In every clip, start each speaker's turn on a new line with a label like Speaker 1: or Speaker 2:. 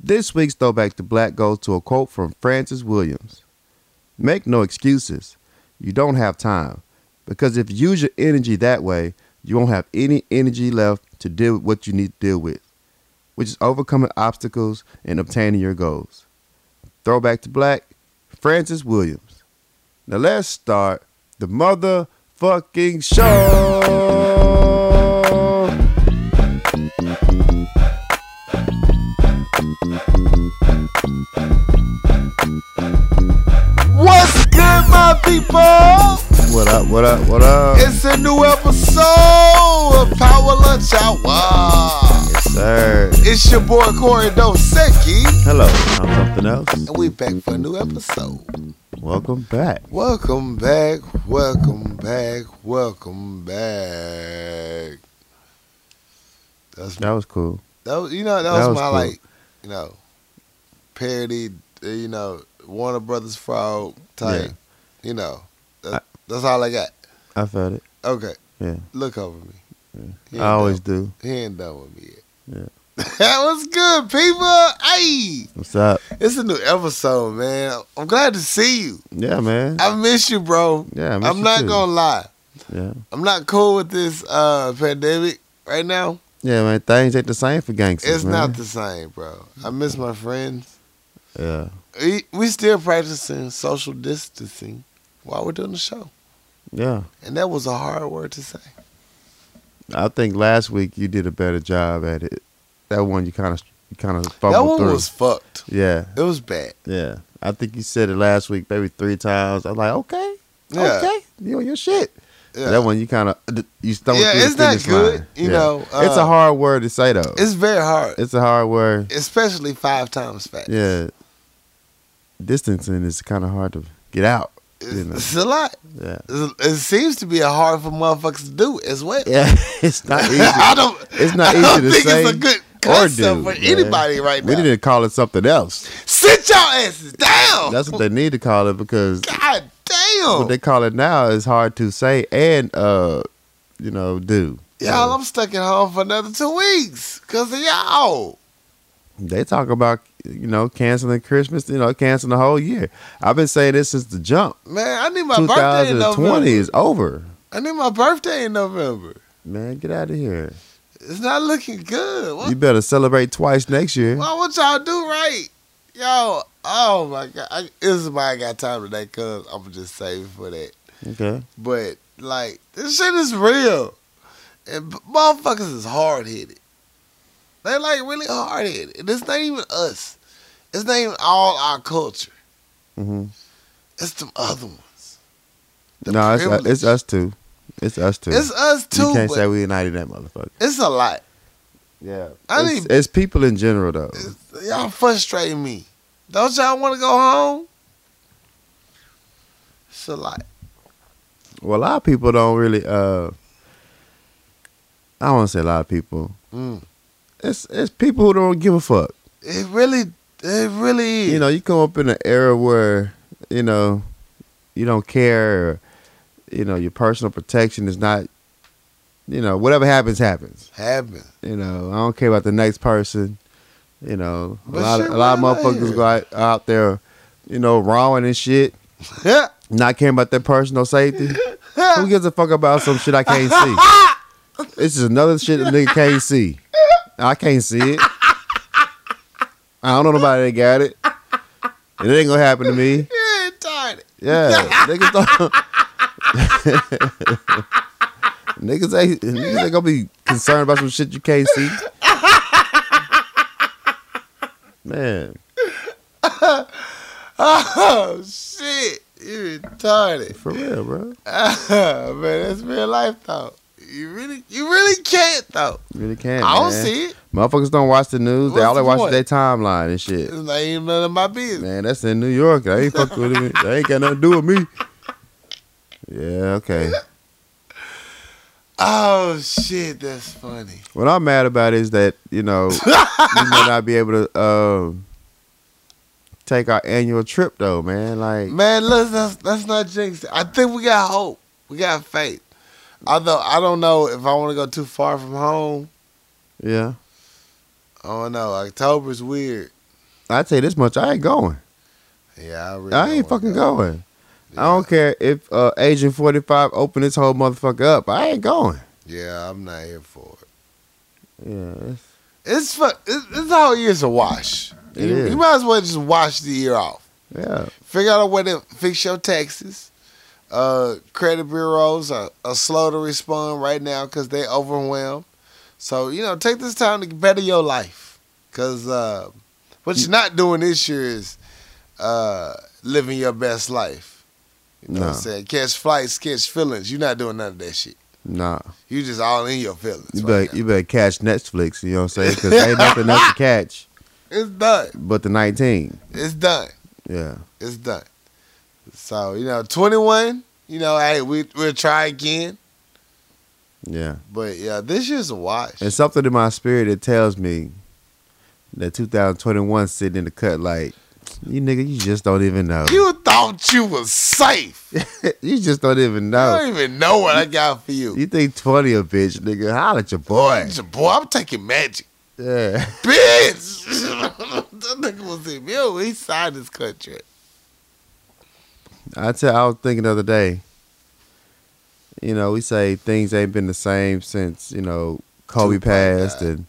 Speaker 1: This week's Throwback to Black goes to a quote from Francis Williams Make no excuses. You don't have time. Because if you use your energy that way, you won't have any energy left to deal with what you need to deal with, which is overcoming obstacles and obtaining your goals. Throwback to Black, Francis Williams. Now let's start the motherfucking show.
Speaker 2: What's good, my people?
Speaker 1: What up? What up? What up?
Speaker 2: It's a new episode of Power Lunch Hour.
Speaker 1: Yes, sir.
Speaker 2: It's your boy Corey Dosecki,
Speaker 1: Hello. I'm something else.
Speaker 2: and we back for a new episode.
Speaker 1: Welcome back.
Speaker 2: Welcome back, welcome back, welcome back. That's
Speaker 1: That was cool.
Speaker 2: that was, you know that,
Speaker 1: that
Speaker 2: was,
Speaker 1: was
Speaker 2: my
Speaker 1: cool.
Speaker 2: like you know parody uh, you know Warner Brothers Frog type you know that,
Speaker 1: I-
Speaker 2: that's all I got.
Speaker 1: I felt it.
Speaker 2: Okay,
Speaker 1: Yeah.
Speaker 2: look over me. He ain't
Speaker 1: I always
Speaker 2: done-
Speaker 1: do.
Speaker 2: He ain't done with me yet. Yeah. that was good, people. Hey,
Speaker 1: What's up?
Speaker 2: it's a new episode, man. I'm glad to see you.
Speaker 1: Yeah, man.
Speaker 2: I miss you, bro.
Speaker 1: yeah, I miss
Speaker 2: I'm
Speaker 1: you
Speaker 2: not
Speaker 1: too.
Speaker 2: gonna lie.
Speaker 1: Yeah.
Speaker 2: I'm not cool with this uh pandemic right now.
Speaker 1: Yeah, man. Things ain't the same for gangsters.
Speaker 2: It's
Speaker 1: man.
Speaker 2: not the same, bro. I miss my friends.
Speaker 1: Yeah.
Speaker 2: We, we still practicing social distancing while we're doing the show,
Speaker 1: Yeah.
Speaker 2: and that was a hard word to say.
Speaker 1: I think last week you did a better job at it. That one you kind of you kind of fumbled
Speaker 2: that one
Speaker 1: through.
Speaker 2: was fucked.
Speaker 1: yeah.
Speaker 2: It was bad.
Speaker 1: Yeah. I think you said it last week maybe three times. I'm like, okay,
Speaker 2: Yeah.
Speaker 1: okay, you on your shit.
Speaker 2: Yeah.
Speaker 1: That one you kind of you stumbled
Speaker 2: Yeah,
Speaker 1: through the
Speaker 2: it's not
Speaker 1: finish
Speaker 2: good,
Speaker 1: line.
Speaker 2: you know,
Speaker 1: it's
Speaker 2: uh,
Speaker 1: a hard word to say though. It's,
Speaker 2: It's very hard.
Speaker 1: a hard word.
Speaker 2: especially five times fast.
Speaker 1: Yeah, distancing is kind of hard to get out.
Speaker 2: it's,
Speaker 1: You know.
Speaker 2: it's a lot.
Speaker 1: Yeah,
Speaker 2: It's- It seems to be a hard for motherfuckers to do as well.
Speaker 1: yeah, it's not easy.
Speaker 2: I don't.
Speaker 1: It's not
Speaker 2: I
Speaker 1: easy
Speaker 2: don't
Speaker 1: to
Speaker 2: think
Speaker 1: say
Speaker 2: it's a good
Speaker 1: or
Speaker 2: concept
Speaker 1: do,
Speaker 2: for
Speaker 1: man.
Speaker 2: anybody right
Speaker 1: we
Speaker 2: now. Oh.
Speaker 1: need to call it something else.
Speaker 2: Sit your asses down.
Speaker 1: That's what they need to call it because
Speaker 2: God
Speaker 1: what
Speaker 2: damn.
Speaker 1: they call it now is hard to say and uh, you know, do.
Speaker 2: y'all, I'm stuck at home for another two weeks because of y'all.
Speaker 1: They talk about you know canceling Christmas, you know, canceling the whole year. I've been saying this since the jump.
Speaker 2: Man, I need my birthday
Speaker 1: 2020
Speaker 2: in November.
Speaker 1: is over.
Speaker 2: I need my birthday in November.
Speaker 1: Man, get out of here.
Speaker 2: It's not looking good. What
Speaker 1: You better celebrate twice next year.
Speaker 2: Why would y'all do right? Yo, oh my god, I, this is why I got time today, cause I'm just saving for that.
Speaker 1: Okay.
Speaker 2: But like, this shit is real, and b- motherfuckers is hard headed. They like really hard headed, and it's not even us. It's not even all our culture.
Speaker 1: Mm-hmm.
Speaker 2: It's them other ones. The
Speaker 1: No, it's,
Speaker 2: privilege.
Speaker 1: it's us too. It's us too.
Speaker 2: It's us too.
Speaker 1: you can't
Speaker 2: but
Speaker 1: say we united that motherfucker.
Speaker 2: it's a lot.
Speaker 1: Yeah.
Speaker 2: I
Speaker 1: it's,
Speaker 2: need-
Speaker 1: it's people in general though.
Speaker 2: It's- y'all frustrating me. Don't y'all want to go home? It's a lot.
Speaker 1: Well, a lot of people don't really. uh I don't want to say a lot of people.
Speaker 2: Mm.
Speaker 1: It's it's people who don't give a fuck.
Speaker 2: It really, it really is.
Speaker 1: You know, you come up in an era where you know you don't care. Or, you know, your personal protection is not. You know, whatever happens, happens.
Speaker 2: happen.
Speaker 1: you know, I don't care about the next person. You know, a
Speaker 2: But
Speaker 1: lot,
Speaker 2: shit,
Speaker 1: of, a lot of
Speaker 2: why not?
Speaker 1: motherfuckers go out, out there, you know, wronging and shit,
Speaker 2: Yeah.
Speaker 1: not caring about their personal safety. Who gives a fuck about some shit I can't see?
Speaker 2: Ah!
Speaker 1: This is another shit a nigga can't see. I can't see it. I don't know nobody that got it. It ain't gonna happen to me.
Speaker 2: You're retarded.
Speaker 1: Yeah, niggas don't. niggas ain't niggas ain't gonna be concerned about some shit you can't see. Man,
Speaker 2: Oh shit, you retarded.
Speaker 1: for real, bro.
Speaker 2: Ah, man, that's real life though. You really, you really can't though.
Speaker 1: You really can't.
Speaker 2: I don't
Speaker 1: man.
Speaker 2: see it.
Speaker 1: Motherfuckers don't watch the news. they
Speaker 2: What's
Speaker 1: all they
Speaker 2: the
Speaker 1: watch
Speaker 2: point?
Speaker 1: is their timeline and shit.
Speaker 2: It's not even none of my business.
Speaker 1: Man, that's in New York. They ain't fucking with me. They ain't got nothing to do with me. Yeah, okay.
Speaker 2: Oh shit, that's funny.
Speaker 1: What I'm mad about is that you know we may not be able to um, take our annual trip though, man. Like,
Speaker 2: Man, look, that's that's not jinx. I think we got hope. We got faith. Although I don't know if I want to go too far from home.
Speaker 1: yeah,
Speaker 2: I don't know. October's weird.
Speaker 1: I tell you this much, I ain't going.
Speaker 2: Yeah, I, really
Speaker 1: I ain't
Speaker 2: don't wanna
Speaker 1: fucking
Speaker 2: go.
Speaker 1: going. I
Speaker 2: Yeah.
Speaker 1: don't care if uh, Agent 45 open this whole motherfucker up. I ain't going.
Speaker 2: Yeah, I'm not here for it.
Speaker 1: Yeah.
Speaker 2: It's fu- it's, it's whole year's a wash.
Speaker 1: It
Speaker 2: you,
Speaker 1: is.
Speaker 2: you might as well just wash the year off.
Speaker 1: Yeah.
Speaker 2: Figure out a way to fix your taxes. Uh, credit bureaus are, are slow to respond right now because they overwhelmed. So you know, take this time to better your life. Cause uh, what you're not doing this year is uh, living your best life. You know what
Speaker 1: No.
Speaker 2: I'm saying? Catch flights, catch feelings. You're not doing none of that shit.
Speaker 1: Nah.
Speaker 2: You just all in your feelings.
Speaker 1: You
Speaker 2: right
Speaker 1: better,
Speaker 2: now.
Speaker 1: you better catch Netflix, you know what I'm saying? Because ain't nothing else to catch
Speaker 2: It's done.
Speaker 1: but the 19.
Speaker 2: It's done.
Speaker 1: Yeah.
Speaker 2: It's done. So you know, 21. You know, hey, we we'll try again.
Speaker 1: Yeah.
Speaker 2: But yeah, this year's a wash.
Speaker 1: And something in my spirit that tells me that 2021 sitting in the cut like, you nigga, you just don't even know. You,
Speaker 2: you thought you was safe. You
Speaker 1: just don't even know.
Speaker 2: don't even know what I got for you.
Speaker 1: You think 20 a bitch, nigga. Holla at your boy.
Speaker 2: It's your boy, I'm taking magic.
Speaker 1: Yeah.
Speaker 2: Bitch! that nigga was in Yo, he signed this contract.
Speaker 1: I tell I was thinking the other day, you know, we say things ain't been the same since, you know, Kobe
Speaker 2: Tupac
Speaker 1: passed
Speaker 2: died.
Speaker 1: and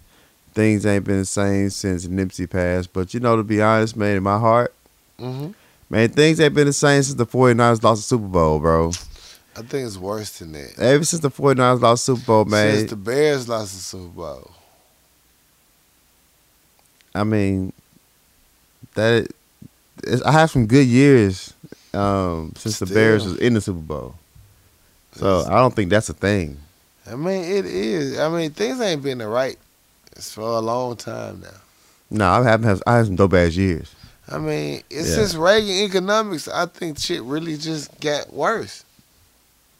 Speaker 1: things ain't been the same since Nipsey passed. But you know, to be honest, man, in my heart,
Speaker 2: Mm-hmm.
Speaker 1: man, things ain't been the same since the 49ers lost the Super Bowl, bro.
Speaker 2: I think it's worse than that.
Speaker 1: Ever since the 49ers lost the Super Bowl, man,
Speaker 2: Since the Bears lost the Super Bowl.
Speaker 1: I mean, that it's, I had some good years um, since the Bears
Speaker 2: Still.
Speaker 1: was in the Super Bowl. So I don't think that's a thing.
Speaker 2: I mean, it is. I mean, things ain't been the right it's for a long time now.
Speaker 1: No, I haven't. Had, I had some dope ass years.
Speaker 2: I mean, it's
Speaker 1: Yeah.
Speaker 2: since Reagan economics, I think shit really just got worse.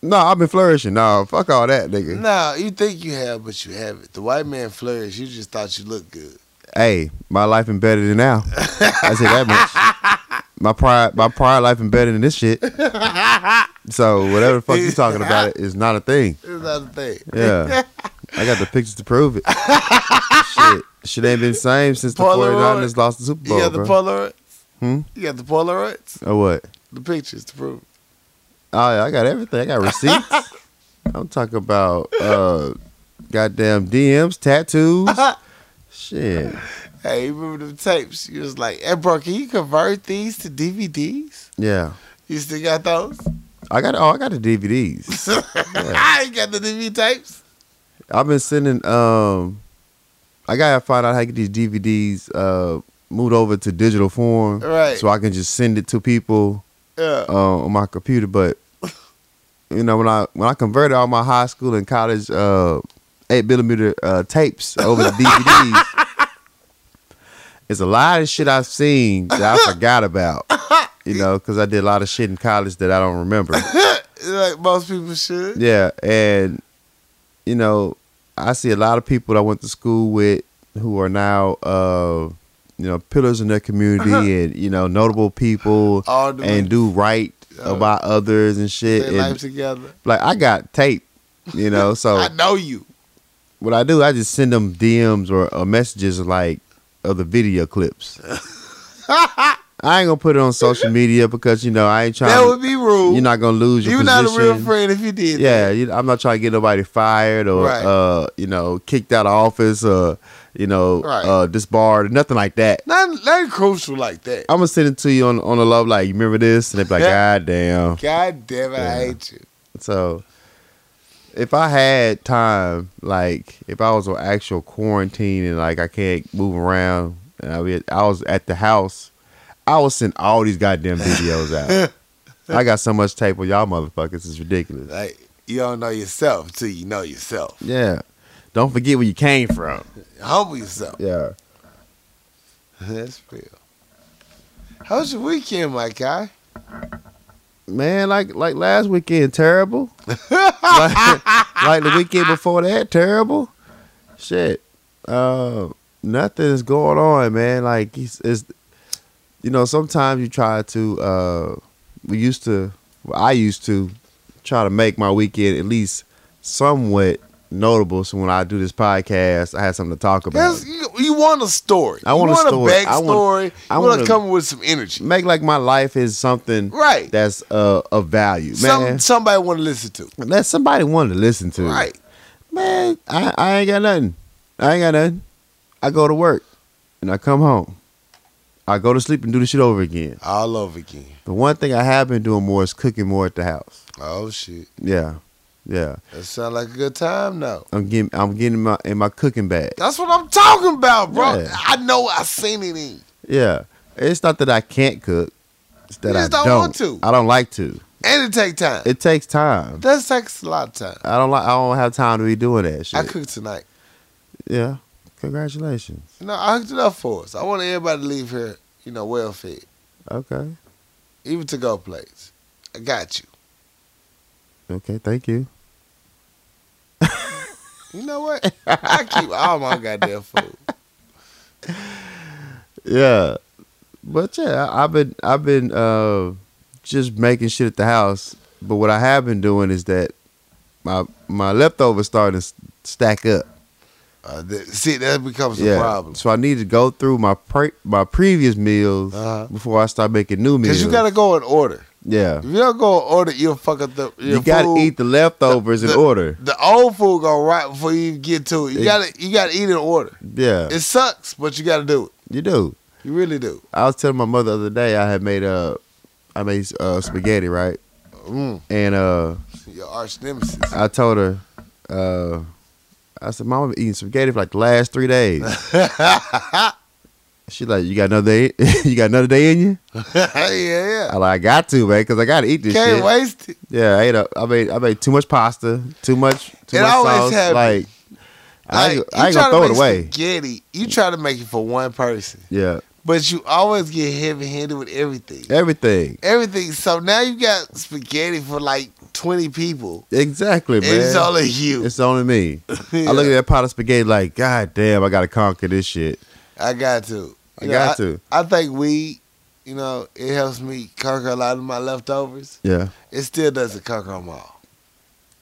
Speaker 1: No, I've been flourishing. No, fuck all that, nigga.
Speaker 2: Nah, you think you have, but you haven't. The white man flourished. You just thought you looked good.
Speaker 1: Hey, my life been better than now. I say that much. My prior, my prior life been better than this shit. So whatever the fuck you talking about it is not a thing.
Speaker 2: That's not the thing.
Speaker 1: Yeah, I got the pictures to prove it. shit, shit ain't been same since the
Speaker 2: Polaroid.
Speaker 1: 49ers lost the Super
Speaker 2: You
Speaker 1: Bowl,
Speaker 2: got the
Speaker 1: bro.
Speaker 2: Polaroids?
Speaker 1: Hmm?
Speaker 2: You got the Polaroids?
Speaker 1: or what?
Speaker 2: The pictures to prove.
Speaker 1: Oh, yeah, I got everything. I got receipts. I'm talking about uh, goddamn DMs, tattoos. Shit.
Speaker 2: Hey, you remember the tapes? You was like, hey, bro, can you convert these to DVDs?
Speaker 1: Yeah.
Speaker 2: You still got those?
Speaker 1: I got oh, I got the DVDs.
Speaker 2: I ain't got the DVD tapes.
Speaker 1: I've been sending. Um, I gotta find out how to get these DVDs uh, moved over to digital form,
Speaker 2: Right.
Speaker 1: So I can just send it to people
Speaker 2: Yeah.
Speaker 1: uh, on my computer. But you know, when I when I converted all my high school and college uh, eight millimeter uh, tapes over to DVDs, it's a lot of shit I've seen that I forgot about. You know, because I did a lot of shit in college that I don't remember.
Speaker 2: like most people should.
Speaker 1: Oh. Yeah, and you know, I see a lot of people that I went to school with who are now uh you know, pillars in their community and you know, notable people
Speaker 2: Uh-huh. All the
Speaker 1: and do right
Speaker 2: Yeah.
Speaker 1: about others and shit.
Speaker 2: their life
Speaker 1: And, oh.
Speaker 2: together.
Speaker 1: like I got tape, you know, so
Speaker 2: I know you.
Speaker 1: what I do, I just send them DMs or, or messages like of the video clips. I ain't gonna put it on social media because you know I ain't trying.
Speaker 2: That would be rude.
Speaker 1: you're not gonna lose your
Speaker 2: You're
Speaker 1: position.
Speaker 2: not a real friend if you did
Speaker 1: Yeah,
Speaker 2: that.
Speaker 1: you, I'm not trying to get nobody fired or
Speaker 2: Right.
Speaker 1: uh, you know kicked out of office or you know
Speaker 2: Right.
Speaker 1: uh, disbarred, nothing like that.
Speaker 2: Nothing, nothing crucial like that.
Speaker 1: I'm gonna send it to you on on a love like you remember this, and they be like,
Speaker 2: Yeah.
Speaker 1: God damn.
Speaker 2: God damn it,
Speaker 1: Yeah.
Speaker 2: I hate you.
Speaker 1: So if I had time, like if I was on actual quarantine and like I can't move around, and I, be, I was at the house, I would send all these goddamn videos out. I got so much tape on y'all motherfuckers, it's ridiculous.
Speaker 2: Like you don't know yourself until you know yourself.
Speaker 1: Yeah. Don't forget where you came from.
Speaker 2: Humble yourself.
Speaker 1: Yeah.
Speaker 2: That's real. How's your weekend, my guy?
Speaker 1: Man, like like last weekend, terrible. like, like the weekend before that, terrible. Shit, uh, nothing's going on, man. Like it's, it's you know, sometimes you try to. Uh, we used to, well, I used to try to make my weekend at least somewhat notable. So when I do this podcast, I have something to talk about.
Speaker 2: That's, you, you want a story.
Speaker 1: I want
Speaker 2: you
Speaker 1: a
Speaker 2: want
Speaker 1: story.
Speaker 2: a
Speaker 1: I want-
Speaker 2: backstory.
Speaker 1: I
Speaker 2: you want Mm.
Speaker 1: wanna-
Speaker 2: to come with some energy.
Speaker 1: Make like my life is something
Speaker 2: Right.
Speaker 1: that's uh, of value, man.
Speaker 2: Some, somebody want to listen to.
Speaker 1: that somebody wanted to listen to.
Speaker 2: Right.
Speaker 1: Man, I, I ain't got nothing. I ain't got nothing. I go to work and I come home. I go to sleep and do the shit over again.
Speaker 2: All over again.
Speaker 1: The one thing I have been doing more is cooking more at the house.
Speaker 2: Oh, shit.
Speaker 1: Yeah. Yeah.
Speaker 2: That sounds like a good time, though.
Speaker 1: I'm getting I'm getting my in my cooking bag.
Speaker 2: That's what I'm talking about, bro.
Speaker 1: Yeah.
Speaker 2: I know I seen it in. you.
Speaker 1: Yeah. It's not that I can't cook. It's that
Speaker 2: You just
Speaker 1: I don't,
Speaker 2: don't want to.
Speaker 1: I don't like to.
Speaker 2: And it take time.
Speaker 1: It takes time.
Speaker 2: that takes a lot of time.
Speaker 1: I don't like I don't have time to be doing that shit.
Speaker 2: I cooked tonight.
Speaker 1: yeah. Congratulations.
Speaker 2: No, I hooked it up for us. I want everybody to leave here, you know, well fed.
Speaker 1: Okay.
Speaker 2: Even to go plates. I got you.
Speaker 1: Okay, thank you.
Speaker 2: You know what? I keep all my goddamn food.
Speaker 1: Yeah, but yeah, I- I've been I've been uh, just making shit at the house. But what I have been doing is that my my leftovers starting to s- stack up.
Speaker 2: Uh, that, see, that becomes
Speaker 1: yeah,
Speaker 2: a problem.
Speaker 1: so I need to go through my pre- my previous meals
Speaker 2: Uh-huh.
Speaker 1: before I start making new meals.
Speaker 2: Because you got to go in order.
Speaker 1: yeah,
Speaker 2: If you don't go in order, you'll fuck up the. Your
Speaker 1: you got to
Speaker 2: food.
Speaker 1: eat the leftovers
Speaker 2: the-
Speaker 1: in order.
Speaker 2: The old food go right before you even get to it. You
Speaker 1: It-
Speaker 2: gotta you gotta eat in order.
Speaker 1: Yeah,
Speaker 2: It sucks, but you gotta do it.
Speaker 1: you do.
Speaker 2: You really do.
Speaker 1: I was telling my mother the other day I had made uh I made uh spaghetti right,
Speaker 2: Mm,
Speaker 1: and uh.
Speaker 2: your arch nemesis.
Speaker 1: I told her, uh, I said, Mom, I've been eating spaghetti for like the last three days. she like, you got another day, you got another day in you?
Speaker 2: yeah, yeah.
Speaker 1: I like, I got to, man, because I got to eat this
Speaker 2: Can't
Speaker 1: shit.
Speaker 2: waste it.
Speaker 1: Yeah, I ate up. I made, I made too much pasta, too much, too
Speaker 2: It
Speaker 1: much
Speaker 2: always
Speaker 1: sauce.
Speaker 2: happens.
Speaker 1: Like, I ain't,
Speaker 2: Like,
Speaker 1: I
Speaker 2: you
Speaker 1: ain't gonna
Speaker 2: try to
Speaker 1: throw it
Speaker 2: make
Speaker 1: away.
Speaker 2: Spaghetti. You try to make it for one person,
Speaker 1: Yeah,
Speaker 2: but you always get heavy handed with everything.
Speaker 1: everything.
Speaker 2: Everything. So now you got spaghetti for like twenty people.
Speaker 1: Exactly, man.
Speaker 2: And it's only you.
Speaker 1: It's only me. I look at that pot of spaghetti like, God damn, I gotta conquer this shit.
Speaker 2: I got to.
Speaker 1: I
Speaker 2: You know,
Speaker 1: got to.
Speaker 2: I think weed, you know, it helps me conquer a lot of my leftovers.
Speaker 1: Yeah,
Speaker 2: It still doesn't conquer them all.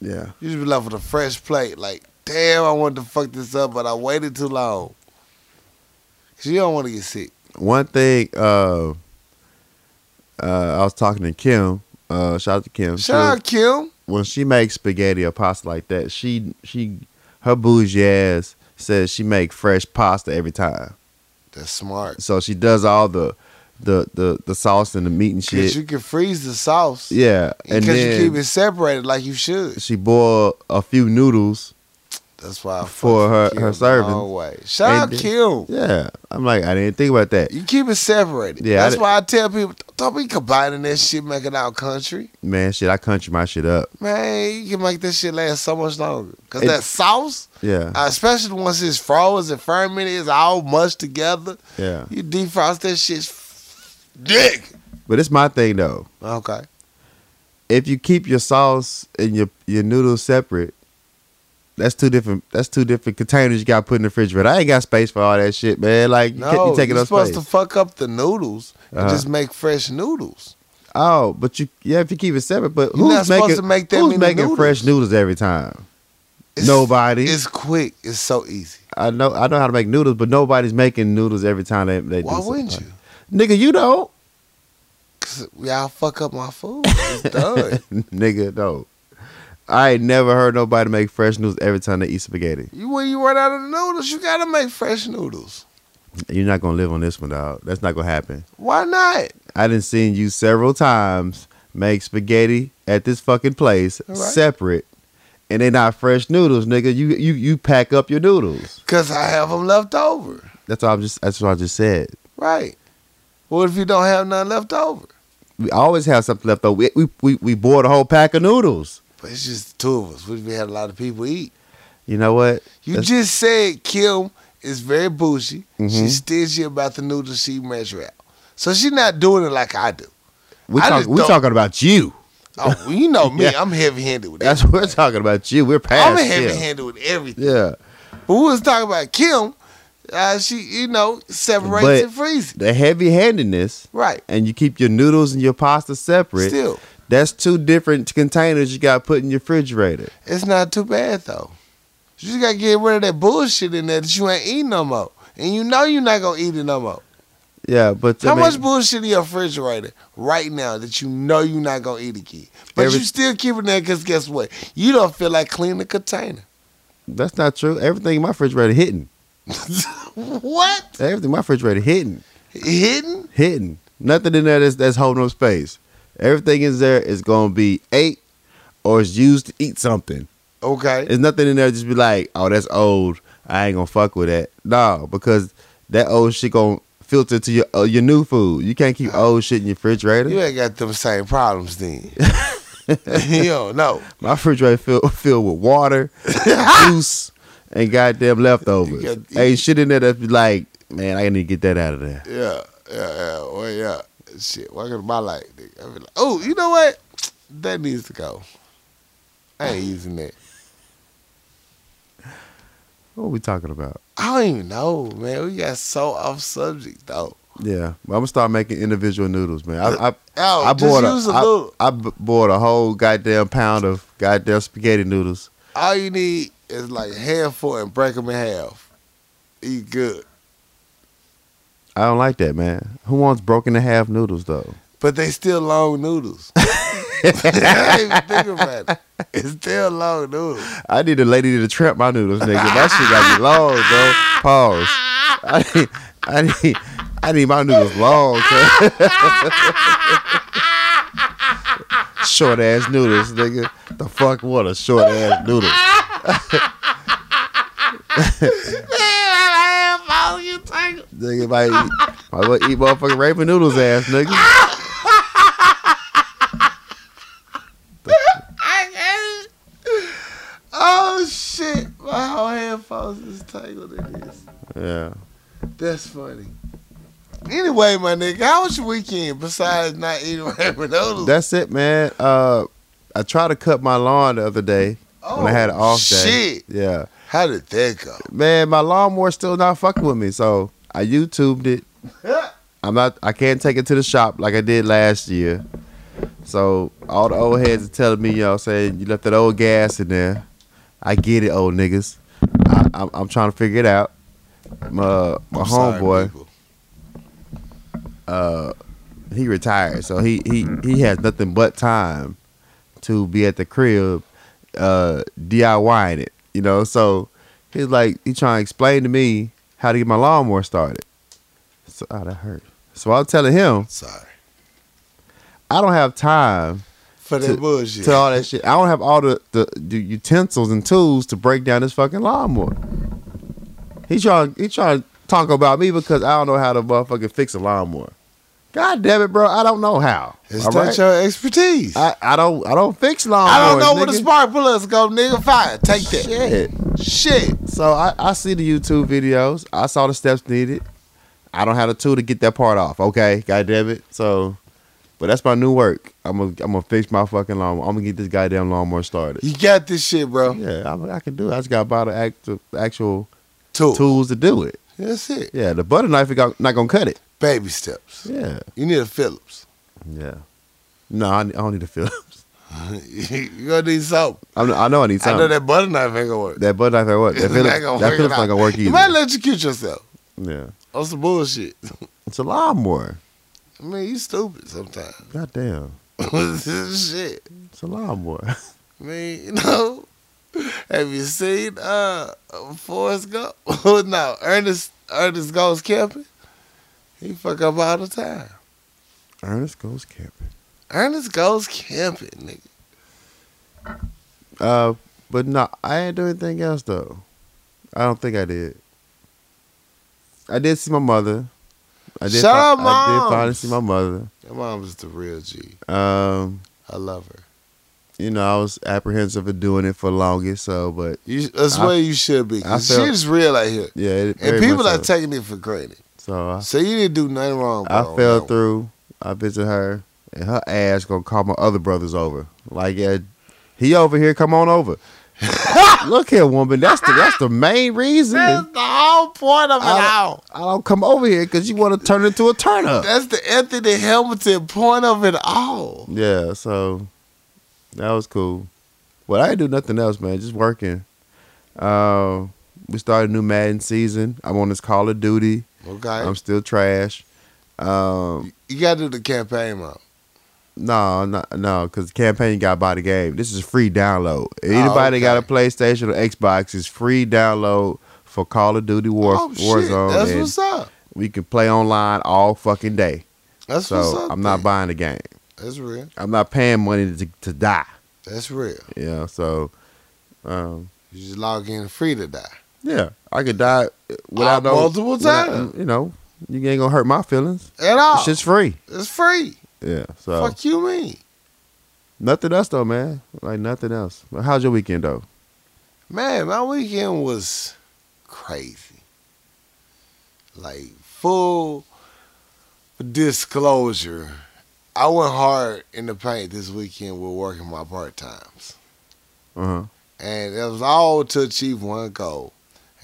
Speaker 1: yeah.
Speaker 2: You just be left with a fresh plate. Like, damn, I wanted to fuck this up, but I waited too long. Cause you don't want to get sick.
Speaker 1: one thing uh uh I was talking to Kim, uh shout out to Kim. She
Speaker 2: Shout
Speaker 1: was-
Speaker 2: out Kim.
Speaker 1: when she makes spaghetti or pasta like that, she she her bougie ass says she make fresh pasta every time.
Speaker 2: That's smart.
Speaker 1: So she does all the the the, the sauce and the meat and
Speaker 2: Cause
Speaker 1: shit.
Speaker 2: you can freeze the sauce.
Speaker 1: yeah. And
Speaker 2: And cause you
Speaker 1: then
Speaker 2: keep it separated like you should.
Speaker 1: she boiled a few noodles.
Speaker 2: That's why I fuck
Speaker 1: For her-
Speaker 2: with Kim
Speaker 1: her serving.
Speaker 2: long way. Shout
Speaker 1: And
Speaker 2: out
Speaker 1: then-
Speaker 2: Kim.
Speaker 1: Yeah. I'm like, I didn't think about that.
Speaker 2: You keep it separated.
Speaker 1: Yeah, I
Speaker 2: That's
Speaker 1: did-
Speaker 2: why I tell people don't be combining that shit, making out country.
Speaker 1: Man, shit, I country my shit up.
Speaker 2: Man, you can make this shit last so much longer. Cause
Speaker 1: It-
Speaker 2: that sauce,
Speaker 1: Yeah.
Speaker 2: uh, especially once it's frozen and fermented, it's all mushed together.
Speaker 1: yeah.
Speaker 2: You defrost that shit, dick.
Speaker 1: But it's my thing though.
Speaker 2: Okay,
Speaker 1: if you keep your sauce and your your noodles separate, that's two different. That's two different containers you got to put in the refrigerator. I ain't got space for all that shit, man. Like you, can't-
Speaker 2: no,
Speaker 1: you taking
Speaker 2: you're
Speaker 1: up
Speaker 2: supposed
Speaker 1: space.
Speaker 2: to fuck up the noodles and
Speaker 1: Uh-huh.
Speaker 2: just make fresh noodles.
Speaker 1: oh, but you yeah, if you keep it separate, but
Speaker 2: You're not
Speaker 1: who's
Speaker 2: supposed
Speaker 1: making
Speaker 2: to make that
Speaker 1: who's
Speaker 2: many
Speaker 1: making
Speaker 2: noodles.
Speaker 1: fresh noodles every time? Nobody.
Speaker 2: It's quick. It's so easy.
Speaker 1: I know I know how to make noodles, but nobody's making noodles every time they they do.
Speaker 2: Why
Speaker 1: something
Speaker 2: wouldn't
Speaker 1: like-
Speaker 2: you?
Speaker 1: Nigga, you don't.
Speaker 2: Cause y'all fuck up my food. It's done.
Speaker 1: Nigga, no. I ain't never heard nobody make fresh noodles every time they eat spaghetti.
Speaker 2: you when you run out of noodles, you gotta make fresh noodles.
Speaker 1: You're not gonna live on this one, dog. That's not gonna happen.
Speaker 2: Why not?
Speaker 1: I done seen you several times make spaghetti at this fucking place
Speaker 2: All right.
Speaker 1: separate, and they not fresh noodles, nigga. You you you pack up your noodles.
Speaker 2: Cause I have them left over.
Speaker 1: That's all I'm just. That's what I just said.
Speaker 2: Right. What if you don't have none left over?
Speaker 1: We always have something left over. We we we, we bought a whole pack of noodles.
Speaker 2: But it's just the two of us. What if we had a lot of people eat?
Speaker 1: You know what?
Speaker 2: You
Speaker 1: That's-
Speaker 2: just said Kim is very bougie.
Speaker 1: Mhm.
Speaker 2: She's stingy about the noodles she measure out. So she's not doing it like I do.
Speaker 1: We
Speaker 2: I
Speaker 1: talk,
Speaker 2: just
Speaker 1: we
Speaker 2: don't-
Speaker 1: talking about you.
Speaker 2: Oh, well, you know me.
Speaker 1: Yeah.
Speaker 2: I'm heavy handed with that.
Speaker 1: That's what we're talking about you. We're past.
Speaker 2: I'm heavy
Speaker 1: him.
Speaker 2: handed with everything.
Speaker 1: Yeah,
Speaker 2: But we was talking about Kim. Uh, she, you know, separates
Speaker 1: But-
Speaker 2: and freezes.
Speaker 1: the heavy handedness,
Speaker 2: Right.
Speaker 1: and you keep your noodles and your pasta separate.
Speaker 2: Still,
Speaker 1: That's two different containers you got to put in your refrigerator.
Speaker 2: it's not too bad though. You just gotta get rid of that bullshit in there that you ain't eating no more, and you know you're not gonna eat it no more.
Speaker 1: Yeah, but I
Speaker 2: How
Speaker 1: mean,
Speaker 2: much bullshit in your refrigerator right now that you know you're not gonna eat again, but
Speaker 1: Every-
Speaker 2: you still keep it there because guess what? You don't feel like cleaning the container.
Speaker 1: that's not true. Everything in my refrigerator hitting.
Speaker 2: what?
Speaker 1: Everything in my refrigerator hitting,
Speaker 2: Hidden?
Speaker 1: hitting. Nothing in there that's, that's holding up space. Everything in there is gonna be ate or is used to eat something.
Speaker 2: Okay.
Speaker 1: There's nothing in there just be like, oh, that's old. I ain't gonna fuck with that. No, because that old shit gonna filter to your uh, your new food. You can't keep old shit in your refrigerator.
Speaker 2: You ain't got them same problems then. you don't know.
Speaker 1: My refrigerator filled filled with water, juice, and goddamn leftovers.
Speaker 2: You got-
Speaker 1: Ain't shit in there that's be like, man, I need to get that out of there.
Speaker 2: Yeah, yeah, yeah. Well, yeah. Shit, welcome to my life, nigga. I be like, oh, you know what? That needs to go. I ain't using that.
Speaker 1: What are we talking about?
Speaker 2: I don't even know, man. We got so off subject though.
Speaker 1: Yeah, I'm gonna start making individual noodles, man. I I,
Speaker 2: Oh,
Speaker 1: I
Speaker 2: just
Speaker 1: bought a,
Speaker 2: use a
Speaker 1: I-
Speaker 2: little.
Speaker 1: I b- bought a whole goddamn pound of goddamn spaghetti noodles.
Speaker 2: All you need is like a handful and break them in half. Eat good.
Speaker 1: I don't like that, man. Who wants broken in half noodles though?
Speaker 2: But they still long noodles. I ain't even think about it. It's still long noodles.
Speaker 1: I need a lady to tramp my noodles, nigga. That shit got me long, bro. Pause. I need, I need, I need my noodles long, cuz. short ass noodles, nigga. The fuck, what a short ass noodle. Nigga might eat, might well eat motherfucking raven noodles ass, nigga.
Speaker 2: Oh shit! My whole headphones is tangled in this.
Speaker 1: Yeah.
Speaker 2: That's funny. Anyway, my nigga, how was your weekend besides not eating ramen noodles?
Speaker 1: That's it, man. Uh, I tried to cut my lawn the other day when I had an off day.
Speaker 2: Oh, Shit!
Speaker 1: Yeah.
Speaker 2: How did that go?
Speaker 1: Man, my lawnmower's still not fucking with me, so I YouTubed it. I'm not. I can't take it to the shop like I did last year. So all the old heads are telling me, you know, saying you left that old gas in there. I get it, old niggas. I, I'm, I'm trying to figure it out. My my
Speaker 2: I'm sorry,
Speaker 1: homeboy,
Speaker 2: people.
Speaker 1: he retired, so he he he has nothing but time to be at the crib, uh, DIYing it. You know, so he's like he trying to explain to me how to get my lawnmower started. So oh, that hurt. So I'm telling him
Speaker 2: Sorry
Speaker 1: I don't have time
Speaker 2: for that
Speaker 1: To-
Speaker 2: bullshit.
Speaker 1: to all that shit. I don't have all the, the, the utensils and tools to break down this fucking lawnmower. He trying he trying to talk about me because I don't know how to motherfucking fix a lawnmower. God damn it, bro! I don't know how.
Speaker 2: it's
Speaker 1: all
Speaker 2: not
Speaker 1: right?
Speaker 2: your expertise. I,
Speaker 1: I, I don't I don't fix lawnmowers.
Speaker 2: don't know
Speaker 1: nigga.
Speaker 2: where the spark plugs go, nigga. Fire, take that.
Speaker 1: Shit.
Speaker 2: Shit.
Speaker 1: So I, I see the YouTube videos. I saw the steps needed. I don't have the tool to get that part off. Okay, goddamn it. So, but that's my new work. I'm gonna I'm gonna fix my fucking lawnmower. I'm gonna get this goddamn lawnmower started.
Speaker 2: You got this shit, bro.
Speaker 1: Yeah, I, I can do it. I just got to buy the actual, the actual
Speaker 2: Two.
Speaker 1: tools to do it.
Speaker 2: That's it.
Speaker 1: Yeah, the butter knife is go- not gonna cut it.
Speaker 2: Baby steps.
Speaker 1: Yeah,
Speaker 2: You need a Phillips.
Speaker 1: yeah. No, I, I don't need the Phillips.
Speaker 2: you gonna need something.
Speaker 1: I know, I know I need
Speaker 2: I
Speaker 1: something.
Speaker 2: know that butter knife ain't gonna work.
Speaker 1: that butter knife ain't work. That
Speaker 2: It's
Speaker 1: Phillips,
Speaker 2: not gonna
Speaker 1: that
Speaker 2: work
Speaker 1: Phillips
Speaker 2: at all.
Speaker 1: not gonna work either.
Speaker 2: You might electrocute yourself
Speaker 1: yeah,
Speaker 2: on some bullshit.
Speaker 1: it's a lawnmower.
Speaker 2: I mean, you stupid sometimes.
Speaker 1: Goddamn,
Speaker 2: shit.
Speaker 1: it's a lawnmower.
Speaker 2: I mean, you know. Have you seen uh Forrest Gump? no, Ernest Ernest goes camping. He fuck up all the time.
Speaker 1: Ernest goes camping.
Speaker 2: Ernest goes camping, nigga.
Speaker 1: Uh, but no, I ain't do anything else though. I don't think I did. I did see my mother. I did.
Speaker 2: Shut up,
Speaker 1: I did
Speaker 2: Moms.
Speaker 1: finally see my mother.
Speaker 2: Your mom is the real G.
Speaker 1: Um.
Speaker 2: I love her.
Speaker 1: you know, I was apprehensive of doing it for longest. So, but
Speaker 2: You, that's
Speaker 1: I-
Speaker 2: where you should be.
Speaker 1: I
Speaker 2: 'cause
Speaker 1: felt-
Speaker 2: Shit's real out here.
Speaker 1: yeah, it,
Speaker 2: And
Speaker 1: very
Speaker 2: people
Speaker 1: much
Speaker 2: are
Speaker 1: so.
Speaker 2: taking it for granted.
Speaker 1: so I,
Speaker 2: So you didn't do nothing wrong.
Speaker 1: I
Speaker 2: bro.
Speaker 1: fell
Speaker 2: No.
Speaker 1: through. I visit her, and her ass gonna call my other brothers over. Like, yeah, he over here. Come on over. Look here, woman. That's the that's the main reason
Speaker 2: That's the whole point of it
Speaker 1: I-
Speaker 2: all.
Speaker 1: I don't come over here because you want to turn into a turn up.
Speaker 2: That's the Anthony Hamilton point of it all.
Speaker 1: Yeah, so that was cool. But I didn't do nothing else, man. Just working. Uh, we started a new Madden season. I'm on this Call of Duty.
Speaker 2: Okay.
Speaker 1: I'm still trash. Um,
Speaker 2: you gotta do the campaign mode.
Speaker 1: no, no, no, because the campaign got by the game. This is a free download. Anybody that
Speaker 2: okay.
Speaker 1: got a PlayStation or Xbox is free download for Call of Duty War
Speaker 2: oh shit,
Speaker 1: Warzone.
Speaker 2: that's
Speaker 1: and
Speaker 2: what's up.
Speaker 1: we can play online all fucking day.
Speaker 2: That's what's
Speaker 1: So
Speaker 2: up.
Speaker 1: I'm not
Speaker 2: then.
Speaker 1: buying the game.
Speaker 2: That's real.
Speaker 1: I'm not paying money to, to die.
Speaker 2: That's real.
Speaker 1: Yeah. So, um,
Speaker 2: You just log in free to die.
Speaker 1: yeah, I could die without
Speaker 2: Uh,
Speaker 1: no
Speaker 2: multiple
Speaker 1: without-
Speaker 2: times.
Speaker 1: You know, you ain't gonna hurt my feelings.
Speaker 2: At all.
Speaker 1: It's just Oh. free.
Speaker 2: it's free.
Speaker 1: Yeah. So
Speaker 2: Fuck you mean?
Speaker 1: nothing else though, man. Like nothing else. But how's your weekend though?
Speaker 2: Man, my weekend was crazy. Like full disclosure, I went hard in the paint this weekend with working my part times.
Speaker 1: Uh huh.
Speaker 2: And it was all to achieve one goal.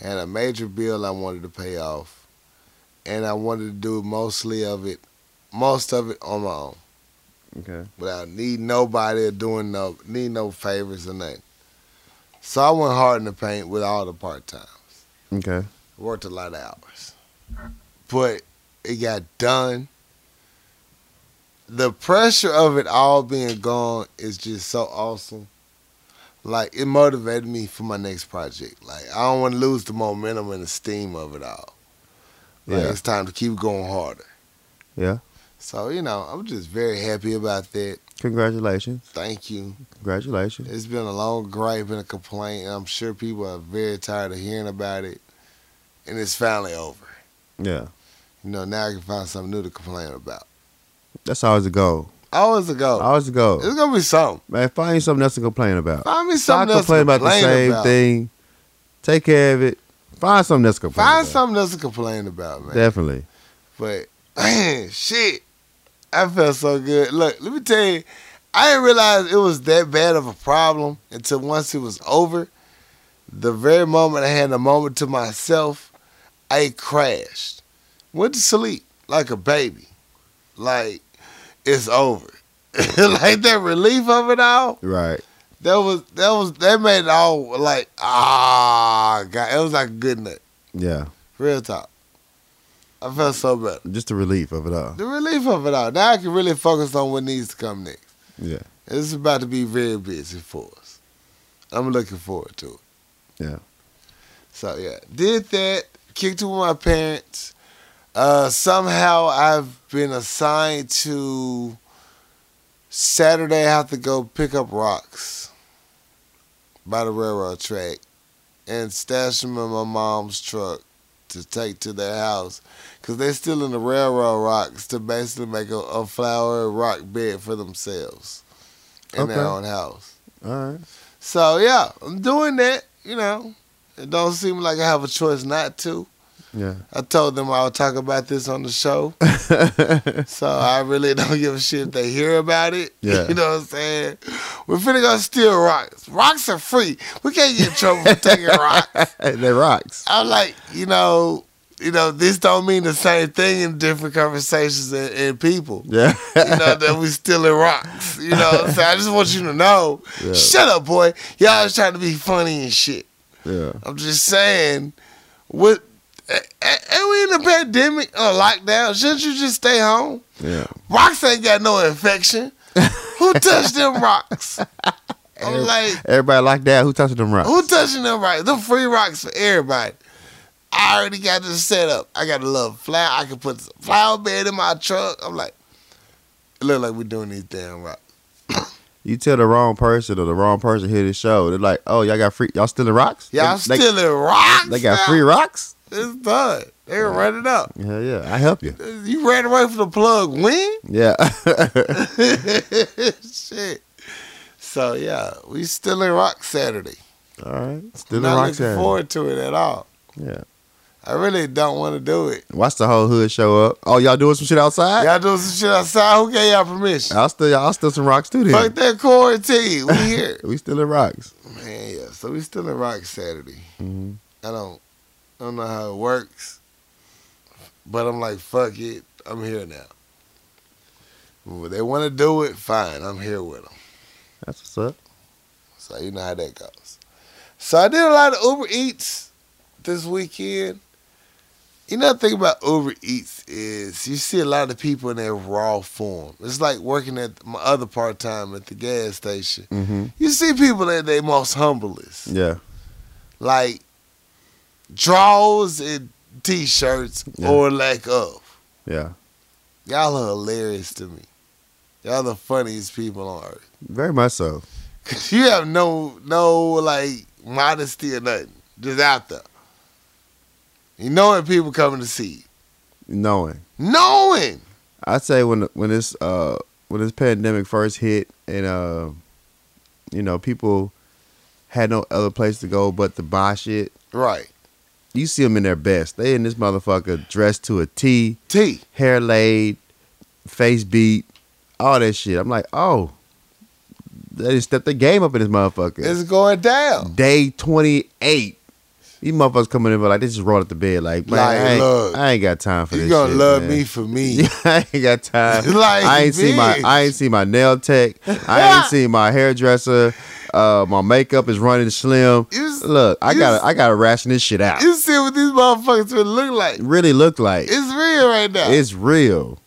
Speaker 2: I had a major bill I wanted to pay off. And I wanted to do mostly of it, most of it on my own
Speaker 1: Okay.
Speaker 2: without needing nobody or doing no need no favors or nothing. So I went hard in the paint with all the part time.
Speaker 1: Okay.
Speaker 2: Worked a lot of hours. But it got done. The pressure of it all being gone is just so awesome. Like it motivated me for my next project. Like I don't want to lose the momentum and the steam of it all. Like
Speaker 1: Yeah.
Speaker 2: it's time to keep going harder.
Speaker 1: Yeah.
Speaker 2: So, you know, I'm just very happy about that.
Speaker 1: Congratulations.
Speaker 2: Thank you.
Speaker 1: Congratulations.
Speaker 2: It's been a long gripe and a complaint, and I'm sure people are very tired of hearing about it. And it's finally over.
Speaker 1: Yeah.
Speaker 2: You know, now I can find something new to complain about.
Speaker 1: That's always a goal.
Speaker 2: Always a goal.
Speaker 1: Always a goal.
Speaker 2: It's gonna be something.
Speaker 1: Man, find you something else to complain about.
Speaker 2: Find me
Speaker 1: Stop
Speaker 2: something else
Speaker 1: complaining about the same
Speaker 2: about.
Speaker 1: thing. Take care of it. Find something else to complain
Speaker 2: Find
Speaker 1: about.
Speaker 2: something else to complain about, man.
Speaker 1: Definitely.
Speaker 2: But man, shit, I felt so good. Look, let me tell you, I didn't realize it was that bad of a problem until once it was over. The very moment I had a moment to myself, I crashed, went to sleep like a baby, like it's over. like that relief of it all,
Speaker 1: Right.
Speaker 2: that was that was that made it all like ah, god, it was like a good nut.
Speaker 1: Yeah.
Speaker 2: Real talk, I felt so better
Speaker 1: Just the relief of it all.
Speaker 2: the relief of it all. Now I can really focus on what needs to come next.
Speaker 1: Yeah.
Speaker 2: It's about to be very busy for us. I'm looking forward to it.
Speaker 1: Yeah.
Speaker 2: So yeah, did that. Kicked it with my parents. Uh, somehow I've been assigned to Saturday. I have to go pick up rocks by the railroad track and stash them in my mom's truck to take to their house because they're still in the railroad rocks to basically make a, a flower rock bed for themselves in their
Speaker 1: Okay.
Speaker 2: own house.
Speaker 1: All right.
Speaker 2: So yeah, I'm doing that. You know, it don't seem like I have a choice not to.
Speaker 1: Yeah.
Speaker 2: I told them I would talk about this on the show, so I really don't give a shit if they hear about it.
Speaker 1: Yeah.
Speaker 2: you know what I'm saying? We're finna go steal rocks. Rocks are free. We can't get in trouble for taking rocks.
Speaker 1: they rocks.
Speaker 2: I'm like, you know, you know, this don't mean the same thing in different conversations and, and people.
Speaker 1: Yeah.
Speaker 2: You know that we stealing rocks. You know, what I'm saying? I just want you to know.
Speaker 1: Yeah.
Speaker 2: Shut up, boy. Y'all is trying to be funny and shit.
Speaker 1: yeah.
Speaker 2: I'm just saying, what? a- a- Ain't we in a pandemic or lockdown? Shouldn't you just stay home?
Speaker 1: Yeah.
Speaker 2: Rocks ain't got no infection. Who touched them rocks? I'm like,
Speaker 1: Everybody like that. Who touched them rocks?
Speaker 2: who touching them rocks? Them free rocks for everybody. I already got this set up. I got a little flower. I can put some flower bed in my truck. I'm like, it look like we doing these damn rocks.
Speaker 1: You tell the wrong person or the wrong person hear this show. They're like, oh, y'all got free. Y'all stealing rocks?
Speaker 2: Y'all
Speaker 1: They-
Speaker 2: stealing rocks?
Speaker 1: They, they got
Speaker 2: now?
Speaker 1: free rocks?
Speaker 2: It's done. They can run it up.
Speaker 1: Hell yeah. I help you.
Speaker 2: You ran away from the plug when?
Speaker 1: Yeah.
Speaker 2: Shit. So yeah, we still in Rock Saturday.
Speaker 1: all right. Stealing
Speaker 2: Not
Speaker 1: rocks.
Speaker 2: looking
Speaker 1: yeah.
Speaker 2: forward to it at all.
Speaker 1: Yeah.
Speaker 2: I really don't want to do it.
Speaker 1: Watch the whole hood show up. Oh, y'all doing some shit outside?
Speaker 2: Y'all doing some shit outside. Who gave y'all permission?
Speaker 1: I'll steal, I'll steal some rocks too then.
Speaker 2: Fuck that quarantine. We here,
Speaker 1: We stealing rocks.
Speaker 2: man. Yeah. So we still in Rock Saturday.
Speaker 1: Mhm.
Speaker 2: I don't, I don't know how it works, but I'm like, fuck it. I'm here now. Well, they want to do it. Fine. I'm here with them.
Speaker 1: That's what's up.
Speaker 2: So you know how that goes. So I did a lot of Uber Eats this weekend. You know, the thing about Uber Eats is you see a lot of people in their raw form. It's like working at my other part time at the gas station.
Speaker 1: Mm-hmm.
Speaker 2: You see people at their most humblest,
Speaker 1: Yeah.
Speaker 2: like drawers and t shirts
Speaker 1: Yeah.
Speaker 2: or lack of.
Speaker 1: Yeah.
Speaker 2: Y'all are hilarious to me. Y'all the funniest people on earth.
Speaker 1: Very much so.
Speaker 2: Cause you have no no like modesty or nothing. Just out there. You knowing people coming to see you.
Speaker 1: Knowing.
Speaker 2: Knowing.
Speaker 1: I'd say when when this uh when this pandemic first hit and uh you know people had no other place to go but to buy shit.
Speaker 2: Right.
Speaker 1: You see them in their best. They in this motherfucker dressed to a T,
Speaker 2: T.
Speaker 1: hair laid, face beat, all that shit. I'm like, oh, they done stepped their game up in this motherfucker.
Speaker 2: It's going down.
Speaker 1: Day 28. These motherfuckers coming in but like they just rolled up the bed like man,
Speaker 2: Like,
Speaker 1: I, ain't,
Speaker 2: look,
Speaker 1: I ain't got time for
Speaker 2: You
Speaker 1: this.
Speaker 2: gonna
Speaker 1: shit,
Speaker 2: love
Speaker 1: man.
Speaker 2: me for me.
Speaker 1: Yeah, I ain't got time.
Speaker 2: Like,
Speaker 1: I ain't see my
Speaker 2: bitch.
Speaker 1: I ain't see my nail tech. I ain't see my hairdresser. Uh, my makeup is running slim.
Speaker 2: You, s-
Speaker 1: Look, I
Speaker 2: you s-
Speaker 1: gotta I gotta ration this shit out.
Speaker 2: you see what these motherfuckers really look like.
Speaker 1: It really look like
Speaker 2: It's real right now. It's
Speaker 1: it's real.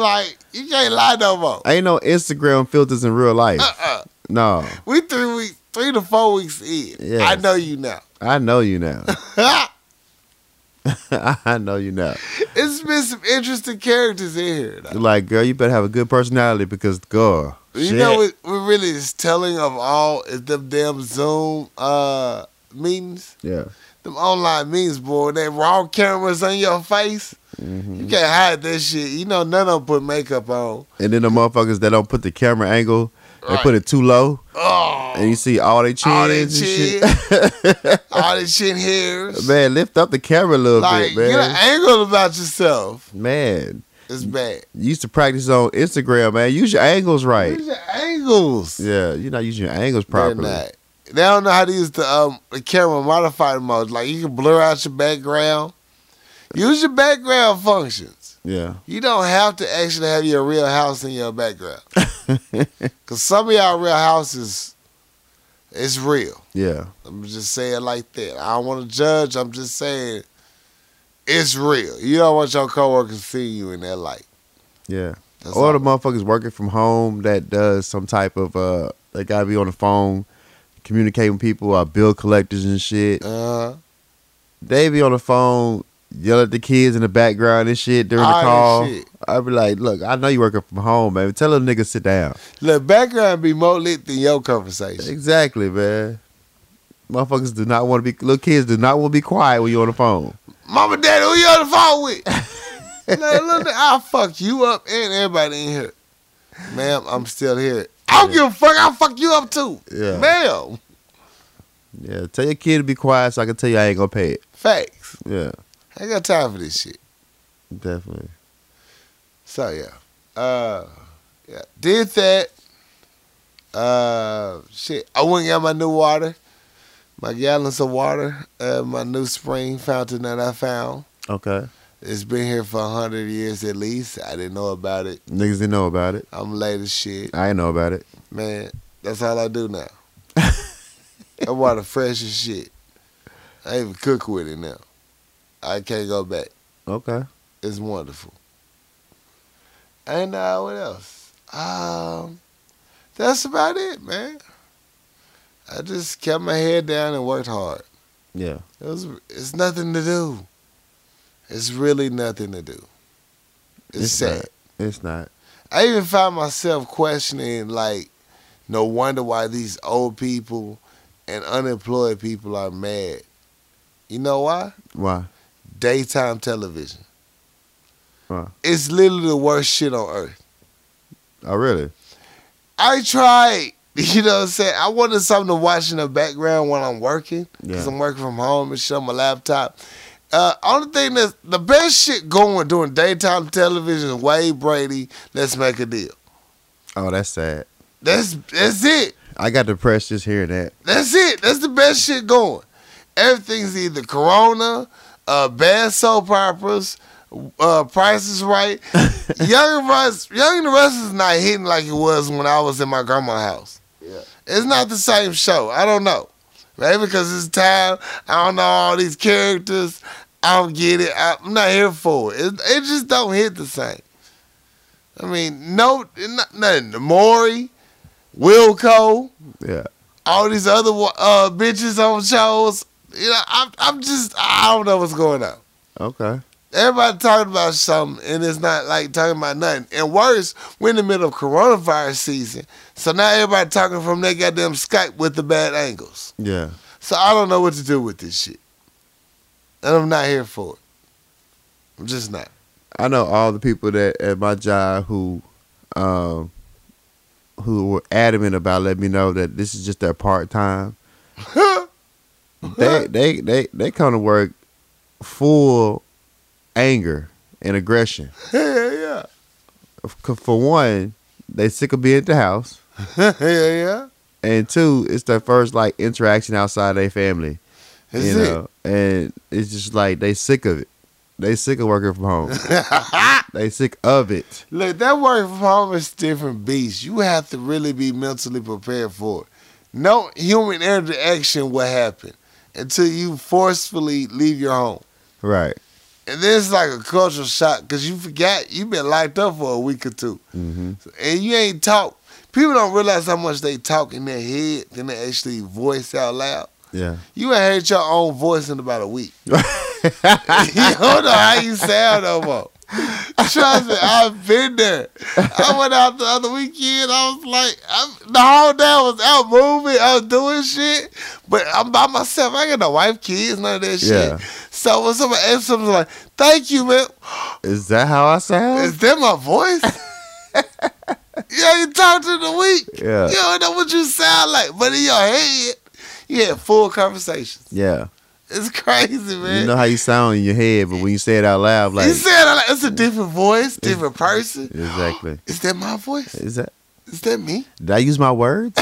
Speaker 2: like you can't lie no more.
Speaker 1: Ain't no Instagram filters in real life.
Speaker 2: Uh-uh.
Speaker 1: No,
Speaker 2: We three weeks three to four weeks in.
Speaker 1: Yes.
Speaker 2: I know you now.
Speaker 1: I know you now. I know you now.
Speaker 2: it's been some interesting characters in here though.
Speaker 1: You're like, girl, you better have a good personality because girl,
Speaker 2: You
Speaker 1: shit.
Speaker 2: know what, what really is telling of all is them damn Zoom uh meetings,
Speaker 1: yeah,
Speaker 2: them online meetings, boy. That raw cameras on your face,
Speaker 1: Mhm.
Speaker 2: you can't hide that shit. You know none of them put makeup on.
Speaker 1: and then the motherfuckers that don't put the camera angle, they
Speaker 2: Right.
Speaker 1: put it too low,
Speaker 2: Oh,
Speaker 1: and you see all they chins
Speaker 2: all that
Speaker 1: and
Speaker 2: chin,
Speaker 1: shit.
Speaker 2: all that chin hairs.
Speaker 1: Man, lift up the camera a little
Speaker 2: like
Speaker 1: bit,
Speaker 2: get
Speaker 1: man.
Speaker 2: an angle about yourself.
Speaker 1: man,
Speaker 2: It's bad.
Speaker 1: you used to practice on Instagram, man. Use your angles right.
Speaker 2: Use your angles.
Speaker 1: Yeah, you're not using your angles
Speaker 2: They're
Speaker 1: properly.
Speaker 2: not. They don't know how to use the um the camera modified mode. Like you can blur out your background. Use your background functions.
Speaker 1: Yeah,
Speaker 2: You don't have to actually have your real house in your background. Cause some of y'all real houses it's real.
Speaker 1: yeah,
Speaker 2: I'm just saying like that. I don't wanna judge, I'm just saying it's real. You don't want your coworkers seeing you in that light.
Speaker 1: yeah.
Speaker 2: That's
Speaker 1: or the
Speaker 2: all.
Speaker 1: motherfuckers working from home that does some type of uh, they gotta be on the phone, communicating with people, uh, bill collectors and shit.
Speaker 2: uh
Speaker 1: They be on the phone, yell at the kids in the background and shit during
Speaker 2: All
Speaker 1: the
Speaker 2: that
Speaker 1: call.
Speaker 2: shit.
Speaker 1: I'd be like, look, I know you working from home, man. Tell them niggas sit down.
Speaker 2: look background be more lit than your conversation.
Speaker 1: Exactly, man. Motherfuckers do not want to be little kids do not want to be quiet when you're on the phone.
Speaker 2: Mama, daddy, who you on the phone with? no, look, I'll fuck you up and everybody in here. Ma'am, I'm still here. I don't give a fuck. I'll fuck you up too.
Speaker 1: Yeah.
Speaker 2: Ma'am.
Speaker 1: Yeah, tell your kid to be quiet so I can tell you I ain't gonna pay it.
Speaker 2: Facts.
Speaker 1: Yeah,
Speaker 2: I ain't got time for this shit.
Speaker 1: definitely.
Speaker 2: So yeah. Uh yeah. Did that. Uh shit. I went and got my new water. My gallons of water. Uh my new spring fountain that I found.
Speaker 1: Okay,
Speaker 2: It's been here for a hundred years at least. I didn't know about it.
Speaker 1: niggas didn't know about it.
Speaker 2: I'm late as shit.
Speaker 1: I ain't know about it.
Speaker 2: Man, that's all I do now. that water fresh as shit. I even cook with it now. I can't go back.
Speaker 1: Okay,
Speaker 2: It's wonderful. And uh, what else? Um, that's about it, man. I just kept my head down and worked hard.
Speaker 1: yeah,
Speaker 2: It was, it's nothing to do. It's really nothing to do. It's,
Speaker 1: It's
Speaker 2: sad.
Speaker 1: not. it's not.
Speaker 2: I even found myself questioning, like, no wonder why these old people and unemployed people are mad. You know why?
Speaker 1: Why?
Speaker 2: Daytime television.
Speaker 1: Why?
Speaker 2: It's literally the worst shit on earth.
Speaker 1: Oh, really?
Speaker 2: I tried, you know what I'm saying? I wanted something to watch in the background when I'm working, because
Speaker 1: Yeah.
Speaker 2: I'm working from home and shit on my laptop. Uh, only thing that's the best shit going during daytime television is Wade Brady, Let's Make a Deal.
Speaker 1: Oh, that's sad.
Speaker 2: That's that's it.
Speaker 1: I got depressed just hearing that.
Speaker 2: That's it. That's the best shit going. Everything's either Corona, uh, bad soap operas, uh, Price is Right. Young and Russ, Young and the Russ is not hitting like it was when I was in my grandma's house.
Speaker 1: Yeah.
Speaker 2: It's not the same show. I don't know. Maybe because it's time. I don't know all these characters. I don't get it. I, am not here for it. it. It just don't hit the same. I mean, no, not, nothing. Maury, Wilco,
Speaker 1: Yeah.
Speaker 2: all these other wa- uh, bitches on shows. You know, I'm, I'm just, I don't know what's going on.
Speaker 1: Okay.
Speaker 2: Everybody talking about something, and it's not like talking about nothing. And worse, we're in the middle of coronavirus season, so now everybody talking from their goddamn Skype with the bad angles.
Speaker 1: Yeah.
Speaker 2: So I don't know what to do with this shit, and I'm not here for it. I'm just not.
Speaker 1: I know all the people that at my job who, um, who were adamant about letting me know that this is just their part time. they they they they come to work full anger and aggression.
Speaker 2: Hell yeah,
Speaker 1: F- For one, they sick of being at the house,
Speaker 2: hell yeah.
Speaker 1: and two, it's their first like interaction outside their family.
Speaker 2: That's
Speaker 1: you
Speaker 2: it.
Speaker 1: know, and it's just like they sick of it. They sick of working from home. they sick of it.
Speaker 2: Look, that work from home is a different beast. You have to really be mentally prepared for it. No human interaction will happen until you forcefully leave your home.
Speaker 1: Right.
Speaker 2: And then it's like a cultural shock because you forgot you've been locked up for a week or two.
Speaker 1: Mm-hmm.
Speaker 2: And you ain't talk. People don't realize how much they talk in their head than they actually voice out loud.
Speaker 1: Yeah.
Speaker 2: You ain't heard your own voice in about a week. you don't know how you sound no more. Trust me, I've been there. I went out the other weekend. I was like, I'm, the whole day I was out moving, I was doing shit, but I'm by myself. I ain't got no wife, kids, none of that shit.
Speaker 1: Yeah.
Speaker 2: So when someone asks something like, "Thank you, man,"
Speaker 1: Is that how I sound?
Speaker 2: is that my voice? yeah, you talked in the week.
Speaker 1: Yeah.
Speaker 2: You don't know what you sound like, but in your head, you had full conversations.
Speaker 1: Yeah.
Speaker 2: It's crazy, man.
Speaker 1: You know how you sound in your head, but when you say it out loud, like
Speaker 2: you said like, it's a different voice, different person.
Speaker 1: exactly.
Speaker 2: Is that my voice?
Speaker 1: Is that
Speaker 2: Is that me?
Speaker 1: did I use my words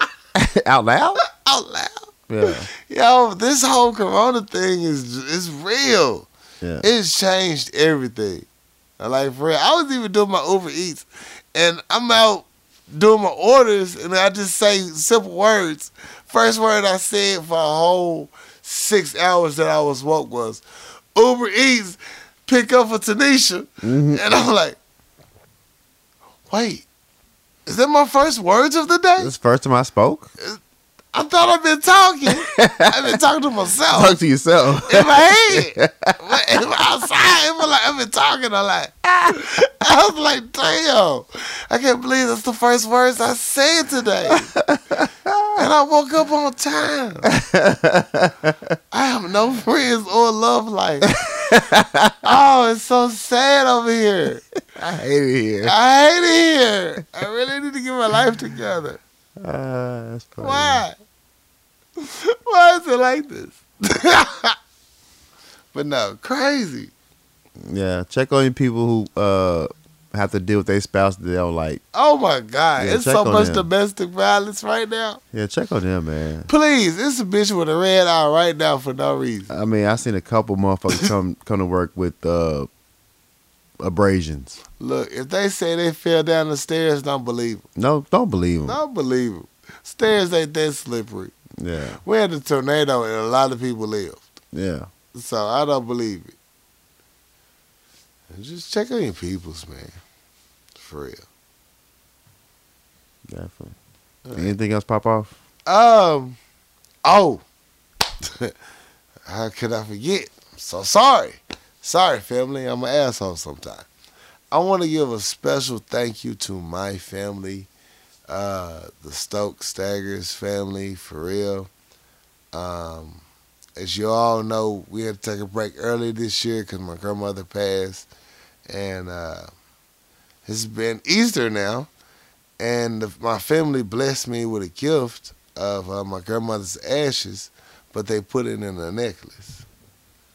Speaker 1: out loud?
Speaker 2: Out loud?
Speaker 1: Yeah.
Speaker 2: Yo, this whole corona thing is is real.
Speaker 1: Yeah.
Speaker 2: It's changed everything. Like for real. I was even doing my Uber Eats and I'm out doing my orders and I just say simple words. First word I said for a whole six hours that I was woke was Uber Eats, pick up for Tanisha.
Speaker 1: Mhm.
Speaker 2: And I'm like, wait, is that my first words of the day?
Speaker 1: This first time I spoke.
Speaker 2: I thought I've been talking. I've been talking to myself
Speaker 1: Talk to yourself.
Speaker 2: in my head. But if I'm outside, if I'm like, I've been talking a lot. I was like, damn, I can't believe that's the first words I said today. And I woke up on time. I have no friends or love life. Oh, it's so sad over here.
Speaker 1: I hate it here.
Speaker 2: I hate it here. I really need to get my life together.
Speaker 1: Uh, that's funny.
Speaker 2: Ah, Why? Why is it like this? but no, crazy.
Speaker 1: Yeah. Check on your people who uh have to deal with their spouse that they don't like.
Speaker 2: Oh my God.
Speaker 1: Yeah,
Speaker 2: it's
Speaker 1: check
Speaker 2: so
Speaker 1: on
Speaker 2: much
Speaker 1: them.
Speaker 2: domestic violence right now.
Speaker 1: Yeah, check on them, man.
Speaker 2: Please, it's a bitch with a red eye right now for no reason.
Speaker 1: I mean, I seen a couple motherfuckers come come to work with uh abrasions.
Speaker 2: Look, if they say they fell down the stairs, don't believe them.
Speaker 1: No, don't believe them.
Speaker 2: Don't believe them. Stairs ain't that slippery.
Speaker 1: Yeah,
Speaker 2: We had a tornado and a lot of people lived.
Speaker 1: yeah.
Speaker 2: So I don't believe it. And Just check on your peoples, man. For real.
Speaker 1: Definitely. Anything else pop off?
Speaker 2: Um. Oh. How could I forget? I'm so sorry. Sorry, family. I'm an asshole sometimes. I want to give a special thank you to my family, uh, the Stokes Staggers family, for real. Um, as you all know, we had to take a break early this year because my grandmother passed, and uh, it's been Easter now, and the, my family blessed me with a gift of uh, my grandmother's ashes, but they put it in a necklace.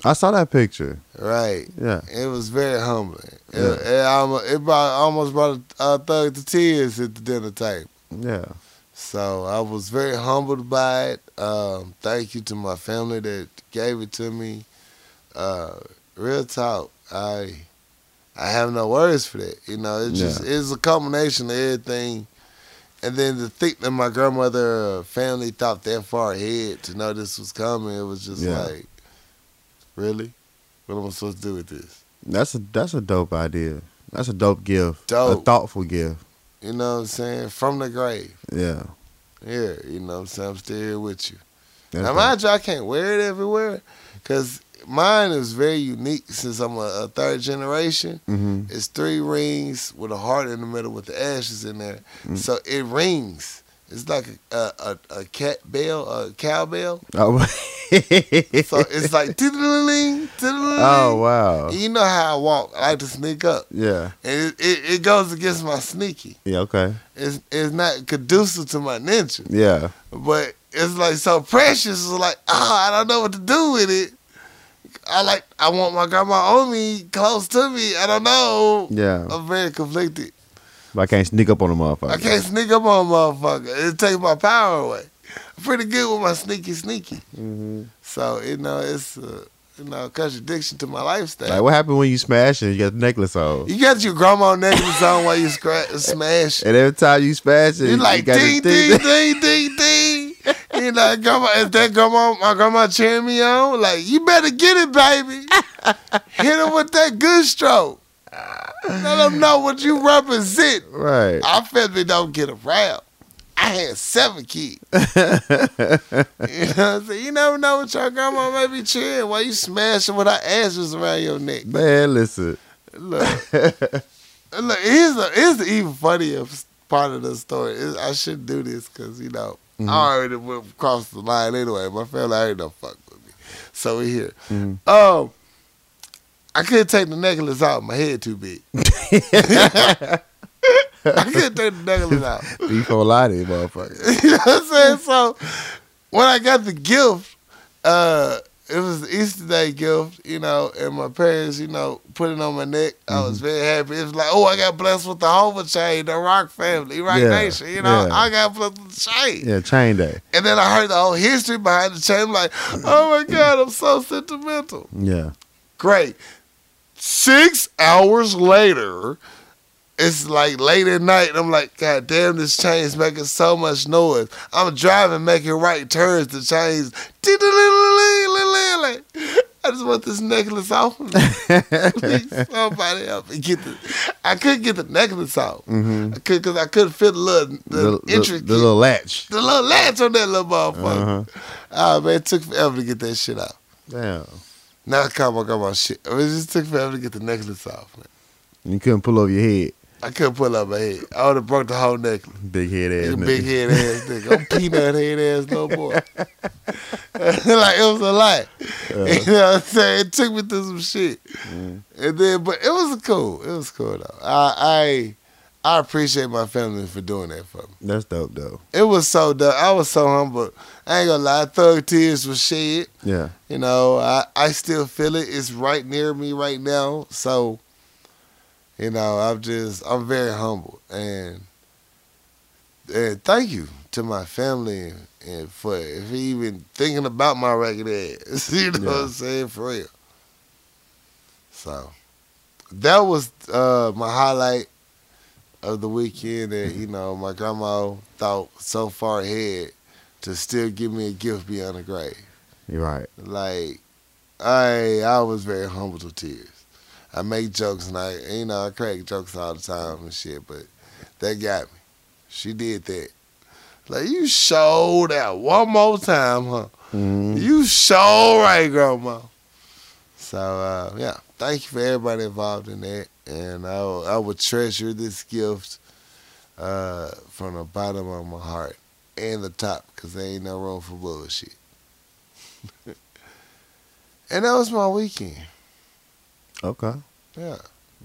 Speaker 1: I saw that picture.
Speaker 2: Right.
Speaker 1: Yeah,
Speaker 2: It was very humbling. It,
Speaker 1: Yeah.
Speaker 2: it, almo- it brought, almost brought a, a thug to tears at the dinner table.
Speaker 1: yeah.
Speaker 2: So I was very humbled by it. Um, thank you to my family that gave it to me. Uh, real talk, I I have no words for that. You know, it's
Speaker 1: Yeah.
Speaker 2: just it's a combination of everything And then to think that my grandmother uh, family thought that far ahead to know this was coming, it was just
Speaker 1: Yeah.
Speaker 2: like, really? What am I supposed to do with this?
Speaker 1: That's a that's a dope idea. That's a dope gift. A
Speaker 2: Dope.
Speaker 1: thoughtful gift.
Speaker 2: You know what I'm saying? From the grave.
Speaker 1: Yeah.
Speaker 2: Here, you know what I'm saying? I'm still here with you.
Speaker 1: That's
Speaker 2: now,
Speaker 1: dope.
Speaker 2: mind you, I can't wear it everywhere because mine is very unique since I'm a, a third generation.
Speaker 1: Mhm.
Speaker 2: It's three rings with a heart in the middle with the ashes in there.
Speaker 1: Mm.
Speaker 2: So it rings. It's like a, a, a, a cat bell, a cowbell.
Speaker 1: Oh,
Speaker 2: So it's like tiddling, tiddling.
Speaker 1: oh wow.
Speaker 2: You know how I walk. I like to sneak up.
Speaker 1: Yeah.
Speaker 2: And it, it, it goes against my sneaky.
Speaker 1: Yeah. Okay.
Speaker 2: It's, it's not conducive to my nature.
Speaker 1: Yeah.
Speaker 2: But it's like so precious. It's like ah, I don't know what to do with it. I like I want my grandma on me, close to me. I don't know.
Speaker 1: Yeah.
Speaker 2: I'm very conflicted.
Speaker 1: But I can't sneak up on a motherfucker.
Speaker 2: Oh. I can't sneak up on a motherfucker. It takes my power away. I'm pretty good with my sneaky sneaky.
Speaker 1: hmm
Speaker 2: So you know it's uh, you know contradiction to my lifestyle.
Speaker 1: Like what happened when you smash and you got the necklace on?
Speaker 2: you got your grandma necklace on while you scratch smash.
Speaker 1: And every time you smash it,
Speaker 2: You like
Speaker 1: got this
Speaker 2: ding, ding, ding, ding, ding. You like grandma? Is that grandma? My grandma cheering me on? Like you better get it, baby. Hit him with that good stroke. Let him know what you represent.
Speaker 1: Right.
Speaker 2: Our family don't get around. I had seven kids. You know, what I'm saying? you never know what your grandma may be cheering while you smashing with her ashes around your neck.
Speaker 1: Man, listen.
Speaker 2: Look, look here's, the, here's the even funnier part of the story. It's- I should do this because, you know, I already went across the line anyway. My family already don't fuck with me. So we here.
Speaker 1: Mhm.
Speaker 2: Um, I couldn't take the necklace out. My head too big. I couldn't take the necklace out.
Speaker 1: Before lighting, motherfucker.
Speaker 2: you know what I'm saying? So when I got the gift, uh, it was the Easter Day gift, you know, and my parents, you know, put it on my neck. I was
Speaker 1: Mm-hmm.
Speaker 2: very happy. It was like, oh, I got blessed with the Hova chain, the Rock family, Rock
Speaker 1: Yeah,
Speaker 2: Nation, you know,
Speaker 1: yeah.
Speaker 2: I got blessed with the chain.
Speaker 1: Yeah, chain day.
Speaker 2: And then I heard the whole history behind the chain. I'm like, oh my God, I'm so sentimental.
Speaker 1: Yeah.
Speaker 2: Great. Six hours later, it's like late at night, and I'm like, God damn, this chain's making so much noise. I'm driving, making right turns, the chain's. tiddly-lily-lily-lily. I just want this necklace off. of me. Please, somebody help me get the. I couldn't get the necklace off.
Speaker 1: Mm-hmm.
Speaker 2: I could, cause I couldn't fit the little, the,
Speaker 1: The, the,
Speaker 2: intricate,
Speaker 1: the little latch.
Speaker 2: the little latch on that little motherfucker.
Speaker 1: Uh-huh.
Speaker 2: Ah man, it took forever to get that shit out.
Speaker 1: Damn.
Speaker 2: Now I come, I got my shit. I mean, it just took forever to get the necklace off, man.
Speaker 1: You couldn't pull over your head.
Speaker 2: I couldn't pull out my head. I would have broke the whole necklace.
Speaker 1: Big head ass.
Speaker 2: You
Speaker 1: nigga.
Speaker 2: big head ass nigga. I'm peanut head ass little boy. like it was a lot. you know what I'm saying? It took me through some shit. And then but it was cool. It was cool though. I I I appreciate my family for doing that for me.
Speaker 1: That's dope though.
Speaker 2: It was so dumb. I was so humble. I ain't gonna lie, thug tears was shed.
Speaker 1: Yeah.
Speaker 2: You know, I, I still feel it. It's right near me right now. So, you know, I'm just I'm very humble and and thank you to my family and, and for if even thinking about my record ass. You know what
Speaker 1: Yeah.
Speaker 2: I'm saying? For real. So that was uh my highlight of the weekend that, you know, my grandma thought so far ahead to still give me a gift beyond the grave.
Speaker 1: You're right.
Speaker 2: Like, I I was very humble to tears. I make jokes and I you know I crack jokes all the time and shit, but that got me. She did that. Like you showed out one more time, huh?
Speaker 1: Mhm.
Speaker 2: You show right, grandma. So uh, yeah, thank you for everybody involved in that, and I will- I will treasure this gift uh, from the bottom of my heart and the top, cause there ain't no room for bullshit. and that was my weekend.
Speaker 1: Okay.
Speaker 2: Yeah,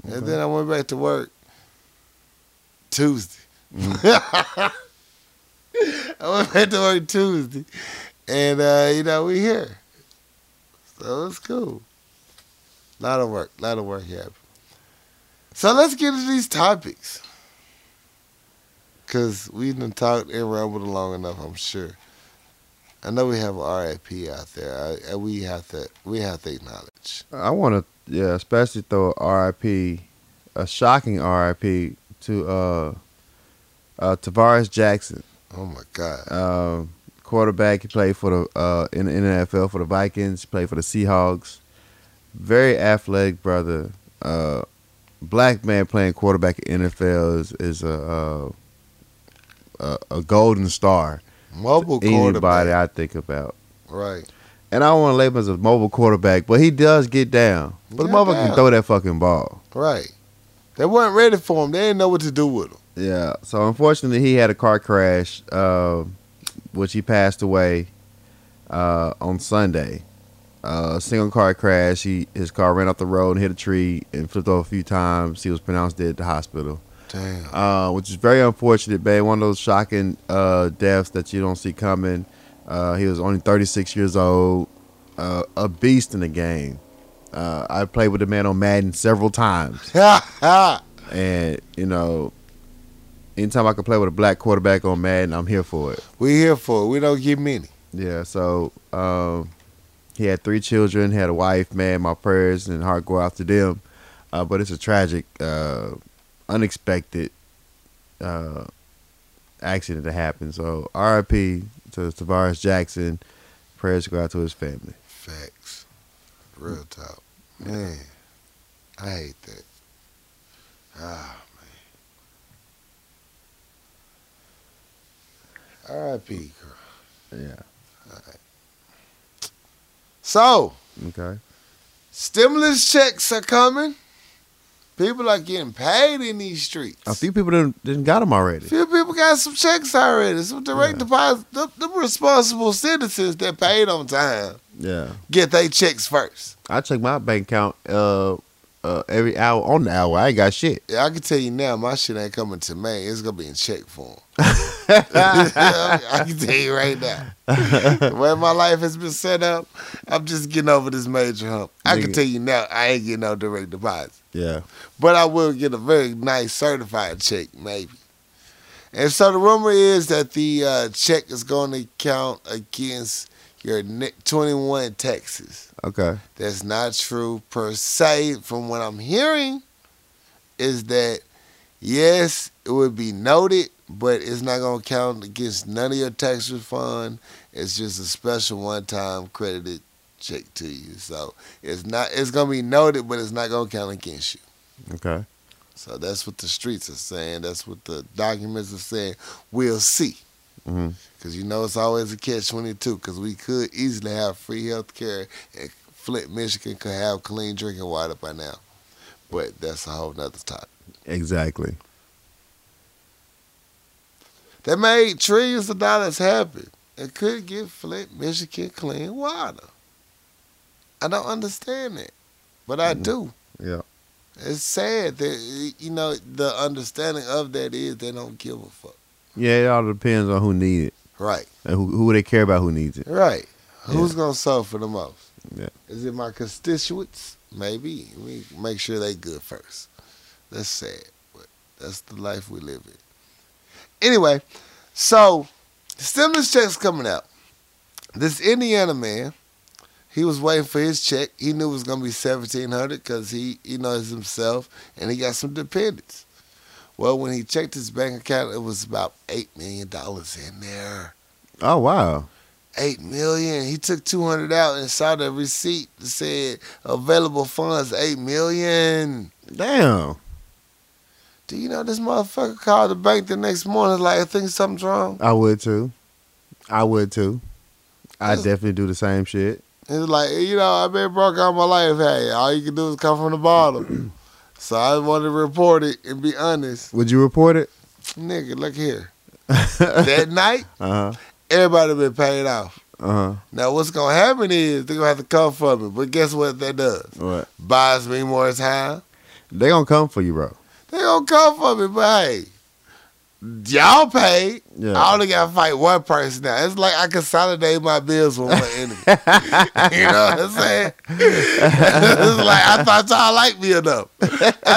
Speaker 2: and then I went back to work Tuesday. I went back to work Tuesday, and uh, you know we here, so it's cool. Lot of work, lot of work happened. So let's get into these topics, cause we done talked and rambled long enough. I'm sure. I know we have RIP out there. I- I, we have to, we have to acknowledge.
Speaker 1: I want to, yeah, especially throw a RIP, a shocking RIP to uh Uh, Tavares Jackson,
Speaker 2: Oh my God.
Speaker 1: uh, quarterback. He played for the uh, in the NFL for the Vikings. Played for the Seahawks. Very athletic brother. Uh, black man playing quarterback in NFL is, is a, uh, a a golden star.
Speaker 2: Mobile
Speaker 1: to Anybody
Speaker 2: quarterback.
Speaker 1: I think about.
Speaker 2: Right.
Speaker 1: And I don't want to label him as a mobile quarterback, but he does get down. But the
Speaker 2: Yeah,
Speaker 1: motherfucker can
Speaker 2: down.
Speaker 1: throw that fucking ball.
Speaker 2: Right. They weren't ready for him. They didn't know what to do with him.
Speaker 1: Yeah. So unfortunately, he had a car crash, uh, which he passed away uh, on Sunday. Uh, a single car crash. He his car ran off the road and hit a tree and flipped over a few times. He was pronounced dead at the hospital,
Speaker 2: Damn.
Speaker 1: uh, which is very unfortunate, babe. One of those shocking uh, deaths that you don't see coming. Uh, he was only 36 years old, uh, a beast in the game. Uh, I played with the man on Madden several times.
Speaker 2: Ha ha.
Speaker 1: And you know, anytime I can play with a black quarterback on Madden, I'm here for it.
Speaker 2: We here for it. We don't get many.
Speaker 1: Yeah. So um, he had three children, had a wife. Man, my prayers and heart go out to them. Uh, but it's a tragic, uh, unexpected uh, accident that happened. So R.I.P. to Tavares Jackson. Prayers go out to his family.
Speaker 2: Facts. Real talk. Man. I hate that. Ah man. R.I.P. girl.
Speaker 1: Yeah.
Speaker 2: So,
Speaker 1: Okay.
Speaker 2: stimulus checks are coming. People are getting paid in these streets.
Speaker 1: A few people didn't, didn't got him already.
Speaker 2: Few people got some checks already. Some direct
Speaker 1: Yeah.
Speaker 2: deposit. The, the responsible citizens that paid on time
Speaker 1: Yeah.
Speaker 2: get their checks first.
Speaker 1: I check my bank account uh, uh, every hour on the hour. I ain't got shit.
Speaker 2: Yeah, I can tell you now, my shit ain't coming to me. It's gonna be in check form. I can tell you right now. the way my life has been set up, I'm just getting over this major hump. I can
Speaker 1: Nigga.
Speaker 2: tell you now, I ain't getting no direct deposit.
Speaker 1: Yeah.
Speaker 2: but I will get a very nice certified check, maybe. And so the rumor is that the uh, check is going to count against your ne- 21 taxes.
Speaker 1: Okay.
Speaker 2: That's not true per se. From what I'm hearing, is that yes, it would be noted, but it's not going to count against none of your tax refund. It's just a special one-time credited check to you. So it's not. It's going to be noted, but it's not going to count against you.
Speaker 1: Okay.
Speaker 2: So that's what the streets are saying. That's what the documents are saying. We'll see. Mm-hmm.
Speaker 1: hmm
Speaker 2: Because you know it's always a catch 22 because we could easily have free health care and Flint, Michigan could have clean drinking water by now. But that's a whole nother topic.
Speaker 1: Exactly.
Speaker 2: They made trillions of dollars happen and could give Flint, Michigan clean water. I don't understand that, but I do.
Speaker 1: Yeah.
Speaker 2: It's sad that, you know, the understanding of that is they don't give a fuck.
Speaker 1: Yeah. It all depends on who need it
Speaker 2: Right.
Speaker 1: and who who they care about who needs it.
Speaker 2: Right. Who's gonna suffer the most?
Speaker 1: Yeah.
Speaker 2: Is it my constituents? Maybe. We make sure they good first. That's sad, but that's the life we live in. Anyway, so stimulus checks coming out. This Indiana man, he was waiting for his check. He knew it was gonna be seventeen hundred because he he knows himself and he got some dependents. Well, when he checked his bank account, it was about eight million dollars in there
Speaker 1: Oh wow.
Speaker 2: eight million. He took two hundred out and saw the receipt that said available funds eight million.
Speaker 1: Damn.
Speaker 2: Do you know this motherfucker called the bank the next morning like I think something's wrong?
Speaker 1: I would too. I would too. I
Speaker 2: That's-
Speaker 1: definitely do the same shit.
Speaker 2: He's like, you know, I've been broke all my life. Hey, all you can do is come from the bottom. so I wanted to report it and be honest,
Speaker 1: Would you report it?
Speaker 2: nigga. Look here.
Speaker 1: uh
Speaker 2: That night,
Speaker 1: huh.
Speaker 2: everybody been paid off.
Speaker 1: Uh huh.
Speaker 2: Now what's gonna happen is they're gonna have to come for me. But guess what that does?
Speaker 1: What?
Speaker 2: Buys me more time.
Speaker 1: They gonna come for you, bro.
Speaker 2: They gonna come for me, but hey, y'all paid.
Speaker 1: Yeah.
Speaker 2: I only gotta fight one person now. It's like I consolidate my bills with one enemy. you know what I'm saying? it's like I thought y'all liked me enough. I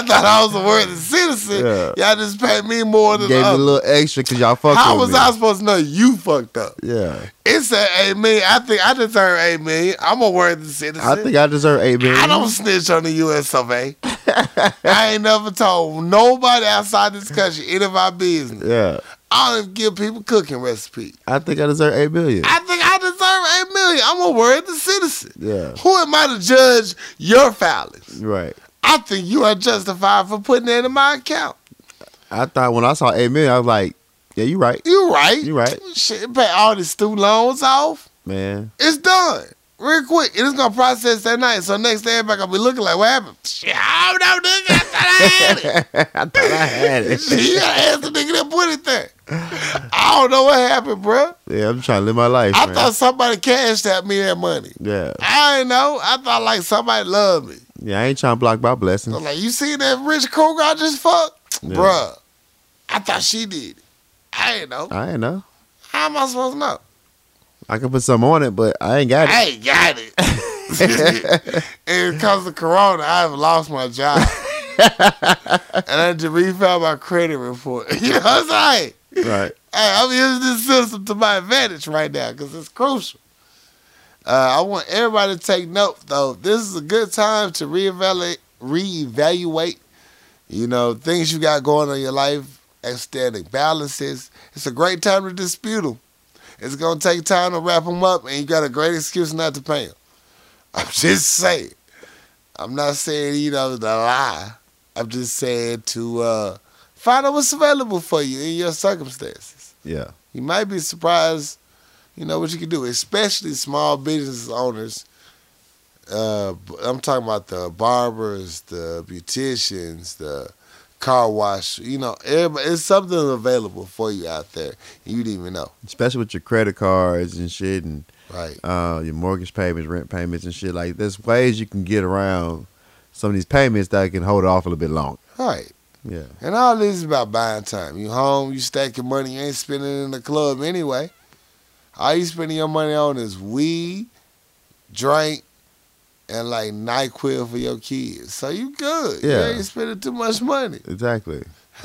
Speaker 2: thought I was a worthy citizen.
Speaker 1: Yeah.
Speaker 2: Y'all just paid me more than
Speaker 1: Gave me a
Speaker 2: others.
Speaker 1: little extra because y'all fucked
Speaker 2: How
Speaker 1: with
Speaker 2: was
Speaker 1: me.
Speaker 2: I supposed to know you fucked up?
Speaker 1: yeah.
Speaker 2: It said eight million. I think I deserve eight million. I'm a worthy citizen.
Speaker 1: I think I deserve eight million.
Speaker 2: I don't snitch on the U.S. of A. I ain't never told nobody outside this country any of our business.
Speaker 1: Yeah.
Speaker 2: I don't even give people cooking recipes.
Speaker 1: I think I deserve eight million.
Speaker 2: I think I deserve eight million. I'm a worthy citizen.
Speaker 1: yeah.
Speaker 2: Who am I to judge your filings?
Speaker 1: Right.
Speaker 2: I think you are justified for putting that in my account.
Speaker 1: I thought when I saw eight million, I was like, yeah, you right,
Speaker 2: You right.
Speaker 1: You right.
Speaker 2: Shit, pay all these student loans off.
Speaker 1: man.
Speaker 2: It's done. Real quick, and it's gonna process that night. So next day, everybody gonna be looking like, "What happened?" Shit, I don't know, nigga. I thought I had it.
Speaker 1: I thought I had it.
Speaker 2: She gotta ask the nigga that put it there. I don't know what happened, bro.
Speaker 1: Yeah, I'm trying to live my life.
Speaker 2: I
Speaker 1: man.
Speaker 2: thought somebody cashed out me that money.
Speaker 1: Yeah.
Speaker 2: I ain't know. I thought like somebody loved me.
Speaker 1: Yeah, I ain't trying to block my blessings.
Speaker 2: I'm like, you see that rich cougar I just fucked?
Speaker 1: Yeah.
Speaker 2: Bruh. I thought she did it. I ain't know.
Speaker 1: I ain't know.
Speaker 2: How am I supposed to know?
Speaker 1: I can put some on it, but I ain't got it.
Speaker 2: I ain't got it. and because of Corona, I have lost my job. and I had to refile my credit report. you know what I'm saying?
Speaker 1: Right.
Speaker 2: Hey, I'm using this system to my advantage right now because it's crucial. Uh, I want everybody to take note, though. This is a good time to reevaluate, reevaluate, you know, things you got going on in your life, outstanding balances. It's a great time to dispute them. It's gonna take time to wrap them up, and you got a great excuse not to pay them. I'm just saying. I'm not saying you know the lie. I'm just saying to uh, find out what's available for you in your circumstances
Speaker 1: Yeah.
Speaker 2: you might be surprised, you know, what you can do, especially small business owners. Uh, I'm talking about the barbers, the beauticians, the car wash. You know, everybody, it's something available for you out there. You didn't even know,
Speaker 1: Especially with your credit cards and shit and
Speaker 2: right?
Speaker 1: uh, your mortgage payments, rent payments and shit. Like there's ways you can get around some of these payments that can hold off a little bit longer.
Speaker 2: Right.
Speaker 1: Yeah.
Speaker 2: And all this is about buying time. You home, you stack your money, you ain't spending it in the club anyway. All you spending your money on is weed, drink, and like NyQuil for your kids. So you good.
Speaker 1: Yeah.
Speaker 2: You ain't spending too much money.
Speaker 1: Exactly.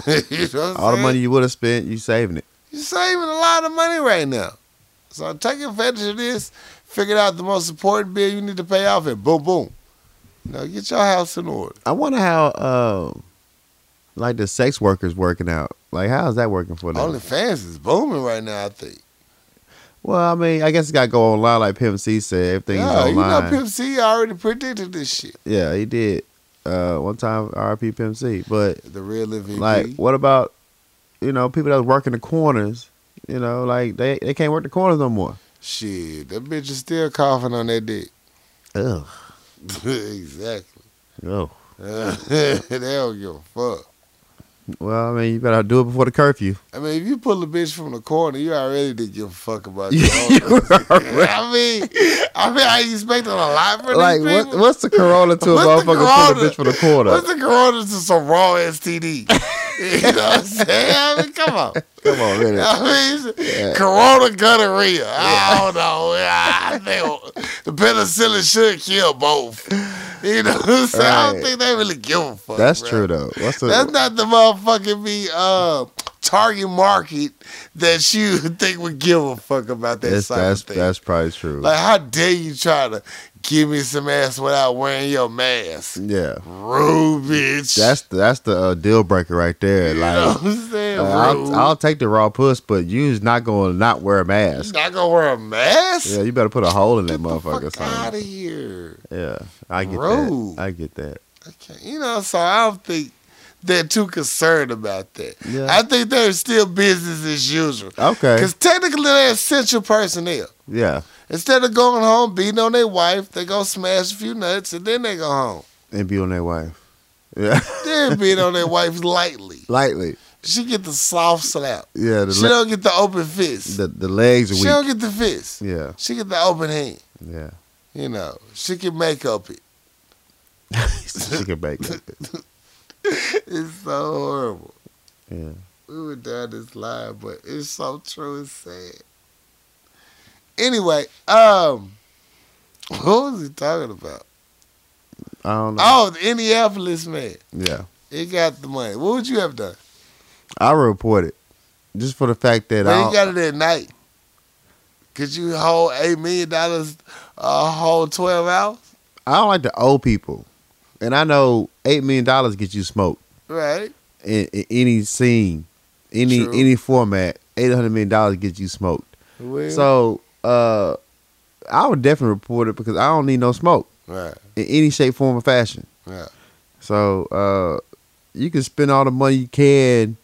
Speaker 2: you know what I'm
Speaker 1: All the
Speaker 2: saying?
Speaker 1: money you would have spent, you saving it.
Speaker 2: You're saving a lot of money right now. So take advantage of this. Figure out the most important bill you need to pay off and boom, boom. You know, get your house in order.
Speaker 1: I wonder how um like the sex workers working out. Like how is that working for them?
Speaker 2: OnlyFans is booming right now, I think.
Speaker 1: well, I mean, I guess it got to go online like Pimp C said. Everything's
Speaker 2: yeah, you know,
Speaker 1: online.
Speaker 2: Pimp C already predicted this shit.
Speaker 1: yeah, he did. Uh, one time, R.I.P. Pimp C. But
Speaker 2: The real E MVP.
Speaker 1: Like, what about you know people that work in the corners? You know, like they, they can't work the corners no more.
Speaker 2: Shit, that bitch is still coughing on that dick.
Speaker 1: Ugh.
Speaker 2: exactly.
Speaker 1: Oh.
Speaker 2: they don't give a fuck.
Speaker 1: Well, I mean, you better do it before the curfew.
Speaker 2: I mean, if you pull a bitch from the corner, you already didn't give a fuck about
Speaker 1: You
Speaker 2: your own.
Speaker 1: are
Speaker 2: I mean, I mean, I expecting a lot from
Speaker 1: like,
Speaker 2: these
Speaker 1: what,
Speaker 2: people.
Speaker 1: what's the corona to a
Speaker 2: What's the
Speaker 1: motherfucker pulling a
Speaker 2: corona?
Speaker 1: bitch from the corner?
Speaker 2: What's the corona to some raw STD? you know what I'm saying? I mean, come on.
Speaker 1: Come on, man.
Speaker 2: I mean, Corona gonorrhea. I don't know. I think the penicillin should kill both. You know, what I'm saying? I don't
Speaker 1: Right.
Speaker 2: think they really give a fuck.
Speaker 1: That's
Speaker 2: bro.
Speaker 1: true though. What's the
Speaker 2: That's not the motherfucking be uh, target market that you think would give a fuck about that
Speaker 1: that's
Speaker 2: type
Speaker 1: that's,
Speaker 2: of thing.
Speaker 1: that's probably true.
Speaker 2: like, how dare you try to give me some ass without wearing your mask?
Speaker 1: yeah,
Speaker 2: Rude bitch.
Speaker 1: that's that's the uh, deal breaker right there.
Speaker 2: you know
Speaker 1: Like,
Speaker 2: what I'm saying?
Speaker 1: uh,
Speaker 2: Rude.
Speaker 1: I'll, I'll take the raw puss, but you's not going to not wear a
Speaker 2: you
Speaker 1: mask.
Speaker 2: not gonna wear a mask?
Speaker 1: Yeah, you better put a hole in that
Speaker 2: Get the
Speaker 1: motherfucker. or
Speaker 2: fuck out
Speaker 1: something.
Speaker 2: of here.
Speaker 1: Yeah, I get
Speaker 2: Rude.
Speaker 1: that. I get that.
Speaker 2: Okay. You know, so I don't think they're too concerned about that.
Speaker 1: Yeah.
Speaker 2: I think they're still business as usual.
Speaker 1: Okay.
Speaker 2: Because technically they're essential personnel.
Speaker 1: Yeah.
Speaker 2: Instead of going home, beating on their wife, they go smash a few nuts and then they go home.
Speaker 1: And be on their wife. Yeah.
Speaker 2: Then beat on their wife lightly.
Speaker 1: Lightly.
Speaker 2: She get the soft slap.
Speaker 1: Yeah. The,
Speaker 2: She
Speaker 1: le-
Speaker 2: don't get the open fist.
Speaker 1: the, the legs
Speaker 2: she
Speaker 1: are
Speaker 2: don't
Speaker 1: weak.
Speaker 2: get the fist.
Speaker 1: Yeah.
Speaker 2: She get the open hand.
Speaker 1: Yeah.
Speaker 2: You know, she can make up it.
Speaker 1: she can bake it.
Speaker 2: It's so horrible.
Speaker 1: Yeah.
Speaker 2: We were down this line, but it's so true. It's sad. Anyway, um, what was he talking about?
Speaker 1: I don't know.
Speaker 2: Oh, the Indianapolis man.
Speaker 1: Yeah,
Speaker 2: He got the money. What would you have done?
Speaker 1: I report it just for the fact that
Speaker 2: But
Speaker 1: I
Speaker 2: he got it at night. Could you hold eight million dollars a whole twelve hours?
Speaker 1: I don't like the old people, and I know eight million dollars gets you smoked
Speaker 2: Right.
Speaker 1: in, in any scene, any
Speaker 2: True.
Speaker 1: any format. Eight hundred million dollars gets you smoked.
Speaker 2: Well,
Speaker 1: So uh, I would definitely report it because I don't need no smoke
Speaker 2: right,
Speaker 1: in any shape, form, or fashion.
Speaker 2: right.
Speaker 1: So uh, you can spend all the money you can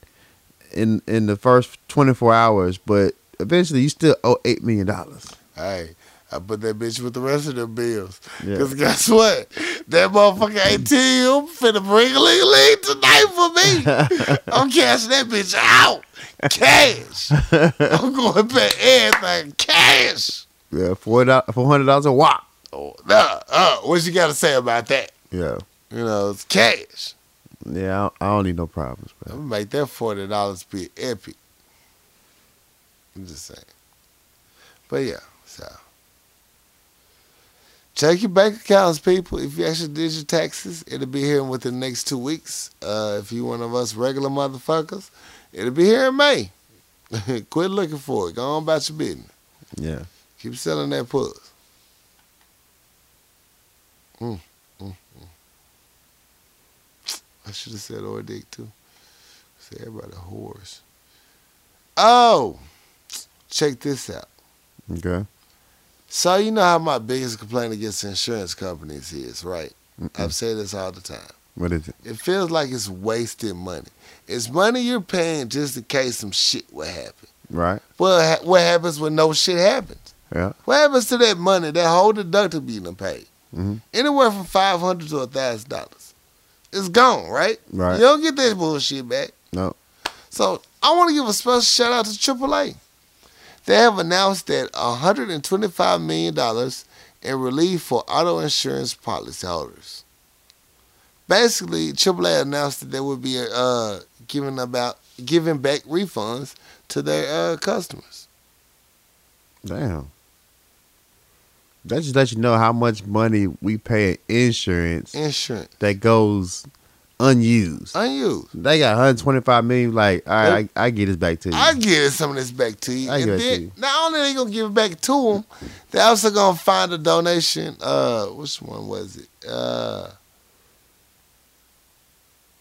Speaker 1: in in the first twenty four hours, but eventually you still owe eight million dollars.
Speaker 2: Hey, I put that bitch with the rest of the bills.
Speaker 1: Yeah.
Speaker 2: Cause guess what? That motherfucker ATM finna bring a league lead tonight for me. I'm cashing that bitch out. Cash. I'm going to pay everything cash.
Speaker 1: Yeah, four hundred dollars a wop.
Speaker 2: Oh, nah, uh, what you got to say about that?
Speaker 1: Yeah,
Speaker 2: You know, it's cash.
Speaker 1: yeah, I don't, I don't need no problems,
Speaker 2: I'm
Speaker 1: bro.
Speaker 2: gonna make that forty dollars be epic. I'm just saying. But yeah, so check your bank accounts, people. If you actually did your taxes, it'll be here within the next two weeks. Uh, if you one of us regular motherfuckers, it'll be here in May. Quit looking for it. Go on about your business.
Speaker 1: Yeah,
Speaker 2: Keep selling that puss. Mm, mm, mm. I should have said or dick too. Say everybody whores. Oh, check this out.
Speaker 1: okay,
Speaker 2: So you know how my biggest complaint against insurance companies is, right?
Speaker 1: Mm-mm.
Speaker 2: I've said this all the time.
Speaker 1: what is it?
Speaker 2: It feels like it's wasted money. It's money you're paying just in case some shit will happen.
Speaker 1: Right?
Speaker 2: Well, ha- what happens when no shit happens?
Speaker 1: Yeah.
Speaker 2: What happens to that money, that whole deductible you done paid?
Speaker 1: Mhm.
Speaker 2: Anywhere from five hundred to thousand dollars. It's gone, right?
Speaker 1: Right.
Speaker 2: You don't get that bullshit back.
Speaker 1: No.
Speaker 2: So I want to give a special shout out to AAA. They have announced that $125 million in relief for auto insurance policyholders. Basically, AAA announced that they would be uh, giving about giving back refunds to their uh, customers.
Speaker 1: Damn. That just lets you know how much money we pay in insurance
Speaker 2: Insurance
Speaker 1: that goes unused.
Speaker 2: unused.
Speaker 1: They got 125 million. Like, all right, I, I get this back to you.
Speaker 2: I give some of this back to you.
Speaker 1: I give
Speaker 2: and
Speaker 1: it to
Speaker 2: then,
Speaker 1: you.
Speaker 2: Not only they gonna give it back to them, they also gonna find a donation. Uh, which one was it? Uh,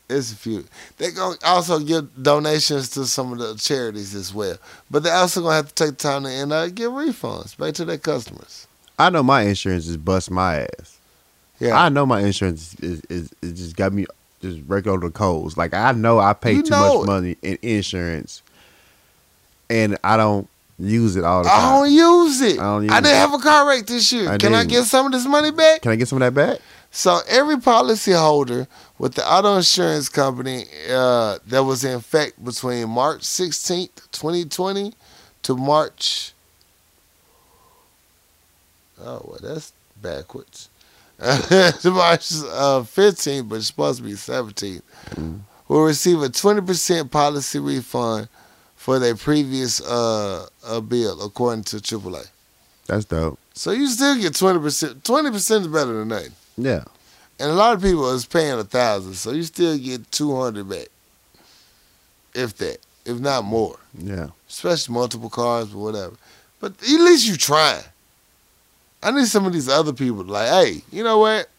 Speaker 2: it's a few. They gonna also give donations to some of the charities as well. But they also gonna have to take time to and uh, give refunds back to their customers.
Speaker 1: I know my insurance is bust my ass.
Speaker 2: Yeah,
Speaker 1: I know my insurance is, is, is just got me just regular over the coals. Like, I know I pay
Speaker 2: You
Speaker 1: too
Speaker 2: know
Speaker 1: much
Speaker 2: it.
Speaker 1: money in insurance, and I don't use it all the
Speaker 2: I
Speaker 1: time.
Speaker 2: don't use it.
Speaker 1: I
Speaker 2: I,
Speaker 1: don't use
Speaker 2: didn't
Speaker 1: it.
Speaker 2: have a car wreck this year.
Speaker 1: I
Speaker 2: Can I
Speaker 1: didn't.
Speaker 2: get some of this money back?
Speaker 1: Can I get some of that back?
Speaker 2: So every policyholder with the auto insurance company uh, that was in effect between March 16th, 2020 to March. Oh, well, that's backwards. to March uh, 15th, but it's supposed to be 17th, will receive a 20% policy refund for their previous uh, uh, bill, according to AAA.
Speaker 1: That's dope.
Speaker 2: So you still get 20%. 20% is better than nothing.
Speaker 1: Yeah.
Speaker 2: And a lot of people is paying a thousand, so you still get two hundred back, if that, if not more.
Speaker 1: Yeah.
Speaker 2: Especially multiple cars or whatever. But at least you trying. I need some of these other people to like, hey, you know what?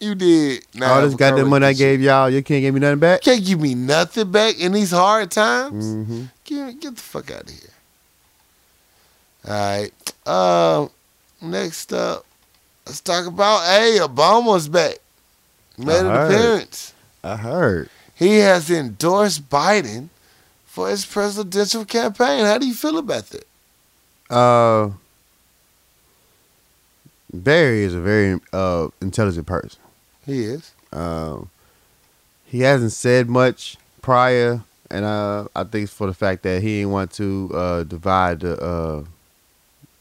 Speaker 2: You did. now
Speaker 1: all this goddamn money I gave y'all, you can't give me nothing back?
Speaker 2: Can't give me nothing back in these hard times.
Speaker 1: Mm-hmm.
Speaker 2: Get, get the fuck out of here. All right. Um, next up, let's talk about hey, Obama's back. Made an
Speaker 1: heard.
Speaker 2: appearance.
Speaker 1: I heard.
Speaker 2: He has endorsed Biden for his presidential campaign. How do you feel about that?
Speaker 1: Uh, Barry is a very uh, intelligent person.
Speaker 2: He is.
Speaker 1: Um, he hasn't said much prior, and uh, I think it's for the fact that he didn't want to uh, divide the uh,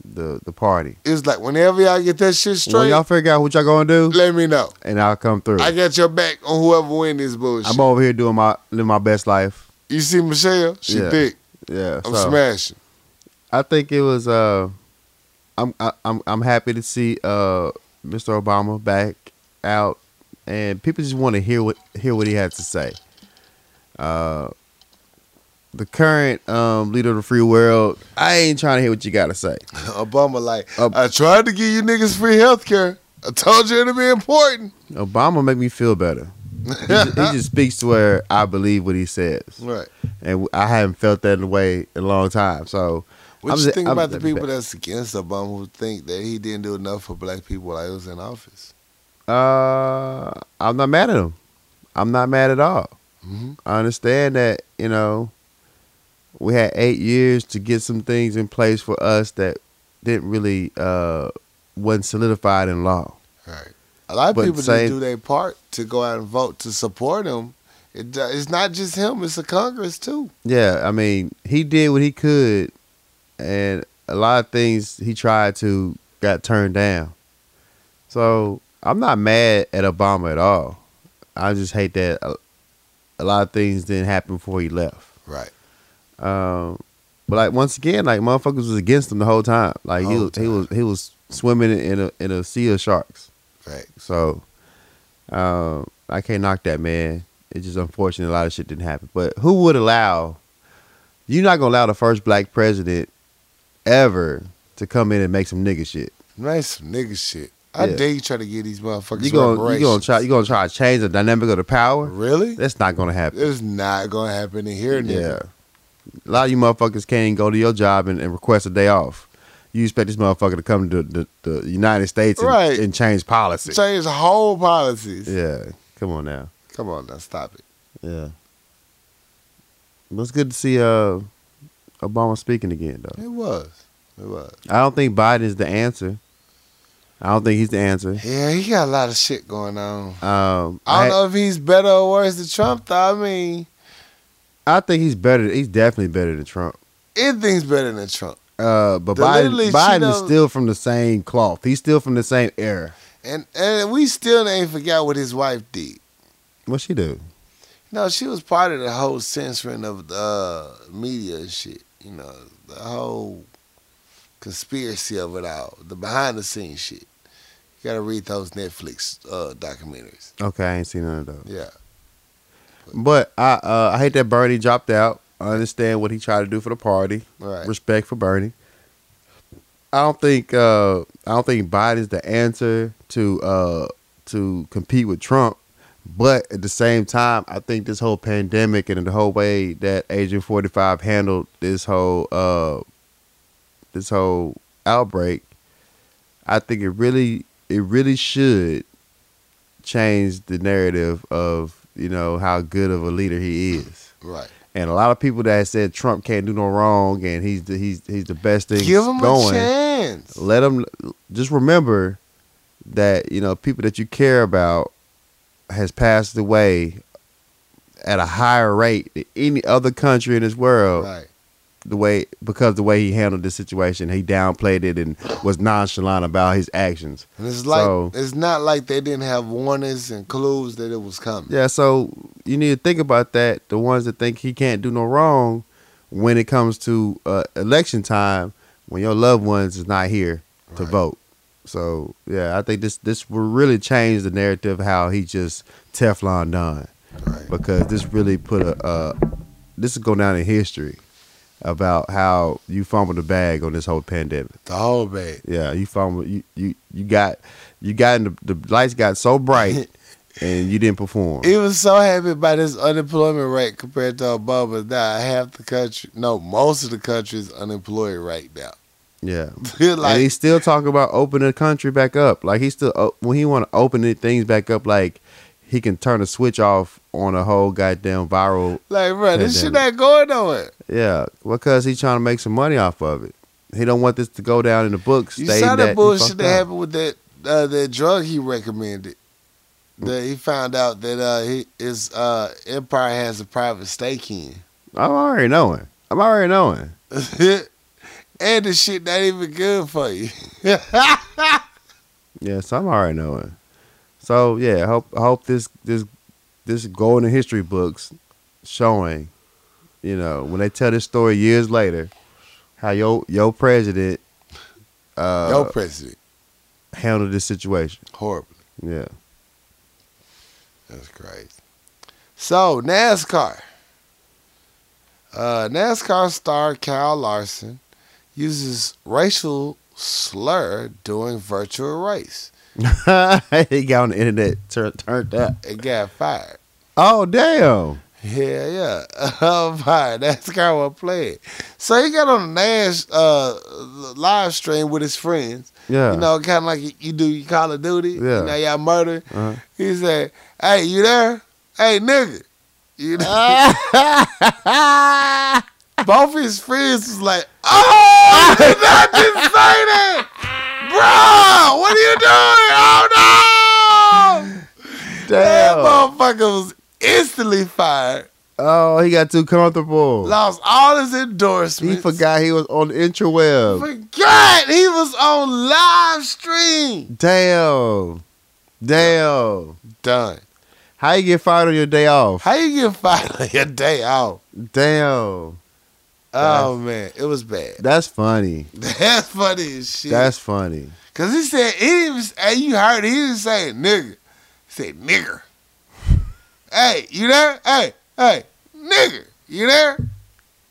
Speaker 1: the the party.
Speaker 2: It's like whenever y'all get that shit
Speaker 1: When
Speaker 2: straight,
Speaker 1: y'all figure out what y'all gonna do,
Speaker 2: let me know.
Speaker 1: and I'll come through.
Speaker 2: I got your back on whoever win this bullshit.
Speaker 1: I'm over here doing my living my best life.
Speaker 2: You see Michelle? She
Speaker 1: Yeah.
Speaker 2: thick.
Speaker 1: Yeah,
Speaker 2: I'm
Speaker 1: so
Speaker 2: smashing.
Speaker 1: I think it was. Uh, I'm I, I'm I'm happy to see uh Mr. Obama back out, and people just want to hear what hear what he had to say. Uh, the current um leader of the free world, I ain't trying to hear what you got to say.
Speaker 2: Obama like,
Speaker 1: Ob-
Speaker 2: I tried to give you niggas free healthcare. I told you it'd be important.
Speaker 1: Obama make me feel better. He, ju- he just speaks to where I believe what he says,
Speaker 2: Right.
Speaker 1: and I haven't felt that in a way in a long time. So,
Speaker 2: What
Speaker 1: I'm
Speaker 2: you
Speaker 1: just-
Speaker 2: think
Speaker 1: I'm-
Speaker 2: about the people that's against Obama who think that he didn't do enough for black people while he was in office?
Speaker 1: uh, I'm not mad at him. I'm not mad at all.
Speaker 2: Mhm.
Speaker 1: I understand that you know we had eight years to get some things in place for us that didn't really uh wasn't solidified in law.
Speaker 2: Right. A lot of
Speaker 1: But
Speaker 2: people
Speaker 1: say-
Speaker 2: didn't do their part to go out and vote to support him. It, do- it's not just him; it's the Congress too.
Speaker 1: Yeah, I mean he did what he could, and a lot of things he tried to got turned down. So I'm not mad at Obama at all. I just hate that a, a lot of things didn't happen before he left.
Speaker 2: Right.
Speaker 1: Um, but like once again, like motherfuckers was against him the whole time. Like he
Speaker 2: Whole
Speaker 1: was, he was he was swimming in a in a sea of sharks.
Speaker 2: Right.
Speaker 1: So um, I can't knock that man. It's just unfortunate a lot of shit didn't happen. But who would allow? You're not gonna allow the first black president ever to come in and make some nigga shit.
Speaker 2: Nice some nigga shit. I
Speaker 1: Yeah.
Speaker 2: dare you try to get these motherfuckers
Speaker 1: You gonna you
Speaker 2: reparations.
Speaker 1: gonna try you gonna try to change the dynamic of the power.
Speaker 2: Really?
Speaker 1: That's not gonna happen.
Speaker 2: It's not gonna happen in here,
Speaker 1: Yeah.
Speaker 2: nigga.
Speaker 1: A lot of you motherfuckers can't even go to your job and, and request a day off. You expect this motherfucker to come to the, the, the United States and,
Speaker 2: Right.
Speaker 1: and change policy.
Speaker 2: Change whole policies.
Speaker 1: Yeah. Come on now.
Speaker 2: Come on now, stop it.
Speaker 1: Yeah. But it's good to see uh, Obama speaking again, though.
Speaker 2: It was. It was.
Speaker 1: I don't think Biden is the answer. I don't think he's the answer.
Speaker 2: Yeah, he got a lot of shit going on.
Speaker 1: Um, I,
Speaker 2: I don't know if he's better or worse than Trump, though. I mean,
Speaker 1: I think he's better. He's definitely better than Trump.
Speaker 2: anything's better than Trump.
Speaker 1: Uh, but
Speaker 2: The literally,
Speaker 1: Biden,
Speaker 2: she
Speaker 1: Biden is
Speaker 2: don't-
Speaker 1: still from the same cloth. He's still from the same era.
Speaker 2: And and we still ain't forgot what his wife did.
Speaker 1: What she do?
Speaker 2: No, she was part of the whole censoring of the uh, media and shit. You know, the whole conspiracy of it all, the behind the scenes shit. You gotta read those Netflix uh, documentaries.
Speaker 1: Okay, I ain't seen none of those.
Speaker 2: Yeah,
Speaker 1: But I uh, I hate that Bernie dropped out. I understand what he tried to do for the party.
Speaker 2: right.
Speaker 1: Respect for Bernie. I don't think uh, I don't think Biden's the answer to uh, to compete with Trump. But at the same time, I think this whole pandemic and the whole way that Agent Forty Five handled this whole uh, this whole outbreak, I think it really it really should change the narrative of you know how good of a leader he is.
Speaker 2: Right.
Speaker 1: And a lot of people that said Trump can't do no wrong and he's the, he's he's the best thing
Speaker 2: Give him
Speaker 1: going.
Speaker 2: a chance.
Speaker 1: Let him just remember that you know people that you care about has passed away at a higher rate than any other country in this world
Speaker 2: Right.
Speaker 1: the way because the way he handled the situation he downplayed it and was nonchalant about his actions
Speaker 2: And it's like
Speaker 1: So-
Speaker 2: it's not like they didn't have warnings and clues that it was coming.
Speaker 1: Yeah, so you need to think about that. The ones that think he can't do no wrong when it comes to uh, election time, when your loved ones is not here to
Speaker 2: Right.
Speaker 1: vote. So yeah, I think this this will really change the narrative how he just Teflon done
Speaker 2: Right.
Speaker 1: because this really put a uh, this is going down in history about how you fumbled the bag on this whole pandemic.
Speaker 2: The whole bag.
Speaker 1: Yeah, you fumbled. You you you got you got in the, the lights got so bright and you didn't perform.
Speaker 2: He was so happy about his unemployment rate compared to Obama. Now half the country, no, most of the country is unemployed right now.
Speaker 1: yeah. and
Speaker 2: like
Speaker 1: he's still talking about opening the country back up. Like he still o- when he want to open it, things back up, like he can turn a switch off on a whole goddamn viral.
Speaker 2: Like, bro, this shit
Speaker 1: Pandemic.
Speaker 2: not going nowhere.
Speaker 1: Yeah, well, cause he's trying to make some money off of it. He don't want this to go down in the books.
Speaker 2: You
Speaker 1: stating
Speaker 2: saw
Speaker 1: that
Speaker 2: the
Speaker 1: he
Speaker 2: bullshit
Speaker 1: fucked
Speaker 2: that
Speaker 1: up.
Speaker 2: happened with that uh, that drug he recommended.
Speaker 1: Mm.
Speaker 2: That he found out that uh, he, his uh, empire has a private stake in,
Speaker 1: I'm already knowing. I'm already knowing.
Speaker 2: and the shit not even good for you.
Speaker 1: Yes, I'm already knowing. So yeah, I hope I hope this this this going in history books showing you know, when they tell this story years later, how your your president uh,
Speaker 2: Your president.
Speaker 1: handled this situation.
Speaker 2: Horrible.
Speaker 1: Yeah.
Speaker 2: That's crazy. So NASCAR. Uh, NASCAR star Kyle Larson uses racial slur during virtual race.
Speaker 1: he got on the internet tur- turned up.
Speaker 2: It got fired.
Speaker 1: Oh damn!
Speaker 2: Yeah, yeah. Oh, I'm fired. NASCAR will play it. So he got on a Nash uh, live stream with his friends.
Speaker 1: Yeah.
Speaker 2: You know, kind of like you do your Call of Duty.
Speaker 1: Yeah.
Speaker 2: You know, y'all murder.
Speaker 1: Uh-huh.
Speaker 2: He said, "Hey, you there? Hey, nigga." You know.
Speaker 1: uh-huh.
Speaker 2: Both his friends was like, "Oh, you did not just say that, bro. What are you doing? Oh no!" That motherfucker was instantly fired.
Speaker 1: Oh, he got too comfortable.
Speaker 2: Lost all his
Speaker 1: he
Speaker 2: endorsements.
Speaker 1: forgot he was on the intraweb.
Speaker 2: Forgot he was on live stream.
Speaker 1: Damn. Damn.
Speaker 2: Done.
Speaker 1: How you get fired on your day off?
Speaker 2: How you get fired on your day off?
Speaker 1: Damn.
Speaker 2: Oh man, it was bad.
Speaker 1: That's funny.
Speaker 2: That's funny as shit.
Speaker 1: That's funny.
Speaker 2: Cause he said he didn't even hey, you heard it, he didn't say nigga. He said nigger. hey, you there? Hey, hey, nigger, you there?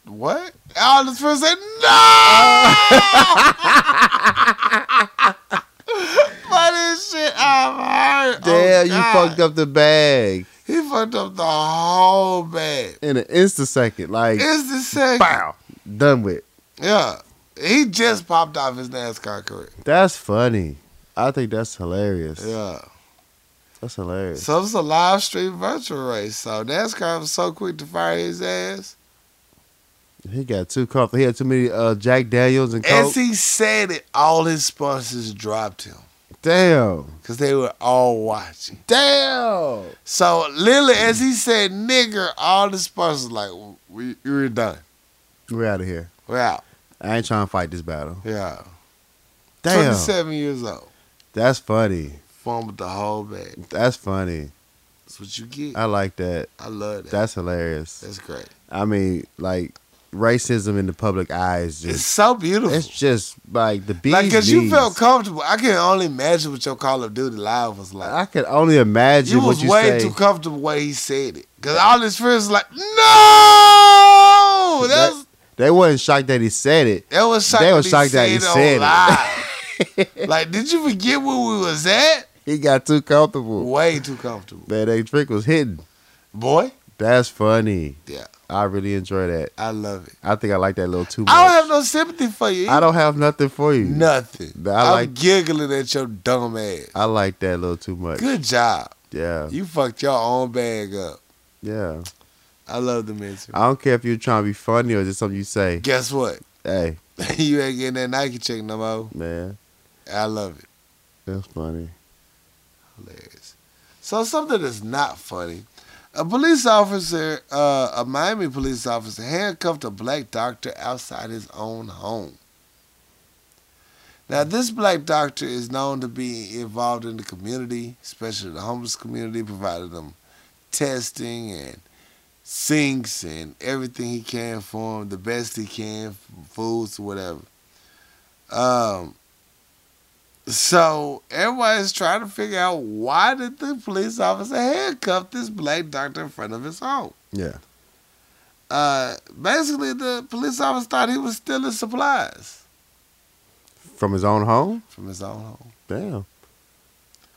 Speaker 2: What? All this person said, no! Funny shit I've heard. Oh,
Speaker 1: Damn, you
Speaker 2: God.
Speaker 1: fucked up the bag
Speaker 2: He fucked up the whole bag.
Speaker 1: in an instant second. Like,
Speaker 2: It's the second.
Speaker 1: done with.
Speaker 2: Yeah. He just popped off his NASCAR career.
Speaker 1: That's funny. I think that's hilarious.
Speaker 2: Yeah.
Speaker 1: That's hilarious.
Speaker 2: So it's a live stream virtual race. So NASCAR was so quick to fire his ass.
Speaker 1: He got too comfortable. He had too many uh, Jack Daniels and Coke.
Speaker 2: As he said it, all his sponsors dropped him
Speaker 1: Damn.
Speaker 2: because they were all watching.
Speaker 1: Damn.
Speaker 2: So literally, as he said, nigger, all the sponsors like, we, we're done.
Speaker 1: We're out of here.
Speaker 2: We're out.
Speaker 1: I ain't trying to fight this battle.
Speaker 2: Yeah.
Speaker 1: Damn.
Speaker 2: 27 years old.
Speaker 1: That's funny.
Speaker 2: Fumbled the whole bag.
Speaker 1: That's funny.
Speaker 2: That's what you get. I,
Speaker 1: I like Uh, that.
Speaker 2: love that.
Speaker 1: That's hilarious.
Speaker 2: That's great.
Speaker 1: I mean, like racism in the public eye is
Speaker 2: It's
Speaker 1: just
Speaker 2: so beautiful.
Speaker 1: it's just like the bees.
Speaker 2: like, because you
Speaker 1: knees.
Speaker 2: felt comfortable. I can only imagine what your Call of Duty Live was like.
Speaker 1: I could only imagine
Speaker 2: You
Speaker 1: what
Speaker 2: was
Speaker 1: you
Speaker 2: way
Speaker 1: say.
Speaker 2: too comfortable way he said it. Cause all his friends was like, no, that was
Speaker 1: they wasn't shocked that he said it.
Speaker 2: that was shocked.
Speaker 1: They was
Speaker 2: that
Speaker 1: shocked that he
Speaker 2: he
Speaker 1: said
Speaker 2: said
Speaker 1: it.
Speaker 2: it. on live. like, did you forget where we was at?
Speaker 1: He got too comfortable.
Speaker 2: Way too comfortable,
Speaker 1: Man, that trick was hidden.
Speaker 2: boy.
Speaker 1: That's funny.
Speaker 2: Yeah,
Speaker 1: I really enjoy that.
Speaker 2: I love it.
Speaker 1: I think I like that little too much.
Speaker 2: I don't have no sympathy for you.
Speaker 1: I don't have nothing for you.
Speaker 2: nothing.
Speaker 1: But I
Speaker 2: I'm
Speaker 1: like-
Speaker 2: giggling at your dumb ass.
Speaker 1: I like that little too much.
Speaker 2: Good job.
Speaker 1: Yeah.
Speaker 2: You fucked your own bag up.
Speaker 1: Yeah.
Speaker 2: I love the mention.
Speaker 1: I don't care if you're trying to be funny or just something you say.
Speaker 2: Guess what?
Speaker 1: Hey,
Speaker 2: you ain't getting that Nike check no more.
Speaker 1: man,
Speaker 2: I love it.
Speaker 1: that's funny.
Speaker 2: Hilarious. So something that's not funny. A police officer, uh, a Miami police officer, handcuffed a black doctor outside his own home. Now, this black doctor is known to be involved in the community, especially the homeless community, providing them testing and sinks and everything he can for them, the best he can, foods, whatever. Um, so everybody's trying to figure out why did the police officer handcuff this black doctor in front of his home?
Speaker 1: Yeah.
Speaker 2: Uh, basically, the police officer thought he was stealing supplies
Speaker 1: From his own home?
Speaker 2: from his own home.
Speaker 1: Damn.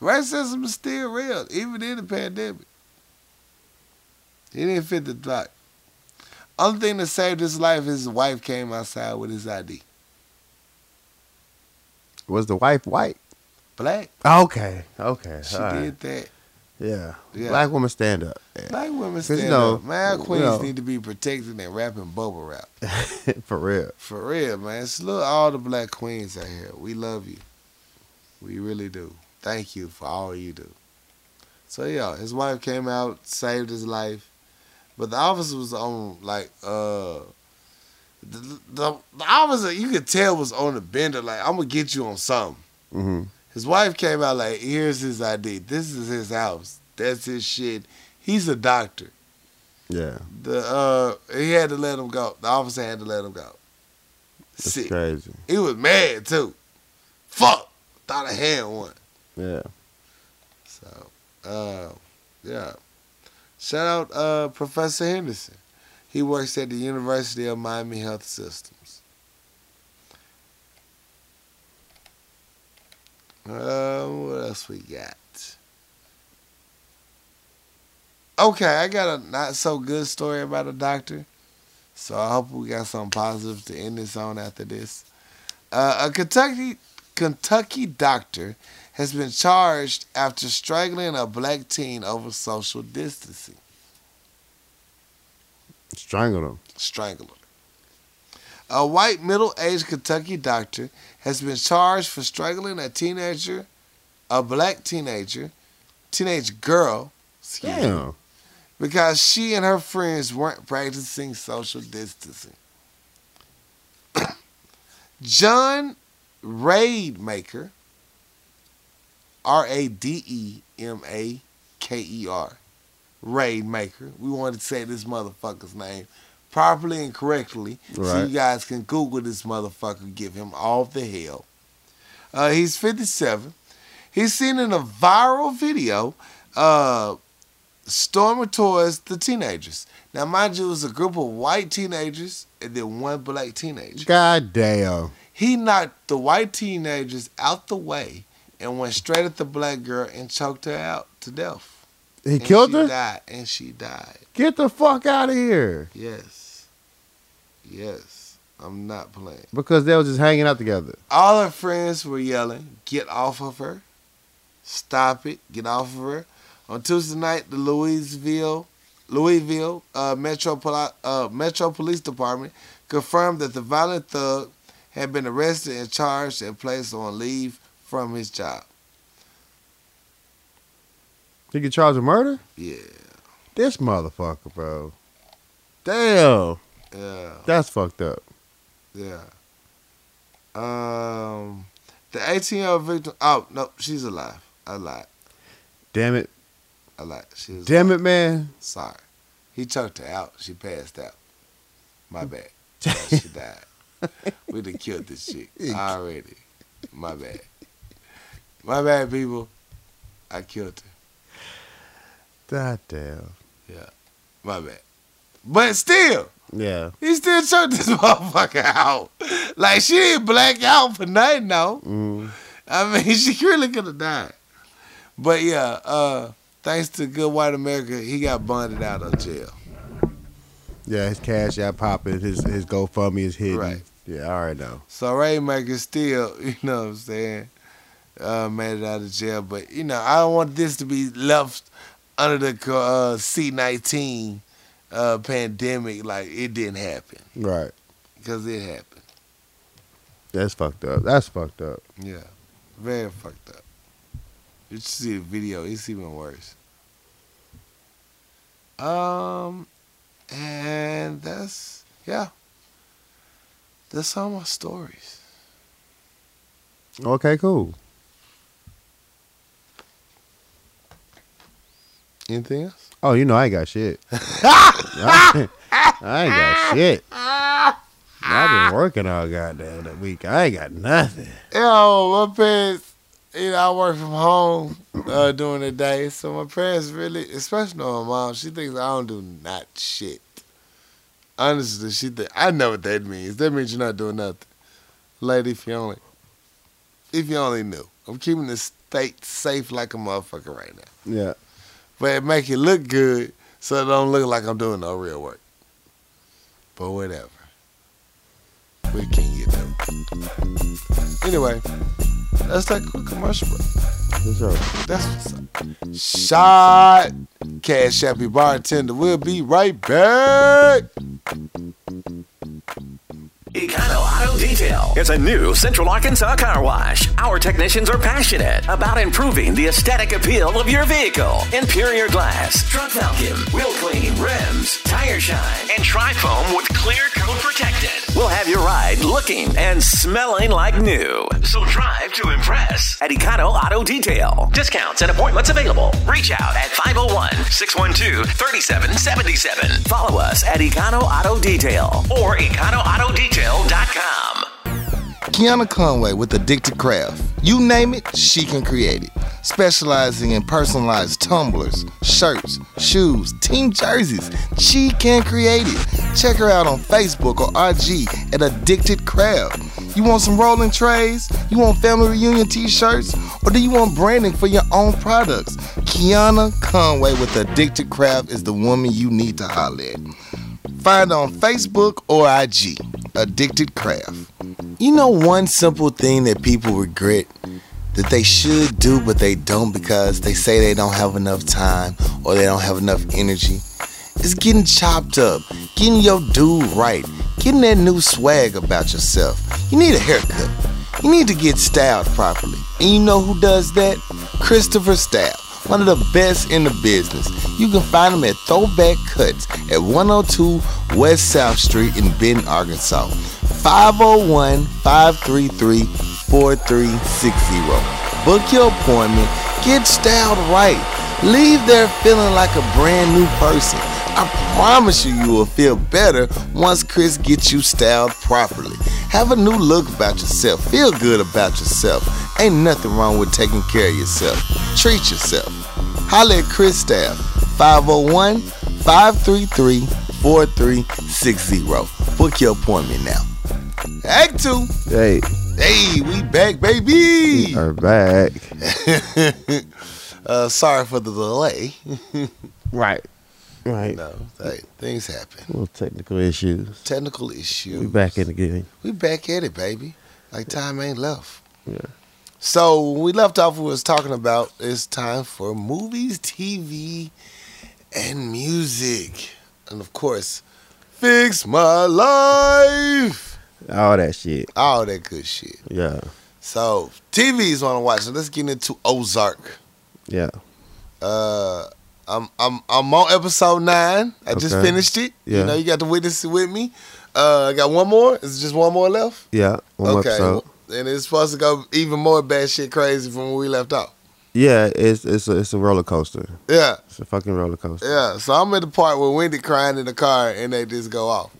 Speaker 2: Racism is still real, even in the pandemic. He didn't fit the thought. Only thing that saved his life, his wife came outside with his ID.
Speaker 1: Was the wife white?
Speaker 2: Black,
Speaker 1: Okay. Okay.
Speaker 2: she
Speaker 1: all right.
Speaker 2: did that.
Speaker 1: Yeah.
Speaker 2: Yeah.
Speaker 1: Black woman stand up.
Speaker 2: Black women
Speaker 1: you
Speaker 2: stand
Speaker 1: know,
Speaker 2: up. Man,
Speaker 1: you
Speaker 2: queens
Speaker 1: know.
Speaker 2: need to be protected and rapping bubble wrap.
Speaker 1: For real.
Speaker 2: For real, man. Salute all the black queens out here. We love you. We really do. Thank you for all you do. So yeah, his wife came out, saved his life, but the officer was on like uh. The, the, the officer you could tell was on the bender like I'm gonna get you on something.
Speaker 1: Mm-hmm.
Speaker 2: His wife came out like, here's his ID. This is his house. That's his shit. He's a doctor.
Speaker 1: Yeah.
Speaker 2: The uh, he had to let him go. The officer had to let him go.
Speaker 1: It's
Speaker 2: Sick.
Speaker 1: crazy.
Speaker 2: He was mad too. Fuck. Thought I had one.
Speaker 1: Yeah.
Speaker 2: So, uh, yeah. Shout out uh, Professor Henderson. He works at the University of Miami Health Systems. Uh, what else we got? Okay, I got a not so good story about a doctor. So I hope we got some positives to end this on after this. Uh, a Kentucky Kentucky doctor has been charged after strangling a black teen over social distancing.
Speaker 1: Strangled him.
Speaker 2: Strangler. A white middle aged Kentucky doctor has been charged for strangling a teenager, a black teenager, teenage girl, excuse me,
Speaker 1: Damn.
Speaker 2: because she and her friends weren't practicing social distancing. John Raidmaker, R A D E M A K E R, Raidmaker. We wanted to say this motherfucker's name properly and correctly so
Speaker 1: Right.
Speaker 2: you guys can Google this motherfucker, give him all the hell. Uh, he's 57. He's seen in a viral video uh, storming towards the teenagers. Now, mind you, it was a group of white teenagers and then one black teenager.
Speaker 1: God damn.
Speaker 2: He knocked the white teenagers out the way and went straight at the black girl and choked her out to death.
Speaker 1: He
Speaker 2: And
Speaker 1: killed
Speaker 2: she
Speaker 1: her?
Speaker 2: Died, and she died.
Speaker 1: Get the fuck out of here.
Speaker 2: Yes. Yes. I'm not playing.
Speaker 1: Because they were just hanging out together.
Speaker 2: All her friends were yelling, Get off of her. Stop it. Get off of her. On Tuesday night, the Louisville Louisville uh, Metro, Poli- uh, Metro Police Department confirmed that the violent thug had been arrested and charged and placed on leave from his job.
Speaker 1: He get charged with murder?
Speaker 2: Yeah.
Speaker 1: This motherfucker, bro. Damn.
Speaker 2: Yeah.
Speaker 1: That's fucked up.
Speaker 2: Yeah. Um, the 18 year old victim. Oh, no, she's alive. I lied.
Speaker 1: Damn it.
Speaker 2: I lied. She was
Speaker 1: Damn it, man.
Speaker 2: Sorry. He choked her out. She passed out. My bad. she died. We done killed this shit already. My bad. My bad, people. I killed her.
Speaker 1: God damn.
Speaker 2: My bad. But still,
Speaker 1: Yeah.
Speaker 2: he still choked this motherfucker out. Like, she didn't black out for nothing, though.
Speaker 1: Mm.
Speaker 2: I mean, she really could have died. But yeah, uh, thanks to good white America, he got bonded out of jail.
Speaker 1: Yeah, his cash out popping. His his GoFundMe is hidden.
Speaker 2: Right.
Speaker 1: Yeah, all right now.
Speaker 2: So Raymaker still, you know what I'm saying, uh, made it out of jail. But, you know, I don't want this to be left under the co- uh, C-19 uh, pandemic like it didn't happen.
Speaker 1: Right.
Speaker 2: Because it happened.
Speaker 1: That's fucked up. That's fucked up.
Speaker 2: Yeah. Very fucked up. You should see the video, it's even worse. Um and that's yeah. That's all my stories.
Speaker 1: Okay, cool.
Speaker 2: Anything else?
Speaker 1: Oh, you know I ain't got shit. I, ain't got shit. I've been working all goddamn that week. I ain't got nothing.
Speaker 2: Yo, my parents you know, I work from home uh during the day. So my parents really especially my mom, she thinks I don't do not shit. Honestly, she think I know what that means. That means you're not doing nothing. Lady, if you only if you only knew. I'm keeping the state safe like a motherfucker right now.
Speaker 1: Yeah.
Speaker 2: But it make it look good so it don't look like I'm doing no real work. But whatever. We can get them. Anyway, let's take a quick commercial break.
Speaker 1: What's up?
Speaker 2: That's what's up. Shot Cash Happy Bartender. We'll be right back.
Speaker 3: Econo Auto Detail is a new Central Arkansas car wash. Our technicians are passionate about improving the aesthetic appeal of your vehicle. Interior glass, truck vacuum, wheel clean, rims, tire shine, and tri-foam with clear coat protected. We'll have your ride looking looking and smelling like new. So drive to impress at Econo Auto Detail. Discounts and appointments available. Reach out at 501 612 3777. Follow us at Econo Auto Detail or EconoAutoDetail.com.
Speaker 2: Kiana Conway with Addicted Craft. You name it, she can create it. Specializing in personalized tumblers, shirts, shoes, team jerseys, she can create it. Check her out on Facebook or IG at Addicted Craft. You want some rolling trays? You want family reunion t shirts? Or do you want branding for your own products? Kiana Conway with Addicted Craft is the woman you need to holler at. Find on Facebook or IG, Addicted Craft. You know one simple thing that people regret that they should do but they don't because they say they don't have enough time or they don't have enough energy is getting chopped up, getting your dude right, getting that new swag about yourself. You need a haircut. You need to get styled properly. And you know who does that? Christopher Style one of the best in the business. You can find them at Throwback Cuts at 102 West South Street in Benton, Arkansas. 501 533 4360. Book your appointment. Get styled right. Leave there feeling like a brand new person. I promise you, you will feel better once Chris gets you styled properly. Have a new look about yourself. Feel good about yourself. Ain't nothing wrong with taking care of yourself. Treat yourself. Holla at Chris Staff, 501 533 4360. Book your appointment now. Act two.
Speaker 1: Hey,
Speaker 2: Hey, we back, baby.
Speaker 1: we are back.
Speaker 2: Uh, sorry for the delay.
Speaker 1: Right. Right.
Speaker 2: No, hey, things happen.
Speaker 1: Little technical issues.
Speaker 2: Technical issue.
Speaker 1: We back in the game.
Speaker 2: We back at it, baby. Like time ain't left.
Speaker 1: Yeah.
Speaker 2: So when we left off, we was talking about it's time for movies, TV, and music, and of course, fix my life,
Speaker 1: All that shit.
Speaker 2: all that good shit.
Speaker 1: Yeah.
Speaker 2: So TV's want to watch. So let's get into Ozark.
Speaker 1: Yeah.
Speaker 2: Uh, I'm I'm I'm on episode nine. I just
Speaker 1: Okay.
Speaker 2: finished it. You
Speaker 1: Yeah.
Speaker 2: know, you got the witness with me. Uh, I got one more. Is just one more left?
Speaker 1: Yeah. One more episode.
Speaker 2: And it's supposed to go even more bad shit crazy from where we left off.
Speaker 1: Yeah, it's it's a, it's a roller coaster.
Speaker 2: Yeah,
Speaker 1: It's a fucking roller coaster.
Speaker 2: yeah. So I'm at the part where Wendy crying in the car and they just go off.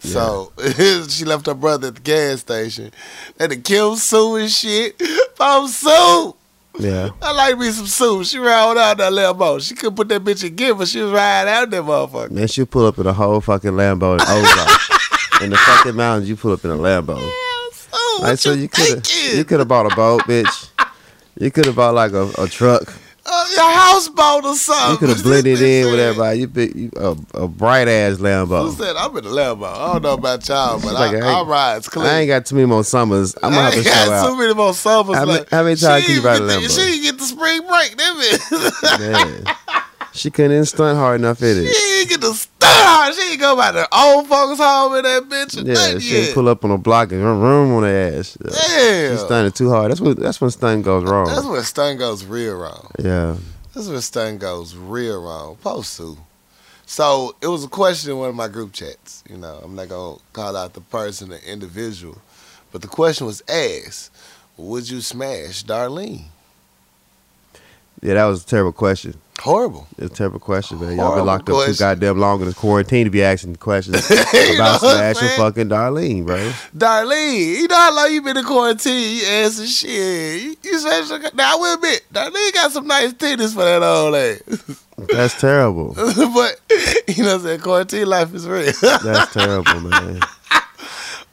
Speaker 2: So she left her brother at the gas station. They had kill Sue and shit. Found Sue.
Speaker 1: Yeah.
Speaker 2: I like me some Sue. She rode out that Lambo. She couldn't put that bitch in gear, but she was riding out that motherfucker.
Speaker 1: Man, she pull up in a whole fucking Lambo in Ozark. in the fucking mountains, you pull up in a Lambo.
Speaker 2: Sue, what
Speaker 1: Like, so
Speaker 2: you,
Speaker 1: you could
Speaker 2: thinking?
Speaker 1: you could have bought a boat, bitch. You could have bought like a, a truck.
Speaker 2: Uh, your houseboat or something.
Speaker 1: You could have blended in with everybody. You, be, you a, a bright ass
Speaker 2: Who
Speaker 1: Lambo.
Speaker 2: said I'm in the Lambo? I don't know about y'all, but
Speaker 1: like,
Speaker 2: I,
Speaker 1: I
Speaker 2: I,
Speaker 1: ain't-
Speaker 2: rides clean.
Speaker 1: I ain't got too many more summers. I'm gonna have to
Speaker 2: ain't
Speaker 1: show
Speaker 2: got
Speaker 1: out.
Speaker 2: too many more summers.
Speaker 1: How many-
Speaker 2: left.
Speaker 1: how many times
Speaker 2: She
Speaker 1: can you
Speaker 2: ain't
Speaker 1: ride a
Speaker 2: get the-
Speaker 1: Lambo?
Speaker 2: She didn't get the spring break, that bitch.
Speaker 1: Man. She couldn't even stunt hard enough at
Speaker 2: she
Speaker 1: it.
Speaker 2: ain't get the star. She ain't go by the old folks home in that bitch. or
Speaker 1: Yeah,
Speaker 2: nothing
Speaker 1: she didn't
Speaker 2: yet.
Speaker 1: pull up on a block and run room on her ass. Yeah. She
Speaker 2: Damn.
Speaker 1: stunted too hard. That's when that's when stun goes wrong.
Speaker 2: That's where stun goes real wrong.
Speaker 1: yeah.
Speaker 2: That's where stun goes real wrong. Post to. So it was a question in one of my group chats. You know, I'm not gonna call out the person, the individual, but the question was asked: Would you smash Darlene?
Speaker 1: Yeah, that was a terrible question.
Speaker 2: Horrible.
Speaker 1: It's a terrible question, man. Y'all been
Speaker 2: Horrible
Speaker 1: locked up
Speaker 2: question.
Speaker 1: too goddamn long in this quarantine to be asking questions
Speaker 2: know
Speaker 1: about
Speaker 2: what I'm
Speaker 1: smashing
Speaker 2: saying?
Speaker 1: fucking Darlene, bro.
Speaker 2: Darlene, you know how long you been in quarantine? You ass and shit. You, you special. Now I will admit, Darlene got some nice titties for that old ass.
Speaker 1: That's terrible.
Speaker 2: but you know what I'm saying? Quarantine life is real.
Speaker 1: That's terrible, man.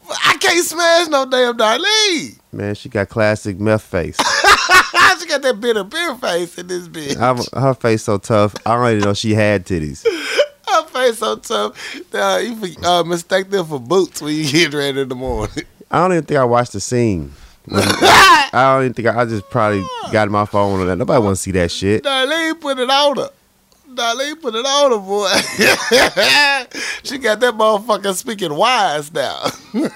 Speaker 2: I can't smash no damn Darlene.
Speaker 1: Man, she got classic meth face.
Speaker 2: she got that bitter beer face in this bitch.
Speaker 1: I'm, her face so tough. I don't even know she had titties.
Speaker 2: Her face so tough. Uh, you for- uh, mistake them for boots when you get ready in the morning.
Speaker 1: I don't even think I watched the scene.
Speaker 2: Darlene
Speaker 1: I don't even think I, I just probably got my phone on that. Nobody want to see that shit.
Speaker 2: put it on her. Darlene put it on her, boy. she got that motherfucker speaking wise now.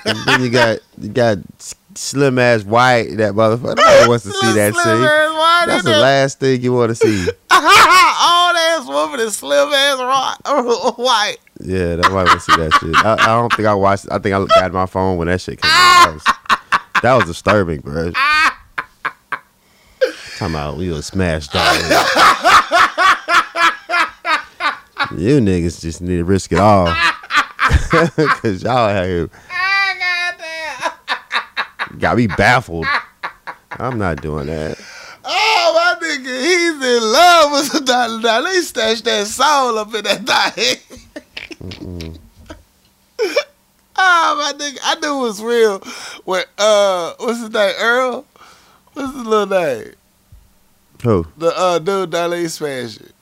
Speaker 1: And then you got you got s- slim ass white that motherfucker. Nobody wants to see that
Speaker 2: Slim
Speaker 1: scene.
Speaker 2: ass wide
Speaker 1: That's
Speaker 2: in
Speaker 1: the
Speaker 2: there.
Speaker 1: last thing you want to see.
Speaker 2: Old ass woman and slim ass ro- white.
Speaker 1: Yeah, nobody want to see that shit. I, I don't think I watched. I think I got my phone when that shit came out. was that was disturbing, bro. Talking about we was smashed dog. you niggas just need to risk it all, cause y'all out here got me baffled. I'm not doing that.
Speaker 2: Oh, my nigga, he's in love with the dollar. Now they stashed that soul up in that thing. oh, my nigga, I knew it was real. When uh, what's his name? Earl. What's his little name?
Speaker 1: Who?
Speaker 2: The uh dude Darlene smashed it.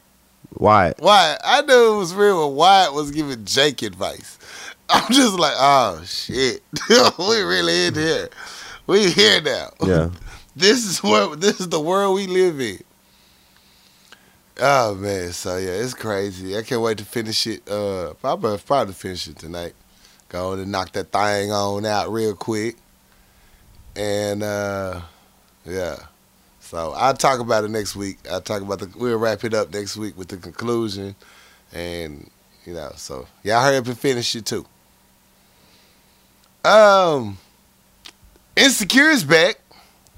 Speaker 1: Why?
Speaker 2: Why? I knew it was real when Wyatt was giving Jake advice. I'm just like, oh shit, we really in here. We here now.
Speaker 1: Yeah.
Speaker 2: this is what this is the world we live in. Oh man, so yeah, it's crazy. I can't wait to finish it. Uh, probably probably finish it tonight. Go on and knock that thing on out real quick. And uh, yeah, so I'll talk about it next week. I'll talk about the. We'll wrap it up next week with the conclusion, and you know, so y'all hurry up and finish it too. Um, Insecure is back.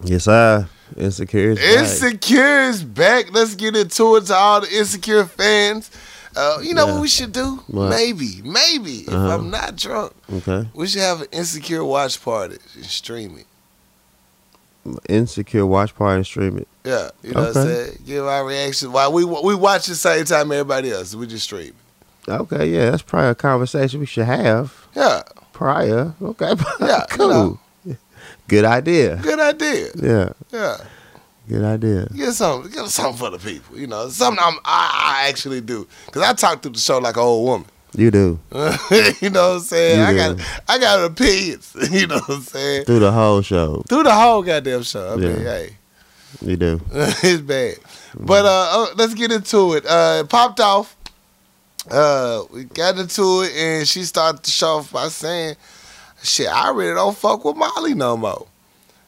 Speaker 1: Yes, I. Insecure. is back.
Speaker 2: Insecure is back. Let's get into it to all the insecure fans. Uh, you know
Speaker 1: Yeah.
Speaker 2: what we should do?
Speaker 1: What?
Speaker 2: Maybe, maybe if
Speaker 1: Uh-huh.
Speaker 2: I'm not drunk,
Speaker 1: Okay.
Speaker 2: we should have an insecure watch party and stream it.
Speaker 1: Insecure. Watch party and stream it.
Speaker 2: Yeah, you know what I'm
Speaker 1: Okay.
Speaker 2: saying. Give our reaction while we we watch the same time everybody else. We just stream. it.
Speaker 1: Okay. Yeah, that's probably a conversation we should have
Speaker 2: Yeah,
Speaker 1: prior. Okay.
Speaker 2: Yeah, you
Speaker 1: cool.
Speaker 2: know.
Speaker 1: Good idea.
Speaker 2: good idea.
Speaker 1: Yeah.
Speaker 2: Yeah,
Speaker 1: Good idea.
Speaker 2: get something, get something for the people. You know, something I'm, I, I actually do because I talk through the show like an old woman.
Speaker 1: You do
Speaker 2: you know what I'm saying? I
Speaker 1: Yeah.
Speaker 2: got I got opinions. You know what I'm saying?
Speaker 1: through the whole show.
Speaker 2: Through the whole goddamn show. I mean,
Speaker 1: Yeah.
Speaker 2: hey,
Speaker 1: You do.
Speaker 2: it's bad. But uh, uh, let's get into it. Uh, it popped off. Uh, we got into it, and she started the show off by saying, "Shit, I really don't fuck with Molly no more."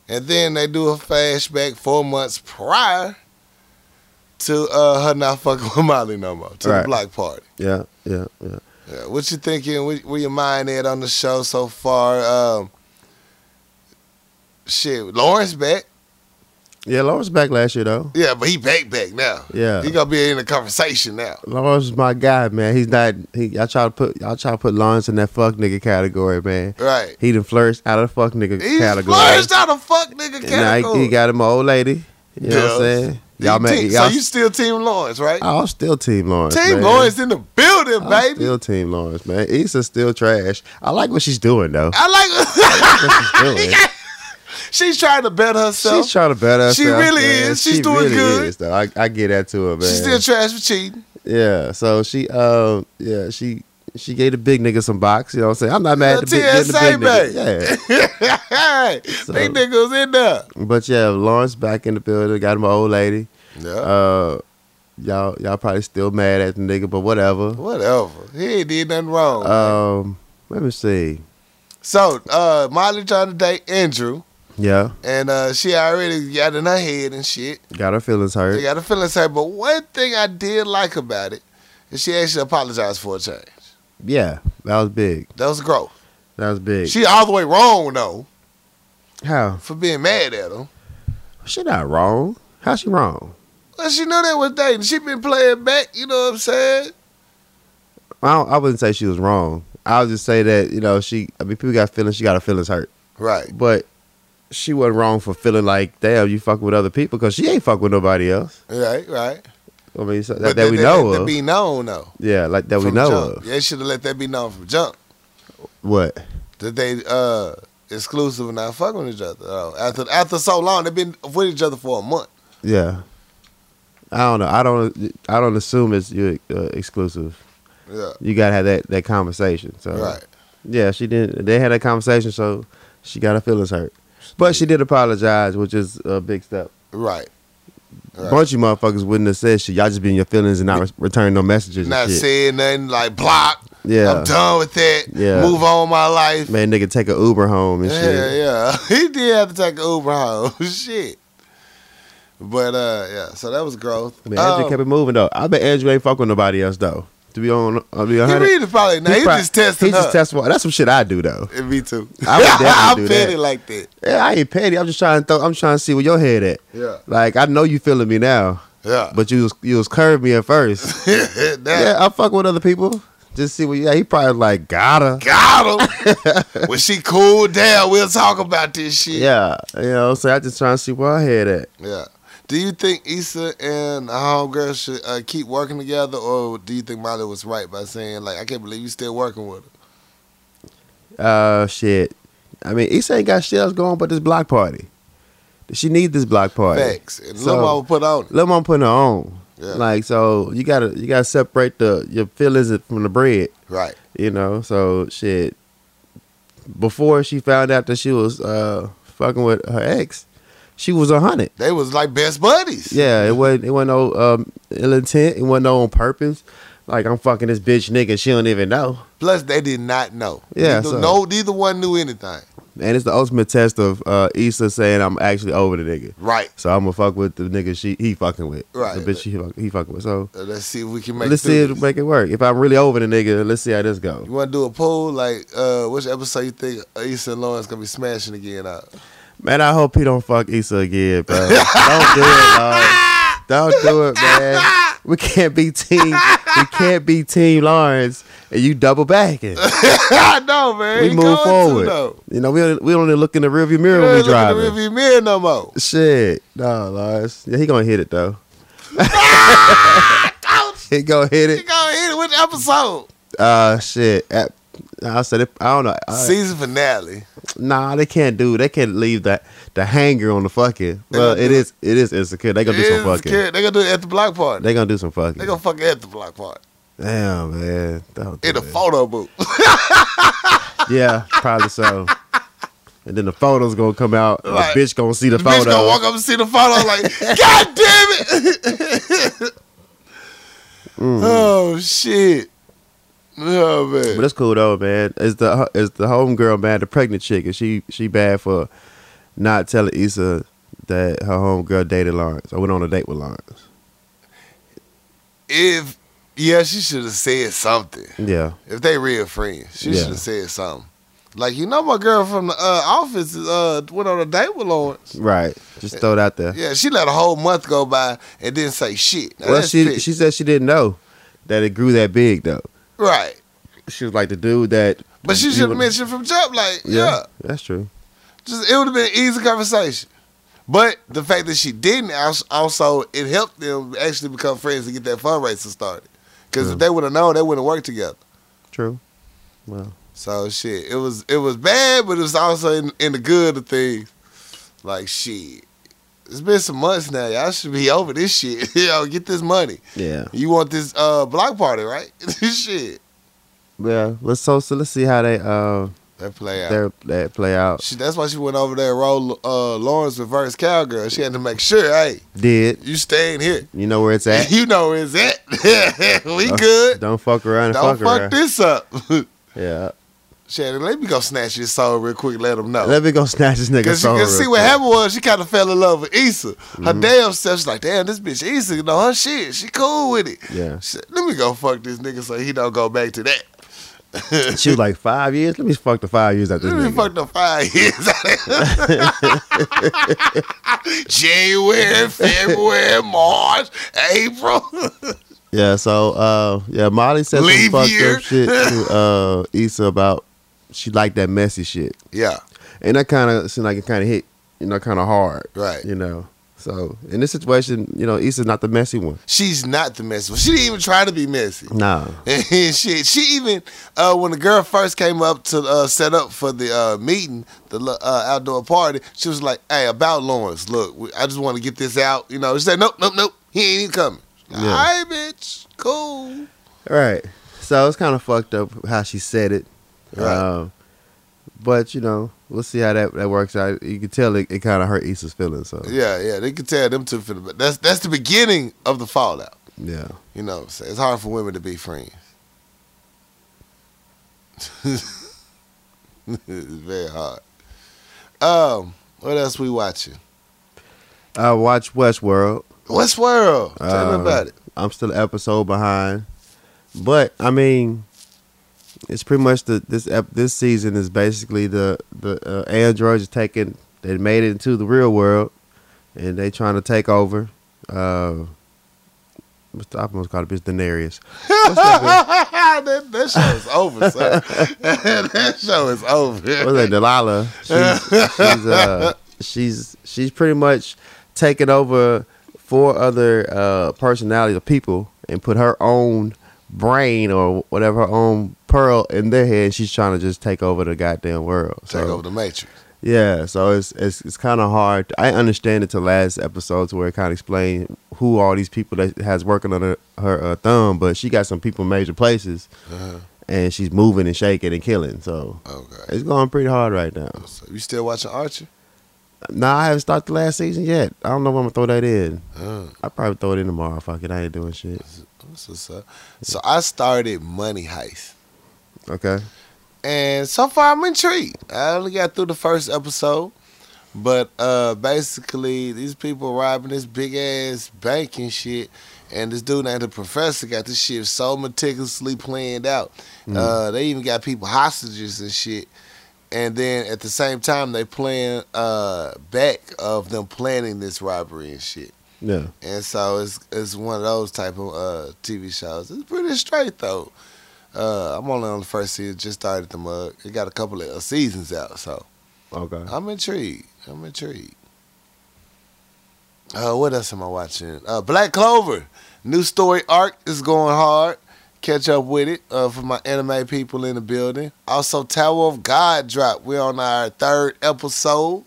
Speaker 2: And then they do a flashback four months prior to uh, her not fucking with Molly no more to
Speaker 1: Right.
Speaker 2: the block party.
Speaker 1: Yeah. Yeah. Yeah.
Speaker 2: Yeah, what you thinking? Where, where your mind at on the show so far? Um, shit, Lawrence back.
Speaker 1: Yeah. Lawrence back last year though.
Speaker 2: Yeah, but he back back now.
Speaker 1: Yeah.
Speaker 2: he gonna be in the conversation now.
Speaker 1: Lawrence is my guy, man. He's not. He, y'all try to put y'all try to put Lawrence in that fuck nigga category, man.
Speaker 2: Right.
Speaker 1: He done flourished out of the fuck nigga
Speaker 2: He's
Speaker 1: category.
Speaker 2: flourished out of fuck nigga
Speaker 1: And now he-
Speaker 2: category.
Speaker 1: he, got him an old lady. You know what I'm
Speaker 2: Yeah.
Speaker 1: saying? Y'all,
Speaker 2: You
Speaker 1: ma-
Speaker 2: think-
Speaker 1: y'all oh,
Speaker 2: so you still Team Lawrence, right?
Speaker 1: I'm still Team Lawrence.
Speaker 2: team
Speaker 1: man.
Speaker 2: Lawrence in the building,
Speaker 1: I'm
Speaker 2: baby.
Speaker 1: Still Team Lawrence, man. Issa's still trash. I like what she's doing though.
Speaker 2: I like.
Speaker 1: She's doing.
Speaker 2: she's trying to better herself.
Speaker 1: She's trying to better herself.
Speaker 2: She really
Speaker 1: man.
Speaker 2: is. She's
Speaker 1: she
Speaker 2: doing
Speaker 1: really
Speaker 2: good.
Speaker 1: Is, though. I, I get that to her, man.
Speaker 2: She's still trash for cheating.
Speaker 1: yeah. So she, um, yeah, she she gave the big nigga some box. You know what I'm saying? I'm not mad at the
Speaker 2: The
Speaker 1: big, getting
Speaker 2: TSA
Speaker 1: the big nigga.
Speaker 2: hey, big nigga was in there.
Speaker 1: Yeah. But yeah, Lawrence back in the building. Got him an old lady.
Speaker 2: Yeah.
Speaker 1: Uh, y'all y'all probably still mad at the nigga, but whatever.
Speaker 2: Whatever. He ain't did nothing wrong.
Speaker 1: Um, let me see.
Speaker 2: so, uh, Molly trying to date Andrew,
Speaker 1: Yeah,
Speaker 2: and uh, she already got in her head and shit.
Speaker 1: got her feelings
Speaker 2: They
Speaker 1: hurt.
Speaker 2: got a feelings hurt. But one thing I did like about it is she actually apologized for a change.
Speaker 1: Yeah, that was big.
Speaker 2: That was growth.
Speaker 1: That was big.
Speaker 2: She all the way wrong though
Speaker 1: How?
Speaker 2: for being mad at him.
Speaker 1: She not wrong. How she wrong?
Speaker 2: Well, she knew that was dating. She been playing back. You know what I'm saying?
Speaker 1: I don't, I wouldn't say she was wrong. I would just say that you know she. I mean, people got feelings. She got her feelings hurt,
Speaker 2: Right.
Speaker 1: but she wasn't wrong for feeling like damn you fuck with other people because she ain't fuck with nobody else.
Speaker 2: Right. Right.
Speaker 1: I mean, so,
Speaker 2: But
Speaker 1: that, that we know
Speaker 2: let that
Speaker 1: of.
Speaker 2: be known though.
Speaker 1: yeah, like that we
Speaker 2: from
Speaker 1: know
Speaker 2: jump.
Speaker 1: of.
Speaker 2: They should have let that be known from jump
Speaker 1: What?
Speaker 2: that they uh exclusive and not fucking with each other. Oh, after after so long they've been with each other for a month.
Speaker 1: Yeah. I don't know. I don't. I don't assume it's you uh, exclusive.
Speaker 2: Yeah.
Speaker 1: You gotta have that that conversation. So
Speaker 2: Right.
Speaker 1: Yeah, she didn't. They had a conversation, so she got her feelings hurt. But she did apologize, which is a big step.
Speaker 2: Right. Right.
Speaker 1: Bunch of motherfuckers wouldn't have said shit. Y'all just been in your feelings and not re- returning no messages.
Speaker 2: Not
Speaker 1: and shit.
Speaker 2: saying nothing like block.
Speaker 1: Yeah.
Speaker 2: I'm done with that.
Speaker 1: Yeah.
Speaker 2: Move on with my life.
Speaker 1: Man, nigga, take a Uber home and
Speaker 2: Yeah,
Speaker 1: shit.
Speaker 2: yeah. He did have to take an Uber home. Shit. But uh yeah, so that was Um, growth.
Speaker 1: Man, Andrew
Speaker 2: Um,
Speaker 1: kept it moving though. I bet Andrew ain't fuck with nobody else though. To be on, I'll be
Speaker 2: He
Speaker 1: honest.
Speaker 2: really probably not. He,
Speaker 1: prob-
Speaker 2: just testing
Speaker 1: He just
Speaker 2: her.
Speaker 1: testing. That's some shit I do though.
Speaker 2: And me too.
Speaker 1: I would definitely do that.
Speaker 2: am petty like that.
Speaker 1: Yeah, I ain't petty. I'm just trying to. Throw, I'm trying to see where your head at.
Speaker 2: Yeah.
Speaker 1: Like I know you feeling me now,
Speaker 2: Yeah.
Speaker 1: but you was you was curving me at first.
Speaker 2: that
Speaker 1: yeah, I fuck with other people. Just see what. Yeah, he probably like gotta.
Speaker 2: got him. when she cooled down, we'll talk about this shit.
Speaker 1: Yeah, you know. So I just trying to see where her head at.
Speaker 2: Yeah. Do you think Issa and the homegirl should uh, keep working together, or do you think Molly was right by saying like, "I can't believe you still working with her"?
Speaker 1: Uh, shit. I mean, Issa ain't got shit else going but this block party. She need this block party.
Speaker 2: Facts. And
Speaker 1: So-
Speaker 2: Lil Mama put on it.
Speaker 1: Lil Mama putting her on.
Speaker 2: Yeah.
Speaker 1: Like so, you gotta you gotta separate the your feelings from the bread.
Speaker 2: Right.
Speaker 1: You know. So shit. Before she found out that she was uh fucking with her ex, she was a hundred.
Speaker 2: They was like best buddies.
Speaker 1: Yeah, it wasn't. It wasn't no um, ill intent. It wasn't no on purpose. Like I'm fucking this bitch nigga. She don't even know.
Speaker 2: Plus, they did not know.
Speaker 1: Yeah,
Speaker 2: Neither,
Speaker 1: so-
Speaker 2: No, neither one knew anything.
Speaker 1: And it's the ultimate test of uh, Issa saying I'm actually over the nigga.
Speaker 2: Right.
Speaker 1: So I'm gonna fuck with the nigga she he fucking with.
Speaker 2: Right.
Speaker 1: The bitch he, fuck- he fucking with. So
Speaker 2: Uh, let's see if we can make.
Speaker 1: let's
Speaker 2: it
Speaker 1: see
Speaker 2: through
Speaker 1: if
Speaker 2: this.
Speaker 1: make it work. If I'm really over the nigga, let's see how this goes.
Speaker 2: You want to do a poll? Like, uh, which episode you think Issa and Lawrence gonna be smashing again? Out.
Speaker 1: Man, I hope he don't fuck Issa again, bro. don't do it, Lawrence. Don't do it, man. We can't be team. We can't be team Lawrence, and you double backing.
Speaker 2: I know, man.
Speaker 1: we
Speaker 2: He
Speaker 1: move
Speaker 2: going to,
Speaker 1: forward.
Speaker 2: though.
Speaker 1: you know, we don't, we don't even look in the rearview mirror
Speaker 2: You
Speaker 1: when we
Speaker 2: ain't looking in the
Speaker 1: driving.
Speaker 2: rearview mirror no more.
Speaker 1: Shit, no, Lars. Yeah, he gonna hit it though. he gonna hit
Speaker 2: You
Speaker 1: it.
Speaker 2: gonna hit it with the episode.
Speaker 1: Uh, shit. Uh, I said, it, I don't know. Uh,
Speaker 2: Season finale.
Speaker 1: nah, they can't do. They can't leave that the hanger on the fucking.
Speaker 2: They
Speaker 1: Well,
Speaker 2: gonna
Speaker 1: it
Speaker 2: do
Speaker 1: is. It is insecure. They gonna do some
Speaker 2: It's
Speaker 1: fucking.
Speaker 2: good. They gonna do it at the block party.
Speaker 1: They gonna do some fucking.
Speaker 2: They gonna fuck it at the block party
Speaker 1: Damn, man. Don't do
Speaker 2: in a
Speaker 1: it.
Speaker 2: photo booth.
Speaker 1: Yeah, probably so. And then the photos gonna come out. and
Speaker 2: Right.
Speaker 1: The bitch gonna see the
Speaker 2: The
Speaker 1: photo.
Speaker 2: bitch gonna walk up and see the photo like, God damn it!
Speaker 1: Mm.
Speaker 2: Oh shit! Oh man.
Speaker 1: But it's cool though, man. Is the is the homegirl mad? The pregnant chick is she she bad for not telling Issa that her homegirl dated Lawrence or went on a date with Lawrence?
Speaker 2: if yeah, she should have said something.
Speaker 1: Yeah,
Speaker 2: If they real friends, she
Speaker 1: Yeah.
Speaker 2: should have said something. Like you know, my girl from the uh, office uh, went on a date with Lawrence.
Speaker 1: right. Just throw it out there.
Speaker 2: Yeah, she let a whole month go by and didn't say shit. Now,
Speaker 1: well,
Speaker 2: that's
Speaker 1: she
Speaker 2: petty.
Speaker 1: she said she didn't know that it grew that big though.
Speaker 2: right,
Speaker 1: She was like the dude that.
Speaker 2: but she
Speaker 1: you
Speaker 2: should have
Speaker 1: would-
Speaker 2: mentioned from jump. Like yeah,
Speaker 1: that's true.
Speaker 2: just it would have been an easy conversation. But the fact that she didn't als- also it helped them actually become friends and get that fundraiser started. Because if they would have known, they wouldn't work together.
Speaker 1: True. Well,
Speaker 2: So shit, it was it was bad, but it was also in, in the good of things. Like shit, it's been some months now. Y'all should be over this shit. you know, get this money.
Speaker 1: yeah,
Speaker 2: You want this uh block party, right? shit,
Speaker 1: yeah. Let's so, so let's see how they uh
Speaker 2: that play out.
Speaker 1: their that play out.
Speaker 2: She, that's why she went over there and rolled uh, Lawrence reverse cowgirl. She had to make sure, hey,
Speaker 1: Did
Speaker 2: you staying here.
Speaker 1: you know where it's at?
Speaker 2: You know where it's at. we good.
Speaker 1: Don't fuck around and
Speaker 2: Don't
Speaker 1: fuck,
Speaker 2: fuck
Speaker 1: around.
Speaker 2: this up.
Speaker 1: Yeah.
Speaker 2: Shannon, let me go snatch this soul real quick. Let them know.
Speaker 1: Let me go snatch this nigga.
Speaker 2: Because you
Speaker 1: phone
Speaker 2: can
Speaker 1: real quick.
Speaker 2: see
Speaker 1: Mm-hmm.
Speaker 2: what happened was she kind of fell in love with Issa. Her damn self, she's like, damn, this bitch Issa, you know her shit. She cool with it.
Speaker 1: Yeah.
Speaker 2: She said, Let me go fuck this nigga so he don't go back to that.
Speaker 1: She was like five years. Let me fuck the five years after this
Speaker 2: Let me
Speaker 1: nigga.
Speaker 2: fuck the five years January, February, March, April.
Speaker 1: Yeah. So uh, yeah, Molly said some
Speaker 2: Leave
Speaker 1: fucked
Speaker 2: here.
Speaker 1: up shit to uh, Issa about she liked that messy shit,
Speaker 2: yeah.
Speaker 1: and that kind of seemed like it kind of hit, you know, kind of hard.
Speaker 2: Right.
Speaker 1: You know. So in this situation, you know, Issa's not the messy one.
Speaker 2: She's not the messy one. She didn't even try to be messy.
Speaker 1: Nah.
Speaker 2: And shit, she even uh, when the girl first came up to uh, set up for the uh, meeting, the li- uh, outdoor party, she was like, "Hey, about Lawrence, look, we, I just want to get this out." You know, she said, "Nope, nope, nope, he ain't even coming." All
Speaker 1: Yeah.
Speaker 2: right, bitch, cool.
Speaker 1: Right. So it's kind of fucked up how she said it.
Speaker 2: Right.
Speaker 1: Um, but you know, we'll see how that, that works out. You can tell it, it kind of hurt Issa's feelings. So
Speaker 2: Yeah, yeah, they could tell them two finna. But that's that's the beginning of the fallout.
Speaker 1: yeah.
Speaker 2: You know, what I'm saying? it's hard for women to be friends. it's very hard. Um, what else we watching?
Speaker 1: I watched Westworld.
Speaker 2: Westworld. Tell me
Speaker 1: Um,
Speaker 2: about it.
Speaker 1: I'm still an episode behind. But I mean, it's pretty much the this ep- this season is basically the the uh, androids are taking they made it into the real world, and they trying to take over. Uh, what's the, I almost called it bitch Daenerys. What's that,
Speaker 2: that, that show is over, sir. that show is
Speaker 1: bitch-
Speaker 2: over.
Speaker 1: what's that Delilah? She's she's, uh, she's she's pretty much taking over four other uh, personalities of people and put her own brain or whatever her own pearl in their head. She's trying to just take over the goddamn world. So,
Speaker 2: Take over the Matrix.
Speaker 1: Yeah, so it's it's it's kind of hard. I understand it to last episode to where it kind of explained who all these people that has working on her, her uh, thumb, but she got some people in major places,
Speaker 2: Uh-huh.
Speaker 1: and she's moving and shaking and killing. So
Speaker 2: Okay.
Speaker 1: it's going pretty hard right now.
Speaker 2: Oh, So you still watching Archer?
Speaker 1: Nah, I haven't started the last season yet. I don't know when I'm gonna throw that in.
Speaker 2: Uh,
Speaker 1: I probably throw it in tomorrow. Fuck it, I ain't doing shit.
Speaker 2: that's what's up. So I started Money Heist.
Speaker 1: Okay,
Speaker 2: And so far I'm intrigued. I only got through the first episode. But uh basically these people robbing this big ass bank and shit. And this dude named the professor got this shit so meticulously planned out. Uh they even got people hostages and shit. And then at the same time they plan uh back of them planning this robbery and shit.
Speaker 1: yeah,
Speaker 2: And so it's it's one of those type of uh, TV shows. It's pretty straight though. Uh, I'm only on the first season. Just started the mug. It got a couple of uh, seasons out, so
Speaker 1: okay.
Speaker 2: I'm intrigued. I'm intrigued. Uh, what else am I watching? Uh, Black Clover. New story arc is going hard. Catch up with it uh, for my anime people in the building. Also, Tower of God drop. We're on our third episode.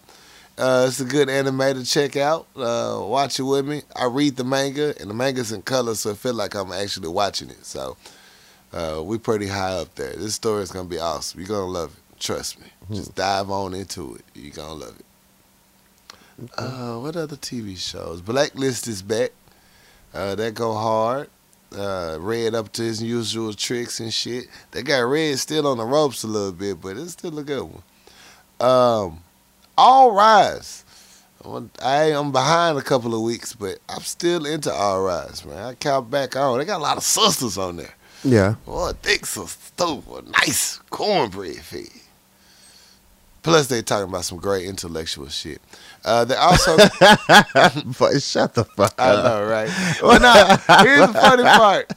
Speaker 2: Uh, it's a good anime to check out. Uh, watch it with me. I read the manga, and the manga's in color, so it feel like I'm actually watching it. So uh, we pretty high up there. This story is gonna be awesome. You're gonna love it. Trust me. Just dive on into it. You're gonna love it. Uh, what other TV shows? Blacklist is back. Uh, that go hard. Uh, Red up to his usual tricks and shit. They got Red still on the ropes a little bit, but it's still a good one. Um, All Rise. I want- I am behind a couple of weeks, but I'm still into All Rise, man. I count back on. They got a lot of sisters on there.
Speaker 1: Yeah,
Speaker 2: Boy, thick sister, a nice cornbread feed. Plus, they talking about some great intellectual shit. Uh, they also,
Speaker 1: but shut the fuck
Speaker 2: I
Speaker 1: up.
Speaker 2: know, right? But no, here's the funny part.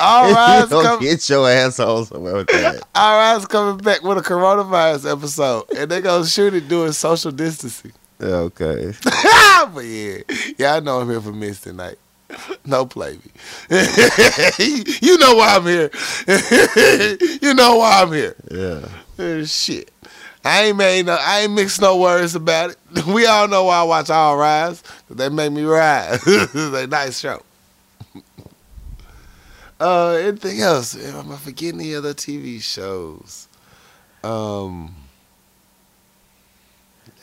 Speaker 2: All
Speaker 1: You
Speaker 2: rise,
Speaker 1: don't
Speaker 2: come,
Speaker 1: get your asshole somewhere with that.
Speaker 2: all rise, coming back with a coronavirus episode, and they gonna shoot it doing social distancing.
Speaker 1: okay.
Speaker 2: but yeah, yeah, I know I'm here for Miss tonight. No play me. you know why I'm here. you know why I'm here.
Speaker 1: Yeah.
Speaker 2: Uh, shit. I ain't made no, I ain't mixed no words about it. We all know why I watch All Rise. 'cause They make me rise. they nice show. Uh, anything else? Am I forgetting any other TV shows? Um,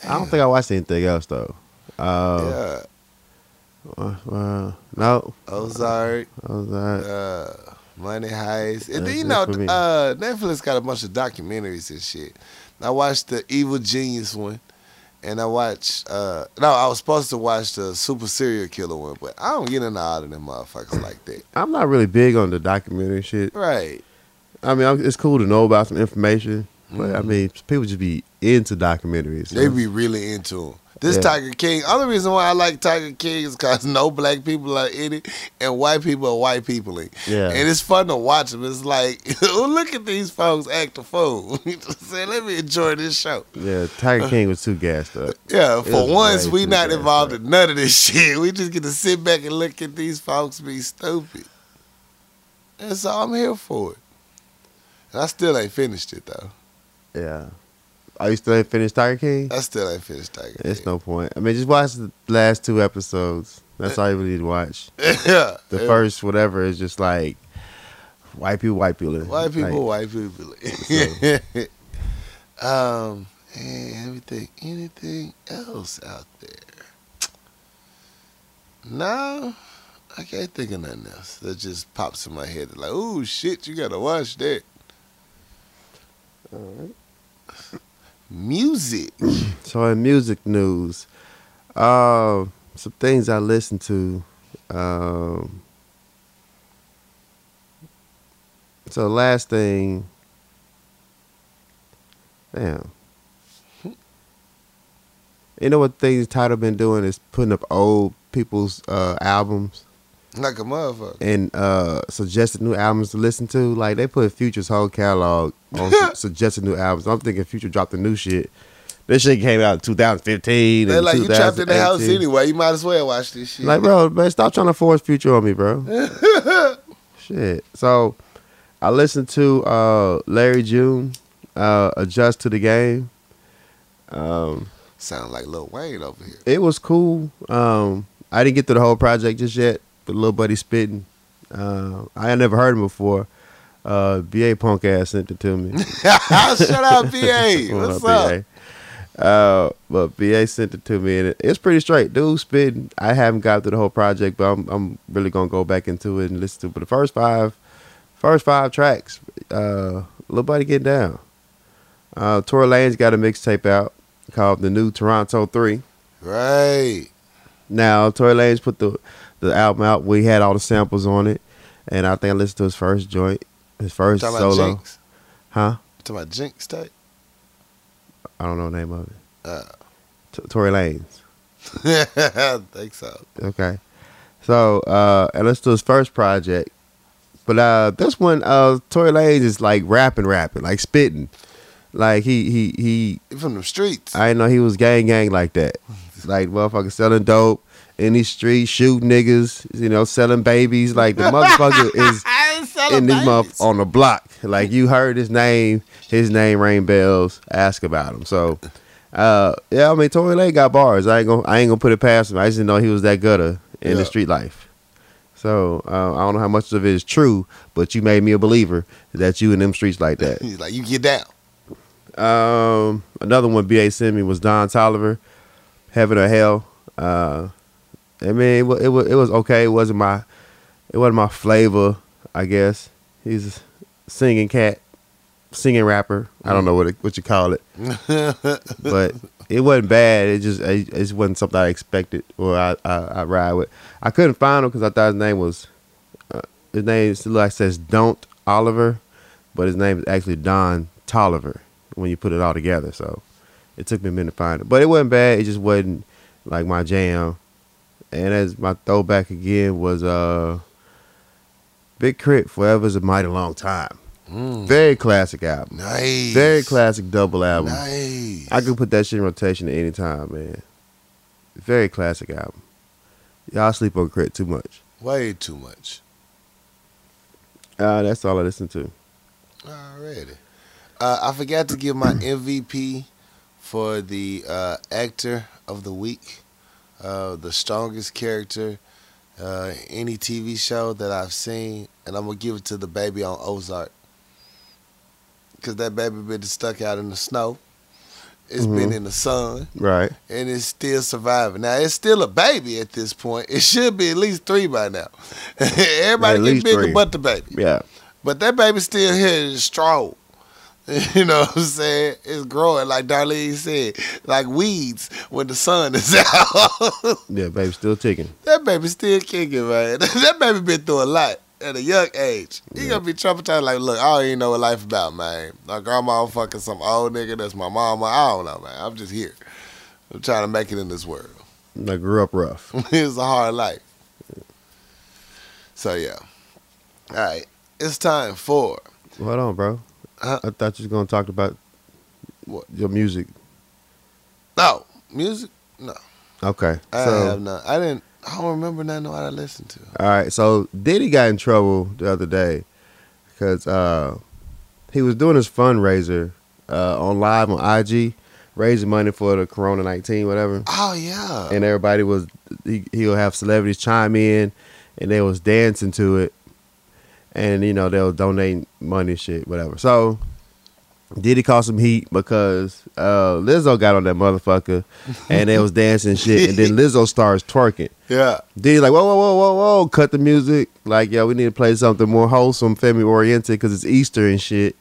Speaker 1: I don't think I watched anything else though. Uh,
Speaker 2: yeah,
Speaker 1: uh, uh, no,
Speaker 2: Ozark,
Speaker 1: I was uh,
Speaker 2: uh, Money Heist, and
Speaker 1: That's
Speaker 2: then, you
Speaker 1: it
Speaker 2: know,
Speaker 1: for me.
Speaker 2: uh, Netflix got a bunch of documentaries and shit. I watched the Evil Genius one, and I watched uh, no, I was supposed to watch the Super Serial Killer one, but I don't get into all of them motherfuckers like that.
Speaker 1: I'm not really big on the documentary shit.
Speaker 2: Right?
Speaker 1: I mean, I'm, it's cool to know about some information, but I mean, people just be into documentaries.
Speaker 2: They be really into them. This
Speaker 1: Yeah.
Speaker 2: Tiger King. Only reason why I like Tiger King is because no black people are in it, and white people are white people in.
Speaker 1: Yeah.
Speaker 2: And it's fun to watch them. It's like, oh, look at these folks act a fool. Say, let me enjoy this show.
Speaker 1: yeah,
Speaker 2: Uh,
Speaker 1: Tiger King was too gassed up.
Speaker 2: Yeah, for
Speaker 1: was
Speaker 2: once
Speaker 1: way
Speaker 2: we
Speaker 1: too
Speaker 2: not
Speaker 1: bad,
Speaker 2: involved
Speaker 1: bro.
Speaker 2: in none of this shit. We just get to sit back and look at these folks be stupid. That's all I'm here for. And I still ain't finished it though.
Speaker 1: Yeah. Are you still ain't finished Tiger King?
Speaker 2: I still ain't finished Tiger.
Speaker 1: It's no point. I mean, just watch the last two episodes. That's all you really need to watch.
Speaker 2: yeah.
Speaker 1: The first whatever is just like white people, white people.
Speaker 2: White people,
Speaker 1: Like,
Speaker 2: white people. um, and everything, anything else out there? No, I can't think of nothing else. That just pops in my head. Like, oh shit, you gotta watch that. Music.
Speaker 1: so in music news, um, some things I listen to. Um, So last thing. Damn. You know what things title been doing is putting up old people's uh, albums
Speaker 2: Like a motherfucker.
Speaker 1: and uh, suggested new albums to listen to. Like they put Future's whole catalog on su- suggested new albums. I'm thinking Future dropped the new shit. This shit came out in 2015.
Speaker 2: They're
Speaker 1: and
Speaker 2: like, you trapped in the house
Speaker 1: 2018."
Speaker 2: anyway. You might as well watch this shit.
Speaker 1: Like, bro, man, stop trying to force future on me, bro. Shit. So I listened to uh, Larry June uh, adjust to the game.
Speaker 2: Sound like Lil Wayne over here.
Speaker 1: It was cool. Um, I didn't get through the whole project just yet. The little buddy spitting. Uh, I had never heard him before. Uh, BA punk ass sent it to me.
Speaker 2: Shut up, BA.
Speaker 1: What
Speaker 2: What's
Speaker 1: up,
Speaker 2: up?
Speaker 1: BA? Uh, but BA sent it to me, and it, it's pretty straight. Dude, spitting. I haven't got through the whole project, but I'm I'm really gonna go back into it and listen to. But the first five, first five tracks, uh, little buddy get down. Uh, Tory Lane's got a mixtape out called "The New Toronto 3.
Speaker 2: Right.
Speaker 1: Now, Tory Lanez put the the album out. We had all the samples on it, and I think I listened to his first joint, his first
Speaker 2: Talking about
Speaker 1: solo,
Speaker 2: Jinx.
Speaker 1: huh?
Speaker 2: Talking about Jinx type.
Speaker 1: I don't know the name of it.
Speaker 2: Uh,
Speaker 1: T- Tory Lanez.
Speaker 2: I think so.
Speaker 1: Okay. So, uh, and let's do his first project. But uh, this one, uh, Tory Lanez is like rapping, rapping, like spitting. Like he, he, he.
Speaker 2: You from the streets.
Speaker 1: I didn't know he was gang, gang like that. Like motherfucker selling dope in these streets, shooting niggas. You know, selling babies. Like the motherfucker is in this month on the block. Like you heard his name, his name rang bells. Ask about him. So, uh, yeah, I mean, Tory Lane got bars. I ain't gonna, I ain't gonna put it past him. I just didn't know he was that gutter in
Speaker 2: Yeah.
Speaker 1: the street life. So uh, I don't know how much of it is true, but you made me a believer that you in them streets like that.
Speaker 2: He's like, you get down.
Speaker 1: Um, another one BA sent me was Don Tolliver, Heaven or Hell. Uh, I mean, it was, it was it was okay. It wasn't my it wasn't my flavor, I guess. He's a singing cat, singing rapper. I don't know what it, what you call it, but it wasn't bad. It just it, it just wasn't something I expected or I I, I ride with. I couldn't find him because I thought his name was uh, his name still like says Don't Oliver, but his name is actually Don Tolliver when you put it all together. So it took me a minute to find it, but it wasn't bad. It just wasn't like my jam. And as my throwback again was uh Big Crit Forever's a mighty long time. Very classic album.
Speaker 2: Nice.
Speaker 1: Hmm. Very classic double album.
Speaker 2: Nice.
Speaker 1: I could put that shit in rotation at any time, man. Very classic album. Y'all sleep on Crit too much.
Speaker 2: Way too much.
Speaker 1: Uh, that's all I listen to.
Speaker 2: Alrighty. Uh, I forgot to give my MVP for the uh, actor of the week, uh, the strongest character uh, any TV show that I've seen, and I'm gonna give it to the baby on Ozark. Cause that baby been stuck out in the snow. It's
Speaker 1: Mm-hmm.
Speaker 2: been in the sun
Speaker 1: Right.
Speaker 2: and it's still surviving. Now it's still a baby at this point. It should be at least three by now. Everybody
Speaker 1: At
Speaker 2: gets
Speaker 1: least
Speaker 2: bigger
Speaker 1: three.
Speaker 2: but the baby.
Speaker 1: Yeah.
Speaker 2: But that baby's still here and strong. You know what I'm saying? It's growing, like Darlene said, like weeds when the sun is out.
Speaker 1: Yeah, baby, still ticking.
Speaker 2: that baby's still kicking, man. that baby been through a lot at a young age. He gonna be traumatized. Like, look, I don't even know what life about, man. My grandma fucking some old nigga that's my mama. I don't know, man. I'm just here. I'm trying to make it in this world.
Speaker 1: I grew up rough.
Speaker 2: it was a hard life. So yeah. All right. It's time for
Speaker 1: Hold on, bro.
Speaker 2: Huh?
Speaker 1: I thought you was gonna talk about
Speaker 2: Uh, What?
Speaker 1: your music.
Speaker 2: No, music. No,
Speaker 1: Okay.
Speaker 2: I
Speaker 1: so
Speaker 2: have not. I didn't. I don't remember nothing what I listened to.
Speaker 1: all right. So Diddy got in trouble the other day because uh, he was doing his fundraiser uh, on live on IG, raising money for the Corona nineteen whatever.
Speaker 2: Oh yeah.
Speaker 1: and everybody was he, he'll have celebrities chime in and they was dancing to it and you know they'll donate money shit whatever so did he cause some heat because uh lizzo got on that motherfucker and they was dancing shit and then lizzo starts twerking
Speaker 2: yeah.
Speaker 1: Diddy like whoa whoa whoa whoa whoa cut the music like yo we need to play something more wholesome family oriented because it's Easter and shit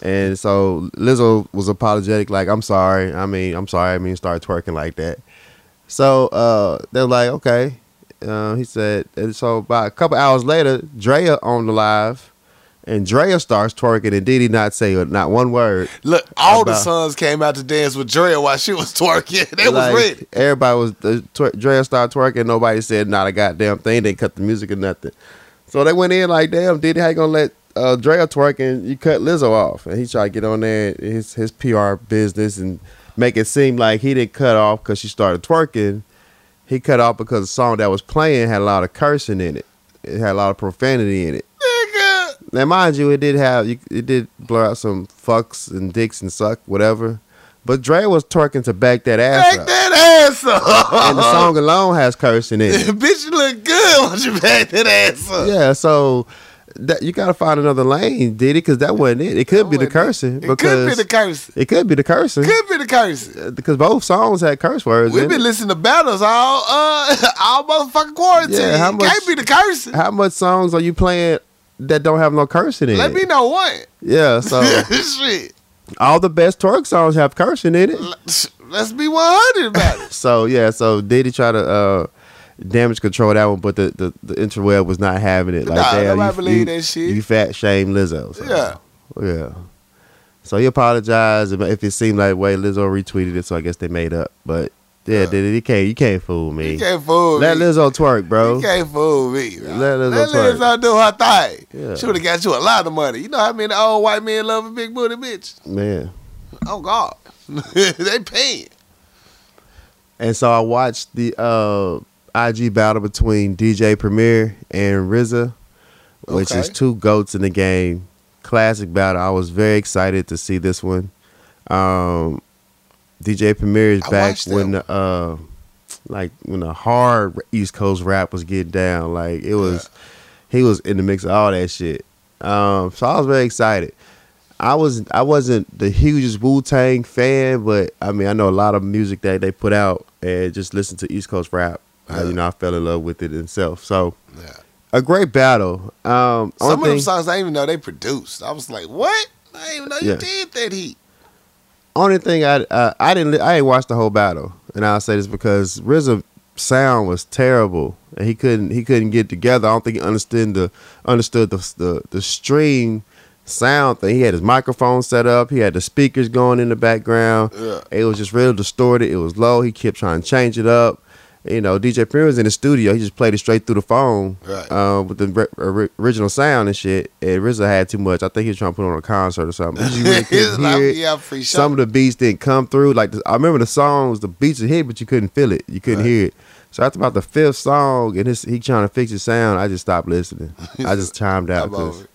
Speaker 1: and so Lizzo was apologetic like I'm sorry I mean I'm sorry I mean start twerking like that so uh they're like okay uh, he said and so about a couple hours later Drea on the live And Drea starts twerking, and Diddy not say not one word.
Speaker 2: Look, all the
Speaker 1: About-
Speaker 2: sons came out to dance with Drea while she was twerking. They
Speaker 1: Like,
Speaker 2: was ready.
Speaker 1: Everybody was the twer- Drea started twerking. Nobody said not a goddamn thing. They cut the music or nothing. So they went in like, damn, Diddy, how you gonna let uh, Drea twerk and you cut Lizzo off? And he tried to get on there his his PR business and make it seem like he didn't cut off because she started twerking. He cut off because the song that was playing had a lot of cursing in it. It had a lot of profanity in it.
Speaker 2: Nigga.
Speaker 1: Now, mind you, it did have you- it did blur out some fucks and dicks and suck whatever, but Dre was twerking to back that ass
Speaker 2: Back
Speaker 1: up,
Speaker 2: that ass up.
Speaker 1: and the song alone has cursing in it.
Speaker 2: Bitch, you look good once you back that ass up.
Speaker 1: yeah, so that you gotta find another lane, Diddy, because that wasn't it. It could be the cursing
Speaker 2: It could be
Speaker 1: because
Speaker 2: the curse.
Speaker 1: it could be the cursing
Speaker 2: Could be the curse.
Speaker 1: because both songs had curse words.
Speaker 2: We've
Speaker 1: in
Speaker 2: been
Speaker 1: it.
Speaker 2: listening to battles all uh all motherfucking quarantine.
Speaker 1: Yeah, how much-
Speaker 2: Can't be the curse.
Speaker 1: How much songs are you playing that don't have no cursing in
Speaker 2: Let
Speaker 1: it?
Speaker 2: me know one.
Speaker 1: yeah, so
Speaker 2: Shit.
Speaker 1: all the best twerk songs have cursing in it.
Speaker 2: Let's be one hundred about it.
Speaker 1: So yeah, so Diddy try to uh, damage control that one, but the, the the interweb was not having it. Like
Speaker 2: Nah,
Speaker 1: damn,
Speaker 2: nobody
Speaker 1: you,
Speaker 2: believe
Speaker 1: you-
Speaker 2: that shit.
Speaker 1: You fat shame Lizzo. So,
Speaker 2: Yeah.
Speaker 1: yeah. So he apologized if- if it seemed like way Lizzo retweeted it. So I guess they made up. But yeah, Diddy, you can't you can't fool me.
Speaker 2: You can't fool
Speaker 1: Let
Speaker 2: me.
Speaker 1: Lizzo twerk, bro.
Speaker 2: You can't fool me. bro.
Speaker 1: Let Lizzo
Speaker 2: Let
Speaker 1: twerk.
Speaker 2: Lizzo do her thing.
Speaker 1: Yeah.
Speaker 2: She would have got you a lot of money. You know how many old white men love a big booty bitch?
Speaker 1: Man.
Speaker 2: Oh God, they paying.
Speaker 1: And so I watched the uh, IG battle between DJ Premier and RZA, which is
Speaker 2: Okay.
Speaker 1: two goats in the game. Classic battle. I was very excited to see this one. Um, DJ Premier is
Speaker 2: I
Speaker 1: back
Speaker 2: watched that
Speaker 1: when the uh, like when the hard East Coast rap was getting down. Like it was, he was in the mix of all that shit. Um, so I was very excited. I was I wasn't the hugest Wu Tang fan, but I mean I know a lot of music that they put out and just listen to East Coast rap. I, you know I fell in love with it itself. So
Speaker 2: Yeah.
Speaker 1: a great battle. Um,
Speaker 2: Some
Speaker 1: only
Speaker 2: of them
Speaker 1: thing,
Speaker 2: songs I didn't even know they produced. I was like, what? I didn't even know you
Speaker 1: Yeah.
Speaker 2: did that heat.
Speaker 1: only thing I uh, I didn't li- I ain't watched the whole battle, and I'll say this because RZA sound was terrible, and he couldn't he couldn't get together. I don't think he understood the understood the the, the stream sound thing. He had his microphone set up. He had the speakers going in the background.
Speaker 2: Yeah.
Speaker 1: It was just real distorted. It was low. He kept trying to change it up. You know, DJ Premier was in the studio. He just played it straight through the phone
Speaker 2: Right.
Speaker 1: uh, with the ri- ori- original sound and shit. And RZA had too much. I think he was trying to put on a concert or something. You really couldn't
Speaker 2: Like,
Speaker 1: hear it
Speaker 2: yeah, free show.
Speaker 1: some of the beats didn't come through. Like the, I remember the songs, the beats would hit, but you couldn't feel it. You couldn't hear it. So after about the fifth song, and his, he trying to fix his sound, I just stopped listening. I just chimed out.
Speaker 2: I'm over
Speaker 1: 'cause-
Speaker 2: it.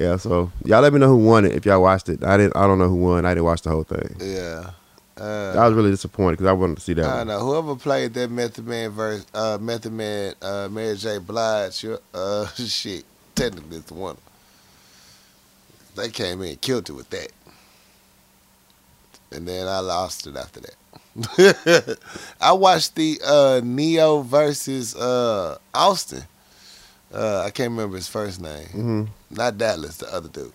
Speaker 1: yeah, so y'all let me know who won it if y'all watched it. I didn't. I don't know who won. I didn't watch the whole thing.
Speaker 2: Yeah.
Speaker 1: I was really disappointed because I wanted to see that.
Speaker 2: Uh, I don't
Speaker 1: One.
Speaker 2: know. Whoever played that Method Man verse, uh, Method Man, uh, Mary J. Blige, you're- uh, shit, technically it's the one. They came in and killed it with that, and then I lost it after that. I watched the uh, Neo versus uh, Austin. Uh, I can't remember his first name.
Speaker 1: Mm-hmm.
Speaker 2: Not Dallas, the other dude.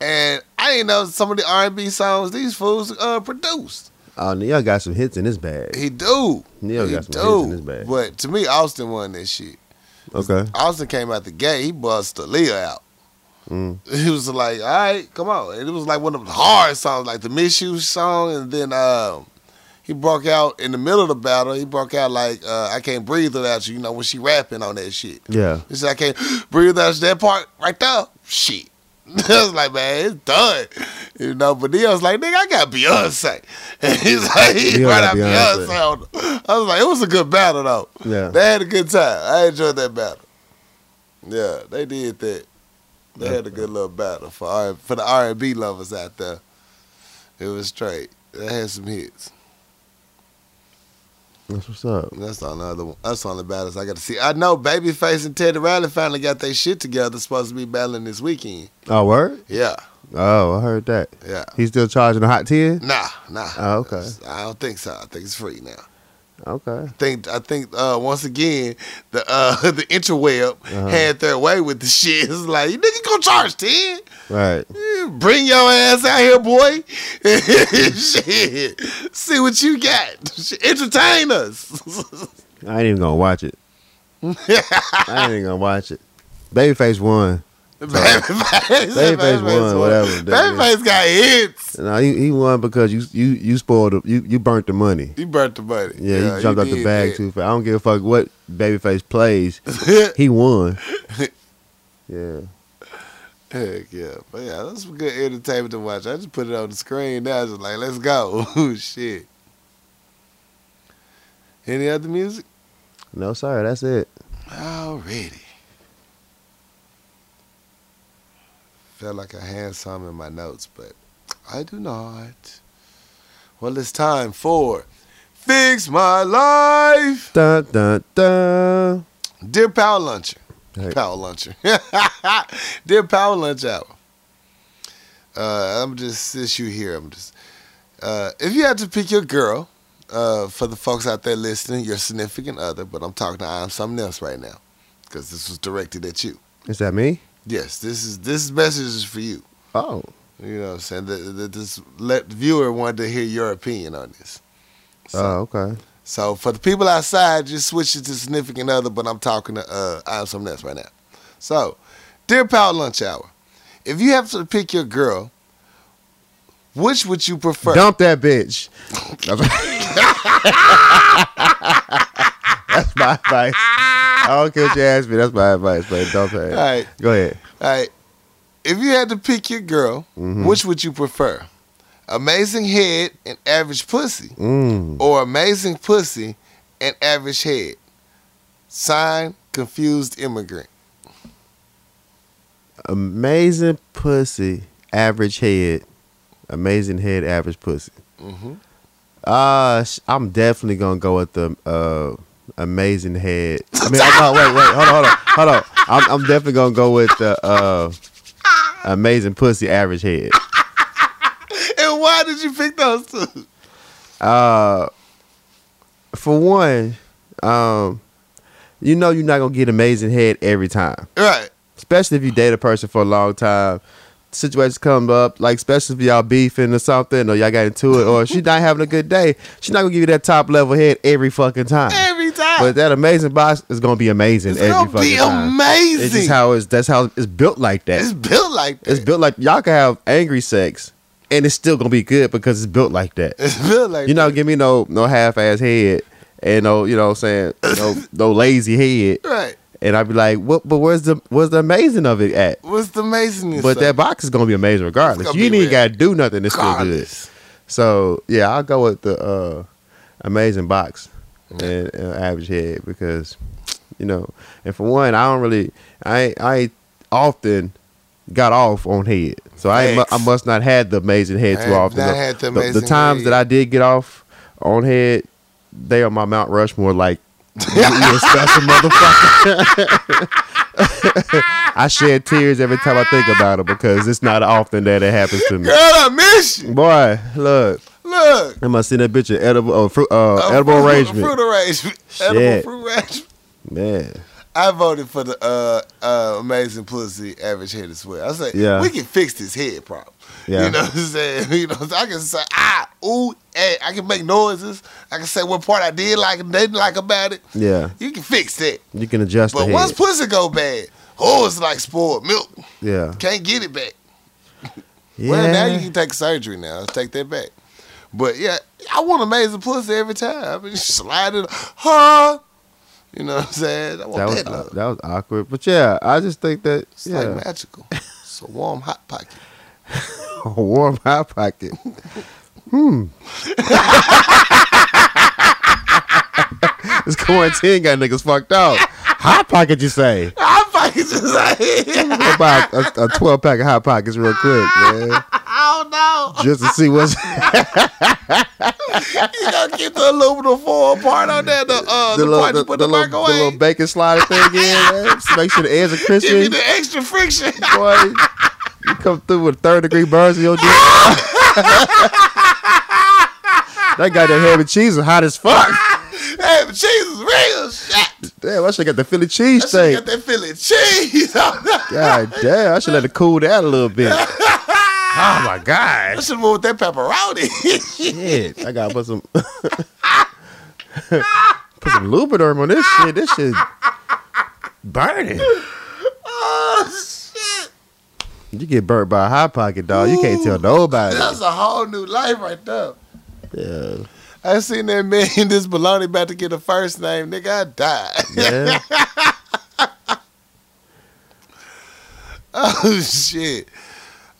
Speaker 2: And I didn't know some of the R&B songs these fools uh, produced.
Speaker 1: Oh, Neo got some hits in his bag.
Speaker 2: He do.
Speaker 1: Neil
Speaker 2: he
Speaker 1: got some
Speaker 2: do.
Speaker 1: hits in his bag.
Speaker 2: But to me, Austin won this shit.
Speaker 1: Okay.
Speaker 2: Austin came out the gate. He buzzed Aaliyah out.
Speaker 1: Mm.
Speaker 2: He was like, all right, come on. And it was like one of the hard songs, like the Miss You song. And then um, he broke out in the middle of the battle. He broke out like, uh, I Can't Breathe Without You, you know, when she rapping on that shit.
Speaker 1: Yeah.
Speaker 2: He said, I can't breathe out that part right there. Shit. I was like, man, it's done. You know, but Neil's like, nigga, I got Beyonce. And he's like, he
Speaker 1: Neo
Speaker 2: brought
Speaker 1: got
Speaker 2: out Beyonce.
Speaker 1: Beyonce.
Speaker 2: on him. I was like, it was a good battle, though.
Speaker 1: Yeah.
Speaker 2: They had a good time. I enjoyed that battle. Yeah, they did that. They had a good little battle for R- for the R&B lovers out there. It was straight. They had some hits.
Speaker 1: That's what's up.
Speaker 2: That's on the other one. That's on the battles I got to see. I know Babyface and Teddy Riley finally got their shit together. Supposed to be battling this weekend.
Speaker 1: Oh, word.
Speaker 2: Yeah,
Speaker 1: Oh, I heard that.
Speaker 2: yeah.
Speaker 1: He's still charging a hot ten.
Speaker 2: Nah, nah.
Speaker 1: Oh, okay.
Speaker 2: I don't think so. I think it's free now.
Speaker 1: Okay.
Speaker 2: I think I think uh, once again the uh, the interweb
Speaker 1: Uh-huh.
Speaker 2: had their way with the shit. It's like you nigga gonna charge ten.
Speaker 1: Right.
Speaker 2: Yeah, Bring your ass out here, boy. shit. See what you got. Entertain us.
Speaker 1: I ain't even gonna watch it. I ain't even gonna watch it. Babyface won.
Speaker 2: Babyface,
Speaker 1: Babyface won, whatever that
Speaker 2: Babyface got hits.
Speaker 1: No, he, he won because you you you spoiled the, you you burnt the money.
Speaker 2: He burnt the money.
Speaker 1: Yeah, you jumped out the
Speaker 2: did
Speaker 1: bag
Speaker 2: that.
Speaker 1: too fast. I don't give a fuck what Babyface plays. he won. Yeah.
Speaker 2: Heck yeah. But yeah, that's some good entertainment to watch. I just put it on the screen now. It's just like, let's go. Ooh, shit. Any other music?
Speaker 1: No, sorry, that's it.
Speaker 2: Already. Felt like I had some in my notes, but I do not. Well, it's time for Fix My Life.
Speaker 1: Dun dun dun.
Speaker 2: Dear Power Luncher.
Speaker 1: Hey.
Speaker 2: Power Luncher. Dear Power Lunch Hour. Uh, I'm just, since you here, I'm just. Uh, if you had to pick your girl, uh, for the folks out there listening, your significant other, but I'm talking to I'm something else right now, because this was directed at you.
Speaker 1: Is that me?
Speaker 2: Yes, this is this message is for you.
Speaker 1: Oh,
Speaker 2: You know what I'm saying? The, the, this let viewer wanted to hear your opinion on this.
Speaker 1: oh, okay.
Speaker 2: So for the people outside, just switch it to significant other, but I'm talking to uh I'm something else right now. So, dear Power Lunch Hour, if you have to pick your girl, which would you prefer?
Speaker 1: Dump that bitch. that's my advice. I don't care what you ask me. That's my advice, but dump her.
Speaker 2: All right.
Speaker 1: Go ahead.
Speaker 2: All right. If you had to pick your girl, which would you prefer? Amazing head and average pussy,
Speaker 1: Mm.
Speaker 2: or amazing pussy and average head? Sign confused immigrant.
Speaker 1: Amazing pussy, average head. Amazing head, average pussy. Mm-hmm.
Speaker 2: Mhm.
Speaker 1: Uh, sh- I'm definitely gonna go with the uh, amazing head. I mean, no, wait, wait, hold on, hold on, hold on. I'm, I'm definitely gonna go with the uh, amazing pussy, average head.
Speaker 2: And why did you pick those two?
Speaker 1: Uh, for one, um, you know you're not gonna get amazing head every time,
Speaker 2: Right.
Speaker 1: especially if you date a person for a long time. Situations come up, like especially if y'all beefing or something, or y'all got into it, or she not having a good day. She's not gonna give you that top level head every fucking time.
Speaker 2: Every time.
Speaker 1: But that amazing box is gonna be amazing
Speaker 2: It's
Speaker 1: every
Speaker 2: gonna
Speaker 1: fucking
Speaker 2: be
Speaker 1: time.
Speaker 2: amazing.
Speaker 1: It's just how it's that's how it's built like that.
Speaker 2: It's
Speaker 1: It's,
Speaker 2: built like that.
Speaker 1: built like y'all can have angry sex and it's still gonna be good because it's built like that.
Speaker 2: It's built like
Speaker 1: You know,
Speaker 2: that.
Speaker 1: give me no no half ass head and no you know what I'm saying no no lazy head.
Speaker 2: Right.
Speaker 1: And I'd be like, what but where's the where's the amazing of it at?
Speaker 2: What's the amazingness?
Speaker 1: But
Speaker 2: of
Speaker 1: that
Speaker 2: it?
Speaker 1: box is gonna be amazing regardless.
Speaker 2: gonna
Speaker 1: You ain't
Speaker 2: be
Speaker 1: even
Speaker 2: rad.
Speaker 1: gotta do nothing, it's still good.
Speaker 2: Regardless.
Speaker 1: So yeah, I'll go with the uh, amazing box and, and average head because you know, and for one, I don't really, I I often got off on head, so I ain't mu- I
Speaker 2: Facts.
Speaker 1: must not had the amazing head
Speaker 2: I
Speaker 1: too
Speaker 2: have
Speaker 1: often.
Speaker 2: not
Speaker 1: The-
Speaker 2: had the
Speaker 1: the, the
Speaker 2: amazing
Speaker 1: times
Speaker 2: head.
Speaker 1: that I did get off on head, they are my Mount Rushmore. Like you a special motherfucker. I shed tears every time I think about it because it's not often that it happens to me.
Speaker 2: Girl, I miss you.
Speaker 1: Boy, look.
Speaker 2: Look.
Speaker 1: I must send that bitch an edible uh, fruit, uh,
Speaker 2: A
Speaker 1: edible
Speaker 2: fruit-
Speaker 1: arrangement.
Speaker 2: Fruit arrangement. Edible
Speaker 1: Shit.
Speaker 2: fruit arrangement.
Speaker 1: Man,
Speaker 2: I voted for the uh, uh, amazing pussy average head as well. I said,
Speaker 1: Yeah.
Speaker 2: we can fix this head problem.
Speaker 1: Yeah.
Speaker 2: You know what I'm saying? You know, I can say ah, ooh, eh. I can make noises. I can say what part I did like and didn't like about it.
Speaker 1: yeah,
Speaker 2: You can fix that.
Speaker 1: you can adjust
Speaker 2: But
Speaker 1: the
Speaker 2: once
Speaker 1: head.
Speaker 2: pussy go bad, oh, it's like spoiled milk.
Speaker 1: yeah,
Speaker 2: Can't get it back.
Speaker 1: yeah.
Speaker 2: Well, now you can take surgery now. Let's take that back. But yeah, I want amazing pussy every time. I mean, slide it, huh? You know what I'm saying? I want
Speaker 1: that
Speaker 2: that,
Speaker 1: was
Speaker 2: love.
Speaker 1: that was awkward, but yeah, I just think that
Speaker 2: It's
Speaker 1: yeah,
Speaker 2: like magical. It's a warm hot pocket.
Speaker 1: a warm hot pocket. hmm. this quarantine got niggas fucked up. Hot pocket, you say?
Speaker 2: Hot pockets is like,
Speaker 1: Go buy a, a twelve pack of hot pockets real quick, man,
Speaker 2: I don't know.
Speaker 1: just to see what's
Speaker 2: You gonna get the aluminum foil part on there, the uh, the, part you put the,
Speaker 1: little,
Speaker 2: microwave.
Speaker 1: the little bacon slider thing in, man. Just make sure the ends are crispy.
Speaker 2: Give me the extra friction.
Speaker 1: boy. You come through with third degree burns in your dick. that goddamn ham and cheese is hot as fuck.
Speaker 2: hey, cheese is real shit.
Speaker 1: Damn, I should got the Philly cheese
Speaker 2: I should
Speaker 1: steak.
Speaker 2: got that Philly cheese. I
Speaker 1: God damn, I should let it cool down a little bit. oh my god.
Speaker 2: should move with that pepperoni.
Speaker 1: Shit, I gotta put some put some lubriderm on this shit. This shit burning.
Speaker 2: oh shit.
Speaker 1: You get burnt by a hot pocket, dog. You can't tell nobody.
Speaker 2: That's a whole new life right there.
Speaker 1: Yeah.
Speaker 2: I seen that man in this baloney about to get a first name. Nigga, I died.
Speaker 1: Yeah.
Speaker 2: Oh shit.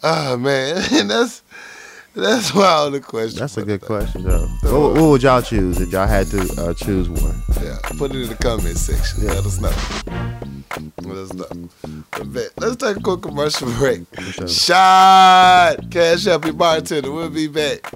Speaker 2: Oh man, that's that's wild. The question.
Speaker 1: That's a good question, though. What, what would y'all choose if y'all had to uh, choose one?
Speaker 2: Yeah, put it in the comment section. Let us know. Let us know. I bet. Let's take a quick commercial break. Shot. Cash up your bartender. We'll be back.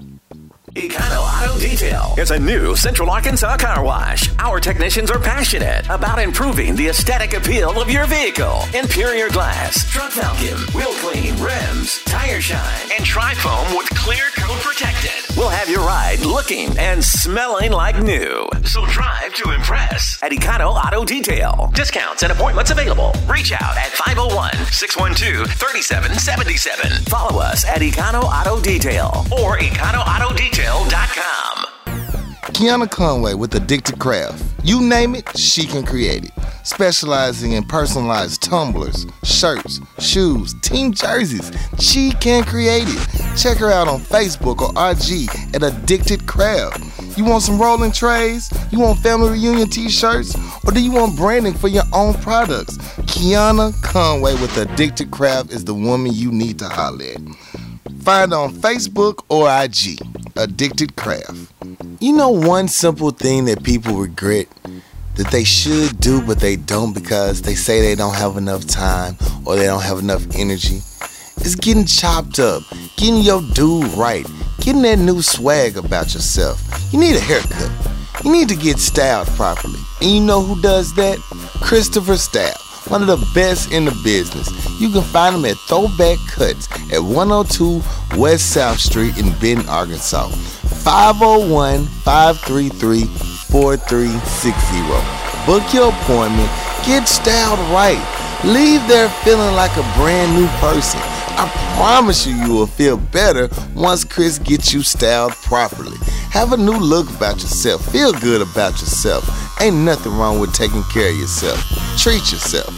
Speaker 3: Econo Auto Detail is a new Central Arkansas car wash. Our technicians are passionate about improving the aesthetic appeal of your vehicle. Interior glass, truck vacuum, wheel clean, rims, tire shine, and tri foam with clear coat protected. We'll have your ride looking and smelling like new. So drive to impress at Econo Auto Detail. Discounts and appointments available. Reach out at 501 612 3777. Follow us at Econo Auto Detail or EconoAutoDetail.com.
Speaker 2: Kiana Conway with Addicted Craft. You name it, she can create it. Specializing in personalized tumblers, shirts, shoes, team jerseys, she can create it. Check her out on Facebook or IG at Addicted Craft. You want some rolling trays? You want family reunion t shirts? Or do you want branding for your own products? Kiana Conway with Addicted Craft is the woman you need to holler at. Find on Facebook or IG, Addicted Craft. You know one simple thing that people regret that they should do but they don't because they say they don't have enough time or they don't have enough energy. It's getting chopped up, getting your dude right, getting that new swag about yourself. You need a haircut. You need to get styled properly. And you know who does that? Christopher Style one of the best in the business. You can find them at Throwback Cuts at 102 West South Street in Benton, Arkansas. 501 533 4360. Book your appointment. Get styled right. Leave there feeling like a brand new person. I promise you, you will feel better once Chris gets you styled properly. Have a new look about yourself. Feel good about yourself. Ain't nothing wrong with taking care of yourself. Treat yourself.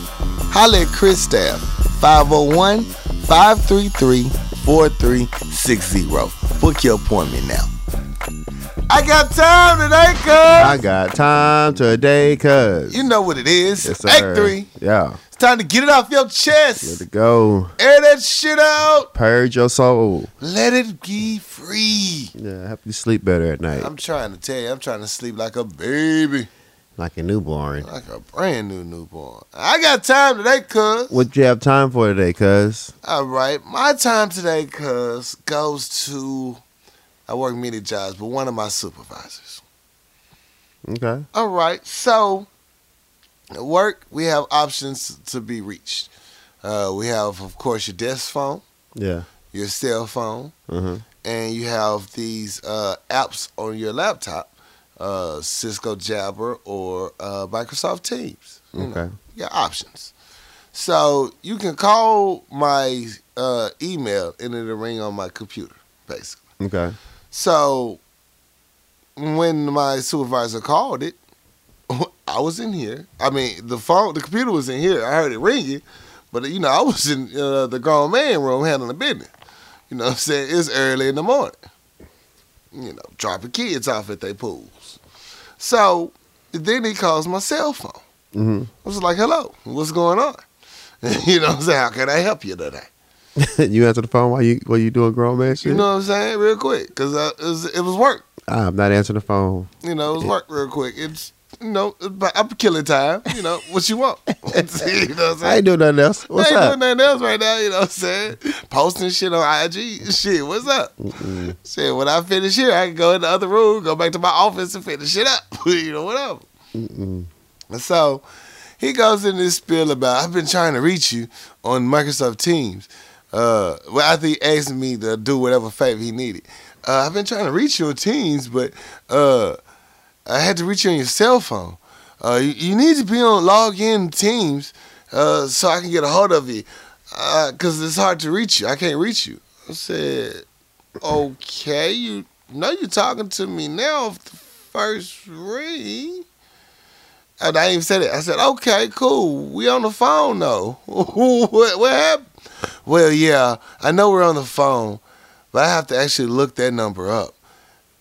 Speaker 2: Holla at Chris Staff, 501 533 4360. Book your appointment now. I got time today,
Speaker 1: I
Speaker 2: cuz.
Speaker 1: got time today, cuz.
Speaker 2: You know what it is.
Speaker 1: Yes,
Speaker 2: Act
Speaker 1: sir.
Speaker 2: three.
Speaker 1: Yeah.
Speaker 2: It's time to get it off your
Speaker 1: Good to
Speaker 2: chest.
Speaker 1: go.
Speaker 2: Air that shit out.
Speaker 1: Purge your soul.
Speaker 2: Let it be free.
Speaker 1: Yeah, help you sleep better at night.
Speaker 2: I'm trying to tell you, I'm trying to sleep like a baby,
Speaker 1: Like a newborn.
Speaker 2: like a brand new newborn. I got time today, cuz.
Speaker 1: What you have time for today, cuz?
Speaker 2: All right, my time today, cuz, goes to I work many jobs, but one of my supervisors.
Speaker 1: Okay.
Speaker 2: All right, so at work we have options to be reached. Uh, we have, of course, your desk phone,
Speaker 1: Yeah.
Speaker 2: your cell phone,
Speaker 1: Uh-huh.
Speaker 2: and you have these uh, apps on your laptop, uh, Cisco Jabber or uh, Microsoft Teams. You know,
Speaker 1: Okay.
Speaker 2: your options. So you can call my uh, email and it'll ring on my computer, basically.
Speaker 1: Okay.
Speaker 2: So when my supervisor called it, I was in here. I mean, the phone, the computer was in here. I heard it ringing, but you know, I was in uh, the grown man room handling business. You know, what I'm saying it's early in the morning. You know, dropping kids off at their pools. So then he calls my cell phone.
Speaker 1: hmm
Speaker 2: I was like, hello, what's going on? you know what I'm saying? How can I help you today?
Speaker 1: you answer the phone while you while you doing grown man shit?
Speaker 2: You know what I'm saying? Real quick. Because it, was, it was work.
Speaker 1: I'm not answering the phone.
Speaker 2: You know, it was work real quick. It's, you know, but I'm killing time. You know, what you want? you know what
Speaker 1: I
Speaker 2: I'm
Speaker 1: ain't
Speaker 2: saying?
Speaker 1: doing nothing else.
Speaker 2: I
Speaker 1: What's
Speaker 2: ain't
Speaker 1: up?
Speaker 2: doing nothing else right now. You know what I'm saying? Posting shit on IG. Shit, what's up? Shit, when I finish here, I can go in the other room, go back to my office and finish it up. you know, whatever. And So he goes in this spiel about I've been trying to reach you on Microsoft Teams. Uh, well, after he asked me to do whatever favor he needed, uh, I've been trying to reach you on Teams, but uh, I had to reach you on your cell phone. Uh, you, you need to be on log in Teams uh, so I can get a hold of you, because it's hard to reach you. I can't reach you. I said, okay, you know you're talking to me now. If the first ring. And I didn't even say that. I said, okay, cool. We on the phone though. what, what happened? well, yeah, I know we're on the phone, but I have to actually look that number up.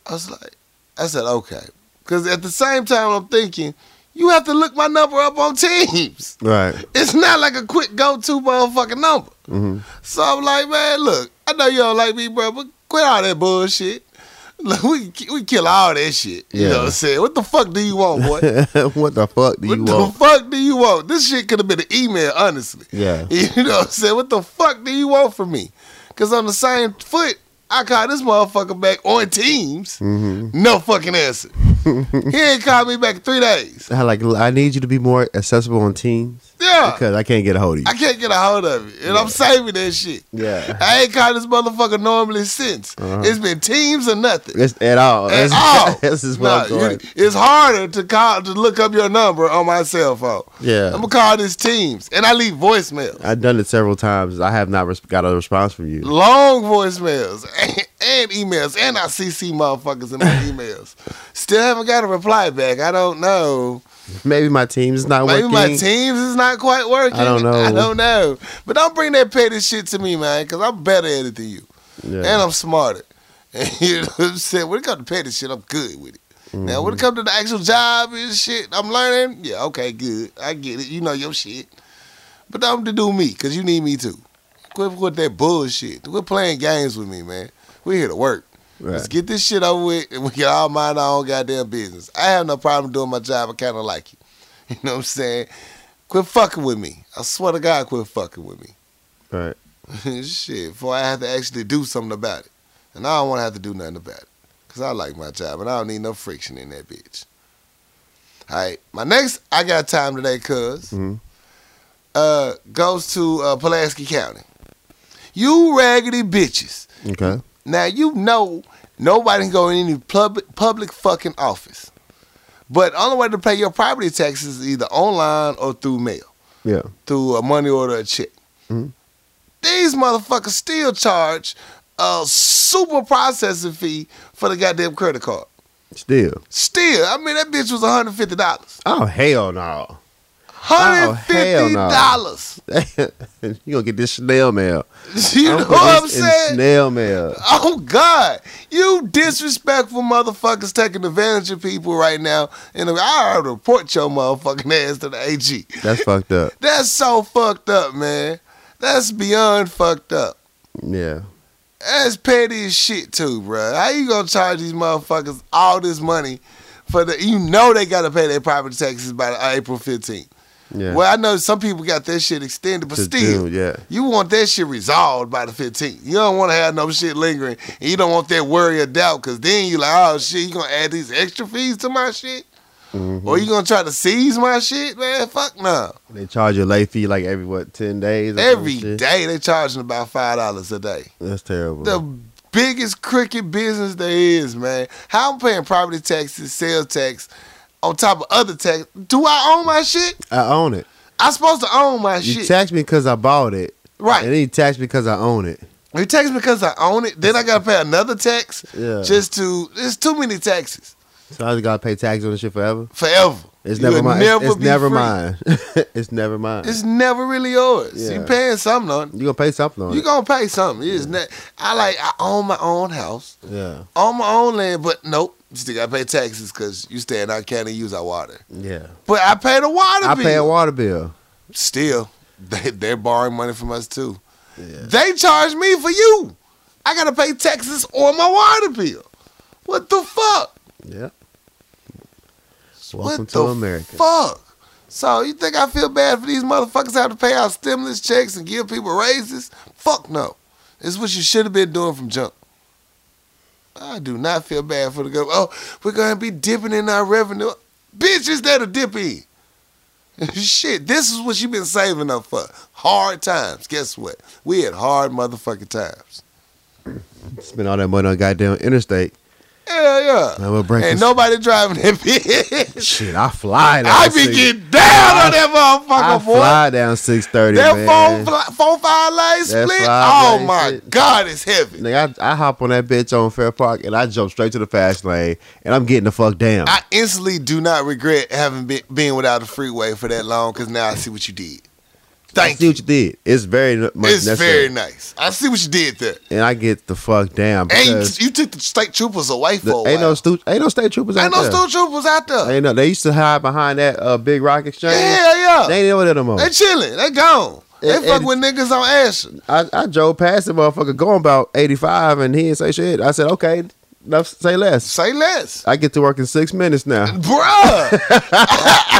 Speaker 2: I was like, I said, okay. Because at the same time, I'm thinking, you have to look my number up on Teams.
Speaker 1: Right.
Speaker 2: It's not like a quick go-to motherfucking number. So I'm like, man, look, I know you don't like me, bro, but quit all that bullshit. Look, we we kill all that shit. You know
Speaker 1: Yeah.
Speaker 2: what I'm saying? What the fuck do you want, boy?
Speaker 1: Mm-hmm. what the fuck do you
Speaker 2: what
Speaker 1: want?
Speaker 2: the fuck do you want? This shit could have been an email, honestly.
Speaker 1: Yeah.
Speaker 2: You know what I'm saying? What the fuck do you want from me? Because on the same foot, I call this motherfucker back on Teams.
Speaker 1: Mm-hmm.
Speaker 2: No fucking answer. he ain't called me back in three days.
Speaker 1: I like I need you to be more accessible on Teams
Speaker 2: Yeah.
Speaker 1: because I can't get a hold of you.
Speaker 2: I can't get a hold of it. And I'm saving that shit.
Speaker 1: Yeah.
Speaker 2: I ain't called this motherfucker normally since. It's been Teams or nothing.
Speaker 1: It's at all.
Speaker 2: at
Speaker 1: Uh-huh. That's-
Speaker 2: all.
Speaker 1: This is what I'm
Speaker 2: Nah,
Speaker 1: going.
Speaker 2: you- it's harder to call to look up your number on my cell phone.
Speaker 1: Yeah.
Speaker 2: I'm gonna call this Teams, and I leave voicemails,
Speaker 1: I've done it several times. I have not res- got a response from you.
Speaker 2: long voicemails, and, and emails, and I CC motherfuckers in my emails. Still haven't got a reply back. I don't know.
Speaker 1: Maybe my Teams is not
Speaker 2: Maybe
Speaker 1: working.
Speaker 2: my Teams is not quite working.
Speaker 1: I don't know.
Speaker 2: I don't know. But don't bring that petty shit to me, man, because I'm better at it than you.
Speaker 1: Yeah.
Speaker 2: and I'm smarter. And you know what I'm saying? When it comes to petty shit, I'm good with it. Now,
Speaker 1: Mm-hmm.
Speaker 2: when it comes to the actual job and shit, I'm learning. Yeah, okay, good. I get it. You know your shit. But I'm to do me, because you need me too. Quit with that bullshit. Quit playing games with me, man. We're here to work. Let's
Speaker 1: Right.
Speaker 2: get this shit over with and we can all mind our own goddamn business. I have no problem doing my job. I kind of like it. You know what I'm saying? Quit fucking with me. I swear to God, quit fucking with me.
Speaker 1: Right.
Speaker 2: shit, before I have to actually do something about it. And I don't want to have to do nothing about it. Because I like my job and I don't need no friction in that bitch. All right, my next, I got time today, because
Speaker 1: Mhm.
Speaker 2: uh, goes to uh, Pulaski County. You raggedy bitches.
Speaker 1: Okay.
Speaker 2: Now you know nobody can go in any public public fucking office. But only way to pay your property taxes is either online or through mail
Speaker 1: Yeah.
Speaker 2: through a money order or a check.
Speaker 1: Mhm.
Speaker 2: These motherfuckers still charge a super processing fee for the goddamn credit card.
Speaker 1: Still.
Speaker 2: Still, I mean that bitch was $150.
Speaker 1: Oh hell no.
Speaker 2: $150.
Speaker 1: you gonna get this Chanel mail.
Speaker 2: You know what I'm
Speaker 1: It's in
Speaker 2: saying?
Speaker 1: Snail mail.
Speaker 2: Oh God, you disrespectful motherfuckers taking advantage of people right now. And I already report your motherfucking ass to the AG.
Speaker 1: That's fucked up.
Speaker 2: That's so fucked up, man. That's beyond fucked up.
Speaker 1: Yeah.
Speaker 2: That's petty as shit too, bruh. How you gonna charge these motherfuckers all this money for the? You know they gotta pay their property taxes by the- uh, April fifteenth.
Speaker 1: Yeah.
Speaker 2: Well, I know some people got that shit extended, but
Speaker 1: To
Speaker 2: still,
Speaker 1: do, yeah.
Speaker 2: you want that shit resolved by the fifteenth. You don't want to have no shit lingering, and you don't want that worry or doubt, cause then you like, oh shit, you gonna add these extra fees to my shit,
Speaker 1: Mm-hmm.
Speaker 2: or you gonna try to seize my shit, man? Fuck no.
Speaker 1: They charge you a late fee like every what ten days. or some
Speaker 2: Every
Speaker 1: shit?
Speaker 2: day they charging about five dollars a day.
Speaker 1: That's terrible.
Speaker 2: the biggest crooked business there is, man. How I'm paying property taxes, sales tax, on top of other tax. Do I own my shit?
Speaker 1: I own it.
Speaker 2: I supposed to own my
Speaker 1: You
Speaker 2: shit,
Speaker 1: tax me because I bought it.
Speaker 2: right?
Speaker 1: And then you tax me because I own it.
Speaker 2: you tax because I own it. Then I gotta pay another tax
Speaker 1: Yeah.
Speaker 2: just to. There's too many taxes
Speaker 1: So I just gotta pay tax on this shit forever.
Speaker 2: forever.
Speaker 1: It's
Speaker 2: You'll
Speaker 1: never mine. It's, it's
Speaker 2: be
Speaker 1: never
Speaker 2: free.
Speaker 1: mine. it's never mine.
Speaker 2: It's never really yours.
Speaker 1: Yeah.
Speaker 2: You're paying something on. it.
Speaker 1: you gonna pay something on
Speaker 2: You
Speaker 1: it.
Speaker 2: gonna pay something. It's not, I like. I own my own house.
Speaker 1: yeah.
Speaker 2: on my own land, but nope. You still gotta pay taxes because you stay in our county, use our water.
Speaker 1: Yeah.
Speaker 2: But I pay the water
Speaker 1: I
Speaker 2: bill.
Speaker 1: pay a water bill.
Speaker 2: Still, they, they're borrowing money from us too.
Speaker 1: Yeah.
Speaker 2: They charge me for you. I gotta pay taxes on my water bill. What the fuck?
Speaker 1: Yeah.
Speaker 2: What
Speaker 1: Welcome to
Speaker 2: the
Speaker 1: America.
Speaker 2: Fuck. So you think I feel bad for these motherfuckers have to pay out stimulus checks and give people raises? Fuck no. It's what you should have been doing from jump. I do not feel bad for the government. Oh, we're gonna be dipping in our revenue. Bitches that are dipping. Shit, this is what you've been saving up for. Hard times. Guess what? We had hard motherfucking times.
Speaker 1: Spend all that money on goddamn interstate.
Speaker 2: Yeah, yeah.
Speaker 1: Now we'll break
Speaker 2: and
Speaker 1: this-
Speaker 2: nobody driving that bitch.
Speaker 1: Shit, I fly. Down
Speaker 2: I be
Speaker 1: six-
Speaker 2: getting down on that
Speaker 1: I
Speaker 2: motherfucker, boy.
Speaker 1: fly down six thirty.
Speaker 2: That
Speaker 1: man.
Speaker 2: phone fly, phone five lane
Speaker 1: That
Speaker 2: split.
Speaker 1: five
Speaker 2: Oh
Speaker 1: lane
Speaker 2: my
Speaker 1: shit.
Speaker 2: God, it's heavy.
Speaker 1: Nigga, I, I hop on that bitch on Fair Park and I jump straight to the fast lane and I'm getting the fuck down.
Speaker 2: I instantly do not regret having been being without a freeway for that long because now I see what you did.
Speaker 1: I
Speaker 2: Thank
Speaker 1: see
Speaker 2: you.
Speaker 1: what you did. It's very n- much
Speaker 2: It's
Speaker 1: necessary.
Speaker 2: very nice. I see what you did there.
Speaker 1: and I get the fuck down
Speaker 2: And you,
Speaker 1: because
Speaker 2: you took the state troopers away for
Speaker 1: the-
Speaker 2: a while.
Speaker 1: ain't no stu- ain't no state troopers out
Speaker 2: Ain't no
Speaker 1: there.
Speaker 2: state troopers out there.
Speaker 1: Ain't no. They used to hide behind that uh, big rock exchange.
Speaker 2: Yeah, yeah.
Speaker 1: They ain't over there no more.
Speaker 2: They chilling. They gone. They
Speaker 1: And-
Speaker 2: fuck
Speaker 1: and-
Speaker 2: with niggas on Asher.
Speaker 1: I, I drove past the motherfucker going about 85 and he didn't say shit. I said, okay, enough, say less.
Speaker 2: Say less.
Speaker 1: I get to work in six minutes now.
Speaker 2: Bruh.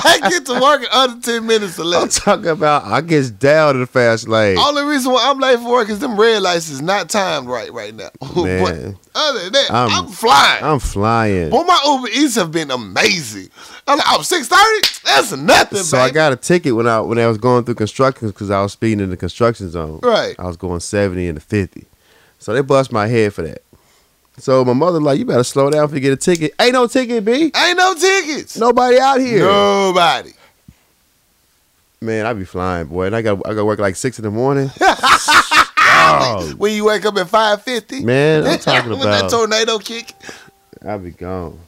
Speaker 2: I, get to work in under 10 minutes or
Speaker 1: I'm
Speaker 2: less.
Speaker 1: talking about I get down to the fast lane.
Speaker 2: Only reason why I'm late for work is them red lights is not timed right right now. but
Speaker 1: Man.
Speaker 2: other than that, I'm,
Speaker 1: I'm-
Speaker 2: flying.
Speaker 1: I'm flying.
Speaker 2: Boy, my Uber Eats have been amazing. I'm like, oh, 630? That's nothing,
Speaker 1: So I
Speaker 2: baby.
Speaker 1: got a ticket when I when I was going through construction because I was speeding in the construction zone.
Speaker 2: Right.
Speaker 1: I was going 70 and 50. So they bust my head for that. So my mother like, you better slow down if you get a ticket. Ain't no ticket, B.
Speaker 2: Ain't no tickets.
Speaker 1: Nobody out here.
Speaker 2: Nobody.
Speaker 1: Man, I be flying, boy. And I got I got work like six in the morning.
Speaker 2: When you wake up at 550.
Speaker 1: Man, I'm talking
Speaker 2: With that
Speaker 1: about
Speaker 2: tornado kick.
Speaker 1: I'll be gone.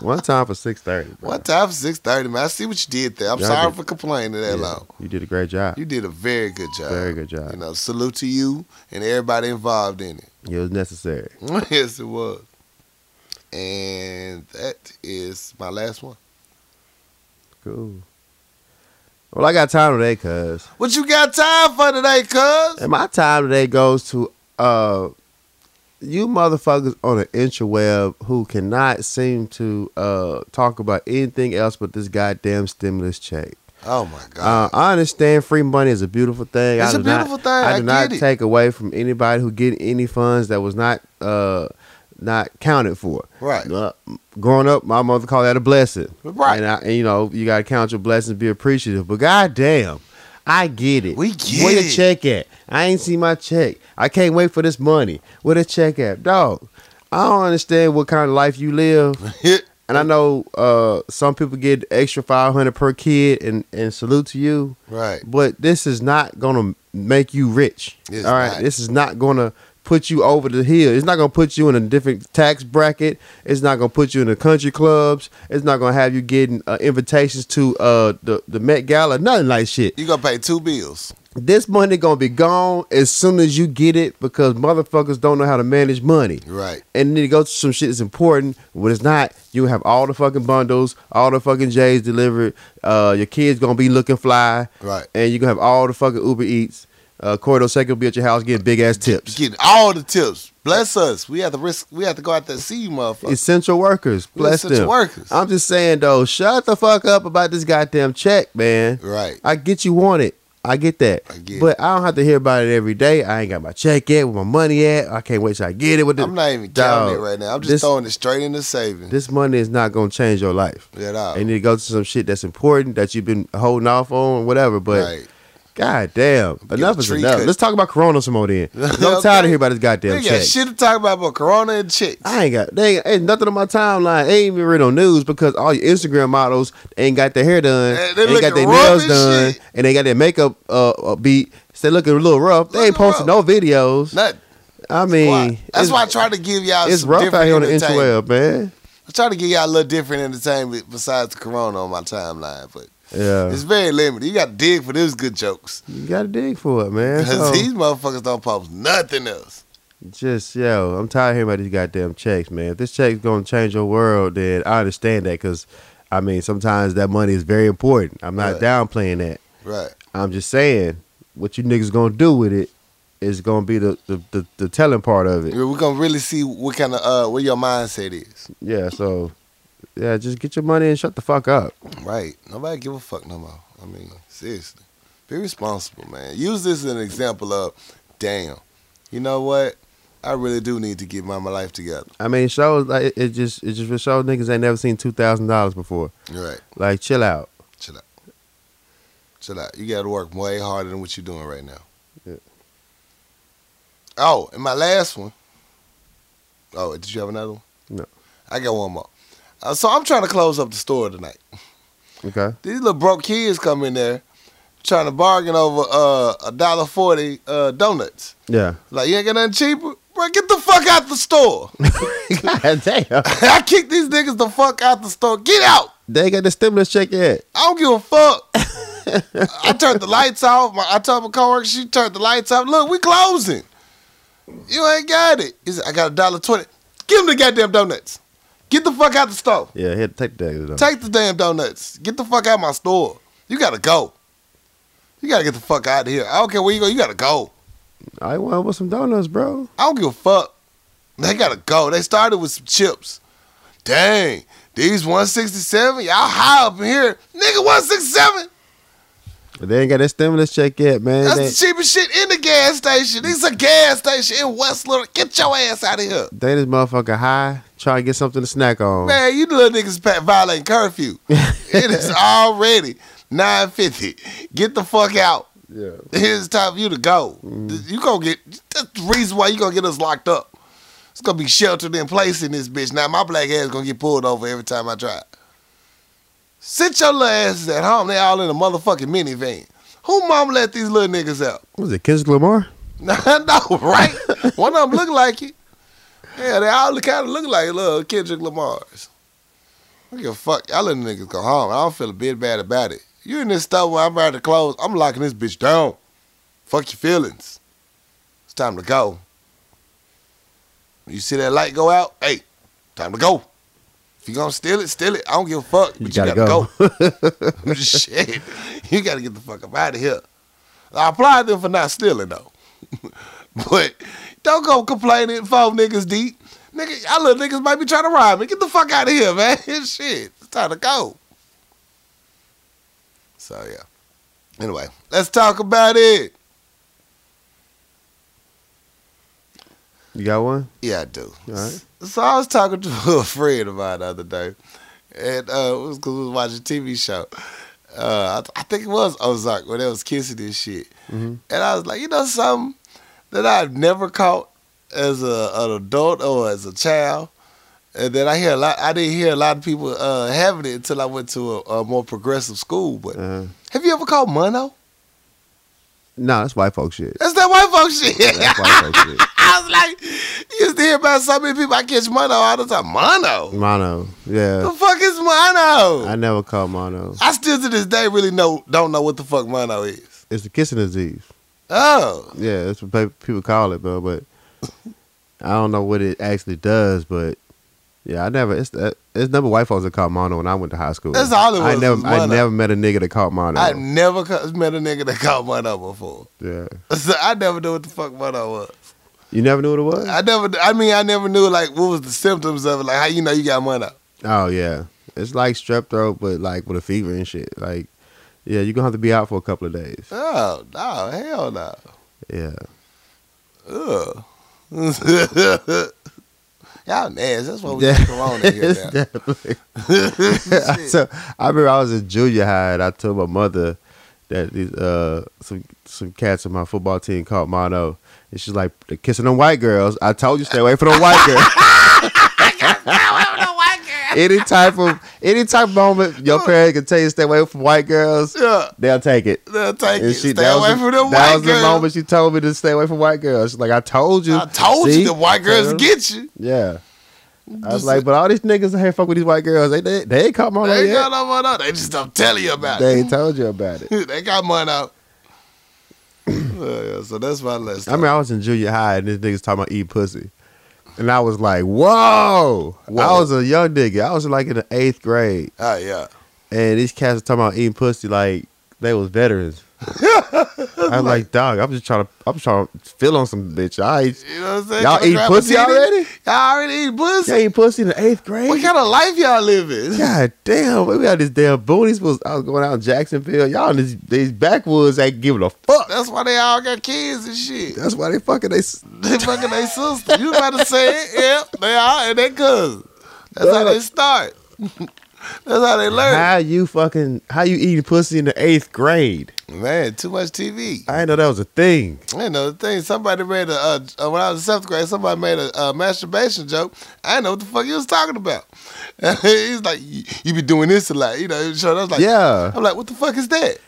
Speaker 1: One time for six thirty.
Speaker 2: One time, six thirty, man. I see what you did there. I'm
Speaker 1: Yeah, I
Speaker 2: sorry
Speaker 1: did.
Speaker 2: for complaining that long.
Speaker 1: You did a great job.
Speaker 2: You did a very good job.
Speaker 1: Very good job.
Speaker 2: You know, salute to you and everybody involved in it.
Speaker 1: It was necessary.
Speaker 2: yes, it was. And that is my last one.
Speaker 1: Cool. Well, I got time today, cuz.
Speaker 2: What you got time for today, cuz?
Speaker 1: And my time today goes to uh you motherfuckers on the interweb who cannot seem to uh talk about anything else but this goddamn stimulus check.
Speaker 2: Oh my
Speaker 1: Uh,
Speaker 2: God.
Speaker 1: I understand free money is a beautiful thing.
Speaker 2: It's
Speaker 1: I do
Speaker 2: a
Speaker 1: not-
Speaker 2: beautiful thing.
Speaker 1: I
Speaker 2: I
Speaker 1: do not
Speaker 2: get it.
Speaker 1: take away from anybody who get any funds that was not uh, not counted for.
Speaker 2: Right.
Speaker 1: Uh, growing up, my mother called that a blessing.
Speaker 2: Right.
Speaker 1: And, I, and you know, you gotta count your blessings, be appreciative. But goddamn, I get it.
Speaker 2: We get
Speaker 1: Where
Speaker 2: it.
Speaker 1: your check at? I ain't see my check. I can't wait for this money. Where the check at, dog? I don't understand what kind of life you live. And I know uh, some people get extra five hundred per kid, and and salute to you.
Speaker 2: right.
Speaker 1: But this is not gonna make you rich.
Speaker 2: It's
Speaker 1: all right,
Speaker 2: not.
Speaker 1: this is not gonna put you over the hill. It's not gonna put you in a different tax bracket. It's not gonna put you in the country clubs. It's not gonna have you getting uh, invitations to uh, the the Met Gala. Nothing like shit
Speaker 2: You gonna pay two bills.
Speaker 1: this money gonna be gone as soon as you get it because motherfuckers don't know how to manage money.
Speaker 2: Right.
Speaker 1: And then it goes to some shit that's important. When it's not, you have all the fucking bundles, all the fucking J's delivered. Uh, your kids gonna be looking fly.
Speaker 2: Right.
Speaker 1: And you gonna have all the fucking Uber Eats. Uh, Corey Dosecki will be at your house getting big ass tips.
Speaker 2: Getting all the tips. Bless us. We have to risk we have to go out there and see you motherfuckers.
Speaker 1: Essential workers,
Speaker 2: We
Speaker 1: bless
Speaker 2: essential
Speaker 1: them.
Speaker 2: workers.
Speaker 1: I'm just saying though, shut the fuck up about this goddamn check, man.
Speaker 2: right.
Speaker 1: I get you want it. I get that.
Speaker 2: I get
Speaker 1: but I don't have to hear about it every day. I ain't got my check yet, where my money at. I can't wait till I get it. With the,
Speaker 2: I'm not even
Speaker 1: Dog,
Speaker 2: counting it right now. I'm just
Speaker 1: this-
Speaker 2: throwing it straight into savings.
Speaker 1: This money is not gonna change your life.
Speaker 2: At all.
Speaker 1: And it goes to some shit that's important that you've been holding off on, whatever. But
Speaker 2: right.
Speaker 1: god damn,
Speaker 2: a
Speaker 1: enough is
Speaker 2: tree
Speaker 1: enough.
Speaker 2: cut.
Speaker 1: Let's talk about Corona some more then. 'Cause I'm
Speaker 2: Okay.
Speaker 1: tired of hearing about this goddamn
Speaker 2: We got
Speaker 1: check.
Speaker 2: shit to talk about but Corona and chicks.
Speaker 1: I ain't got they ain't, ain't nothing on my timeline. Ain't even read no news because all your Instagram models ain't got their hair done,
Speaker 2: Eh, they
Speaker 1: ain't got
Speaker 2: looking
Speaker 1: their
Speaker 2: rough
Speaker 1: nails
Speaker 2: as
Speaker 1: done,
Speaker 2: shit.
Speaker 1: and they got their makeup uh, uh, beat. So they looking a little rough. They ain't posting
Speaker 2: Looking
Speaker 1: no
Speaker 2: rough.
Speaker 1: videos.
Speaker 2: Nothing.
Speaker 1: I mean,
Speaker 2: Why? That's
Speaker 1: it's-
Speaker 2: why I try to give y'all.
Speaker 1: It's
Speaker 2: some
Speaker 1: rough
Speaker 2: different
Speaker 1: out here on the
Speaker 2: entertainment.
Speaker 1: interweb, man.
Speaker 2: I try to give y'all a little different entertainment besides the Corona on my timeline, but
Speaker 1: Yeah,
Speaker 2: it's very limited. You got to dig for those good jokes
Speaker 1: you gotta dig for it, man.
Speaker 2: because
Speaker 1: So,
Speaker 2: these motherfuckers don't post nothing else.
Speaker 1: just yo, I'm tired of hearing about these goddamn checks, man. If this check's gonna change your world, then I understand that because, I mean, sometimes that money is very important. I'm not
Speaker 2: Right.
Speaker 1: downplaying that.
Speaker 2: Right?
Speaker 1: I'm just saying, what you niggas gonna do with it is gonna be the the, the, the telling part of it.
Speaker 2: We're gonna really see what kind of uh what your mindset is.
Speaker 1: Yeah, so yeah, just get your money and shut the fuck up.
Speaker 2: Right? Nobody give a fuck no more. I mean, seriously, be responsible, man. Use this as an example of, damn, you know what? I really do need to get my, my life together.
Speaker 1: I mean, it shows like it, it just it just shows niggas ain't never seen two thousand dollars before.
Speaker 2: Right?
Speaker 1: Like, chill out.
Speaker 2: Chill out. Chill out. You got to work way harder than what you're doing right now.
Speaker 1: Yeah.
Speaker 2: Oh, and my last one. Oh, did you have another one?
Speaker 1: No.
Speaker 2: I got one more. Uh, so I'm trying to close up the store tonight.
Speaker 1: Okay.
Speaker 2: These little broke kids come in there trying to bargain over uh, a dollar forty uh, donuts.
Speaker 1: Yeah.
Speaker 2: Like you ain't got nothing cheaper, bro. Get the fuck out the store.
Speaker 1: God damn.
Speaker 2: I kick these niggas the fuck out the store. Get out.
Speaker 1: They ain't got the stimulus check yet.
Speaker 2: I don't give a fuck. I turned the lights off. My, I told my coworker she turned the lights off. Look, we closing. You ain't got it. He said, I got a dollar twenty. Give him the goddamn donuts. Get the fuck out the store.
Speaker 1: Yeah, here, take that. though.
Speaker 2: Take the damn donuts. Get the fuck out of my store. You gotta go. You gotta get the fuck out of here. I don't care where you go. You gotta go.
Speaker 1: I want with some donuts, bro.
Speaker 2: I don't give a fuck. They gotta go. They started with some chips. Dang, these 167, y'all high up in here. Nigga, 167?
Speaker 1: But they ain't got that stimulus check yet, man.
Speaker 2: That's
Speaker 1: They,
Speaker 2: the cheapest shit in the gas station. This is a gas station in West Little. Get your ass out of here.
Speaker 1: they this motherfucker high, trying to get something to snack on.
Speaker 2: Man, you little niggas pa- violating curfew. it is already 9.50. Get the fuck out.
Speaker 1: Yeah.
Speaker 2: It's time for you to go. You gonna get that's the reason why you gonna get us locked up. It's gonna be sheltered in place in this bitch. Now my black ass gonna get pulled over every time I drive. Sit your little asses at home. They all in a motherfucking minivan. Who mama let these little niggas out?
Speaker 1: What Was it Kendrick Lamar?
Speaker 2: no, right? One of them look like it. Yeah, they all kind of look like little Kendrick Lamar's. I don't give a fuck. Y'all little niggas go home. I don't feel a bit bad about it. You in this store where I'm about to close, I'm locking this bitch down. Fuck your feelings. It's time to go. You see that light go out? Hey, time to go. If you gonna steal it, steal it. I don't give a fuck. But you gotta, go. Shit. You gotta get the fuck up out of here. I applaud them for not stealing though. but don't go complaining four niggas deep. Nigga, y'all little niggas might be trying to rob me. Get the fuck out of here, man. Shit. It's time to go. So yeah. Anyway, let's talk about it.
Speaker 1: You got one?
Speaker 2: Yeah, I do.
Speaker 1: Alright.
Speaker 2: So I was talking to a friend of mine the other day, and uh, it was because we was watching a TV show. Uh, I, I think it was Ozark when they was kissing and shit.
Speaker 1: Mm-hmm.
Speaker 2: And I was like, you know, something that I've never caught as a, an adult or as a child, and that I hear a lot. I didn't hear a lot of people uh, having it until I went to a, a more progressive school. But
Speaker 1: Uh,
Speaker 2: have you ever caught mono?
Speaker 1: nah, that's white folk shit.
Speaker 2: That's that white folk shit.
Speaker 1: That's white folk shit.
Speaker 2: I was like, you used to hear about so many people. I catch mono all the time. Mono?
Speaker 1: Mono.
Speaker 2: The
Speaker 1: Yeah.
Speaker 2: fuck is mono?
Speaker 1: I
Speaker 2: I,
Speaker 1: never caught mono.
Speaker 2: still to this day really know don't know what the fuck mono is.
Speaker 1: It's the kissing disease.
Speaker 2: Oh,
Speaker 1: Yeah, that's what pe- people call it, bro. But I don't know what it actually does. But yeah, I never. It's uh, it's number white folks that caught mono when I went to high school.
Speaker 2: That's all it
Speaker 1: I
Speaker 2: was,
Speaker 1: never
Speaker 2: was
Speaker 1: I
Speaker 2: mono.
Speaker 1: never met a nigga that caught mono.
Speaker 2: I never co- met a nigga that caught mono before.
Speaker 1: yeah,
Speaker 2: So I never knew what the fuck mono was.
Speaker 1: you never knew what it was.
Speaker 2: I never. I mean, I never knew like what was the symptoms of it. Like how you know you got mono.
Speaker 1: oh yeah, it's like strep throat, but like with a fever and shit. Like yeah, you're gonna have to be out for a couple of days.
Speaker 2: Oh no, hell no.
Speaker 1: Yeah,
Speaker 2: Ugh. Y'all nasty. That's why we
Speaker 1: Yeah.
Speaker 2: got corona here now.
Speaker 1: so I remember I was in junior high and I told my mother that these, uh some some cats on my football team called mono and she's like they're kissing them white girls. I told you stay away from them white girls. any type of any type of moment your parent can tell you stay away from white girls,
Speaker 2: Yeah,
Speaker 1: they'll take it.
Speaker 2: they'll take
Speaker 1: And
Speaker 2: it.
Speaker 1: she-
Speaker 2: Stay
Speaker 1: was
Speaker 2: away
Speaker 1: the-
Speaker 2: from them
Speaker 1: That
Speaker 2: white
Speaker 1: was the moment
Speaker 2: girls.
Speaker 1: she told me to stay away from white girls. She's like, I told you.
Speaker 2: I told
Speaker 1: See?
Speaker 2: you the white girls
Speaker 1: Tell
Speaker 2: would get you.
Speaker 1: yeah. I was like, but all these niggas in here fuck with these white girls. They they, they ain't caught mono
Speaker 2: They ain't
Speaker 1: yet.
Speaker 2: got no money out. They just don't tell you about
Speaker 1: Oh, They ain't told you about it.
Speaker 2: it. they got money out. yeah, so that's my list.
Speaker 1: I mean, I was in junior high and this nigga's talking about eat pussy. And I was like, whoa. I
Speaker 2: Whoa.
Speaker 1: was a young nigga. I was like in the eighth grade.
Speaker 2: oh yeah,
Speaker 1: And these cats were talking about eating pussy like they was veterans. I'm like, dog, I'm just trying to I'm trying to feel on some bitch. I ain't,
Speaker 2: you know what I'm saying.
Speaker 1: Y'all
Speaker 2: Come
Speaker 1: eat
Speaker 2: grab a
Speaker 1: pussy
Speaker 2: titty.
Speaker 1: already?
Speaker 2: Y'all already eat pussy.
Speaker 1: you ain't pussy in the eighth grade.
Speaker 2: What kind of life y'all living?
Speaker 1: God damn, we got this damn boonies. Was, I was going out in Jacksonville. Y'all in these, these backwoods ain't giving a fuck.
Speaker 2: That's why they all got kids and shit.
Speaker 1: That's why they fucking they s-
Speaker 2: They fucking their sister. You about to say it? Yep, they are and they cousins. That's how they start. That's how they learn.
Speaker 1: how you fucking how you eating pussy in the eighth grade.
Speaker 2: Man, too much TV.
Speaker 1: I didn't know that was a thing.
Speaker 2: I didn't know the thing. Somebody made a uh, uh, when I was in seventh grade. Somebody made a uh, masturbation joke. I didn't know what the fuck he was talking about. He's like, "You you be doing this a lot, you know?" he was showing- I was like,
Speaker 1: Yeah.
Speaker 2: I'm like, "What the fuck is that?"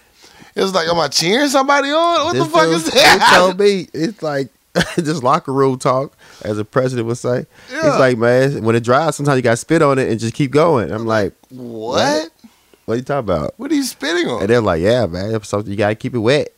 Speaker 2: It was like, "Am I cheering somebody on? What the
Speaker 1: This
Speaker 2: fuck
Speaker 1: dude-
Speaker 2: is that?"
Speaker 1: He told me it's like just locker room talk, as the president would say. It's
Speaker 2: Yeah.
Speaker 1: like man, when it dries, sometimes you got to spit on it and just keep going. I'm like,
Speaker 2: what?
Speaker 1: What are you talking about?
Speaker 2: What are you spitting on?
Speaker 1: And they're like, yeah, man, it's something- you gotta keep it wet.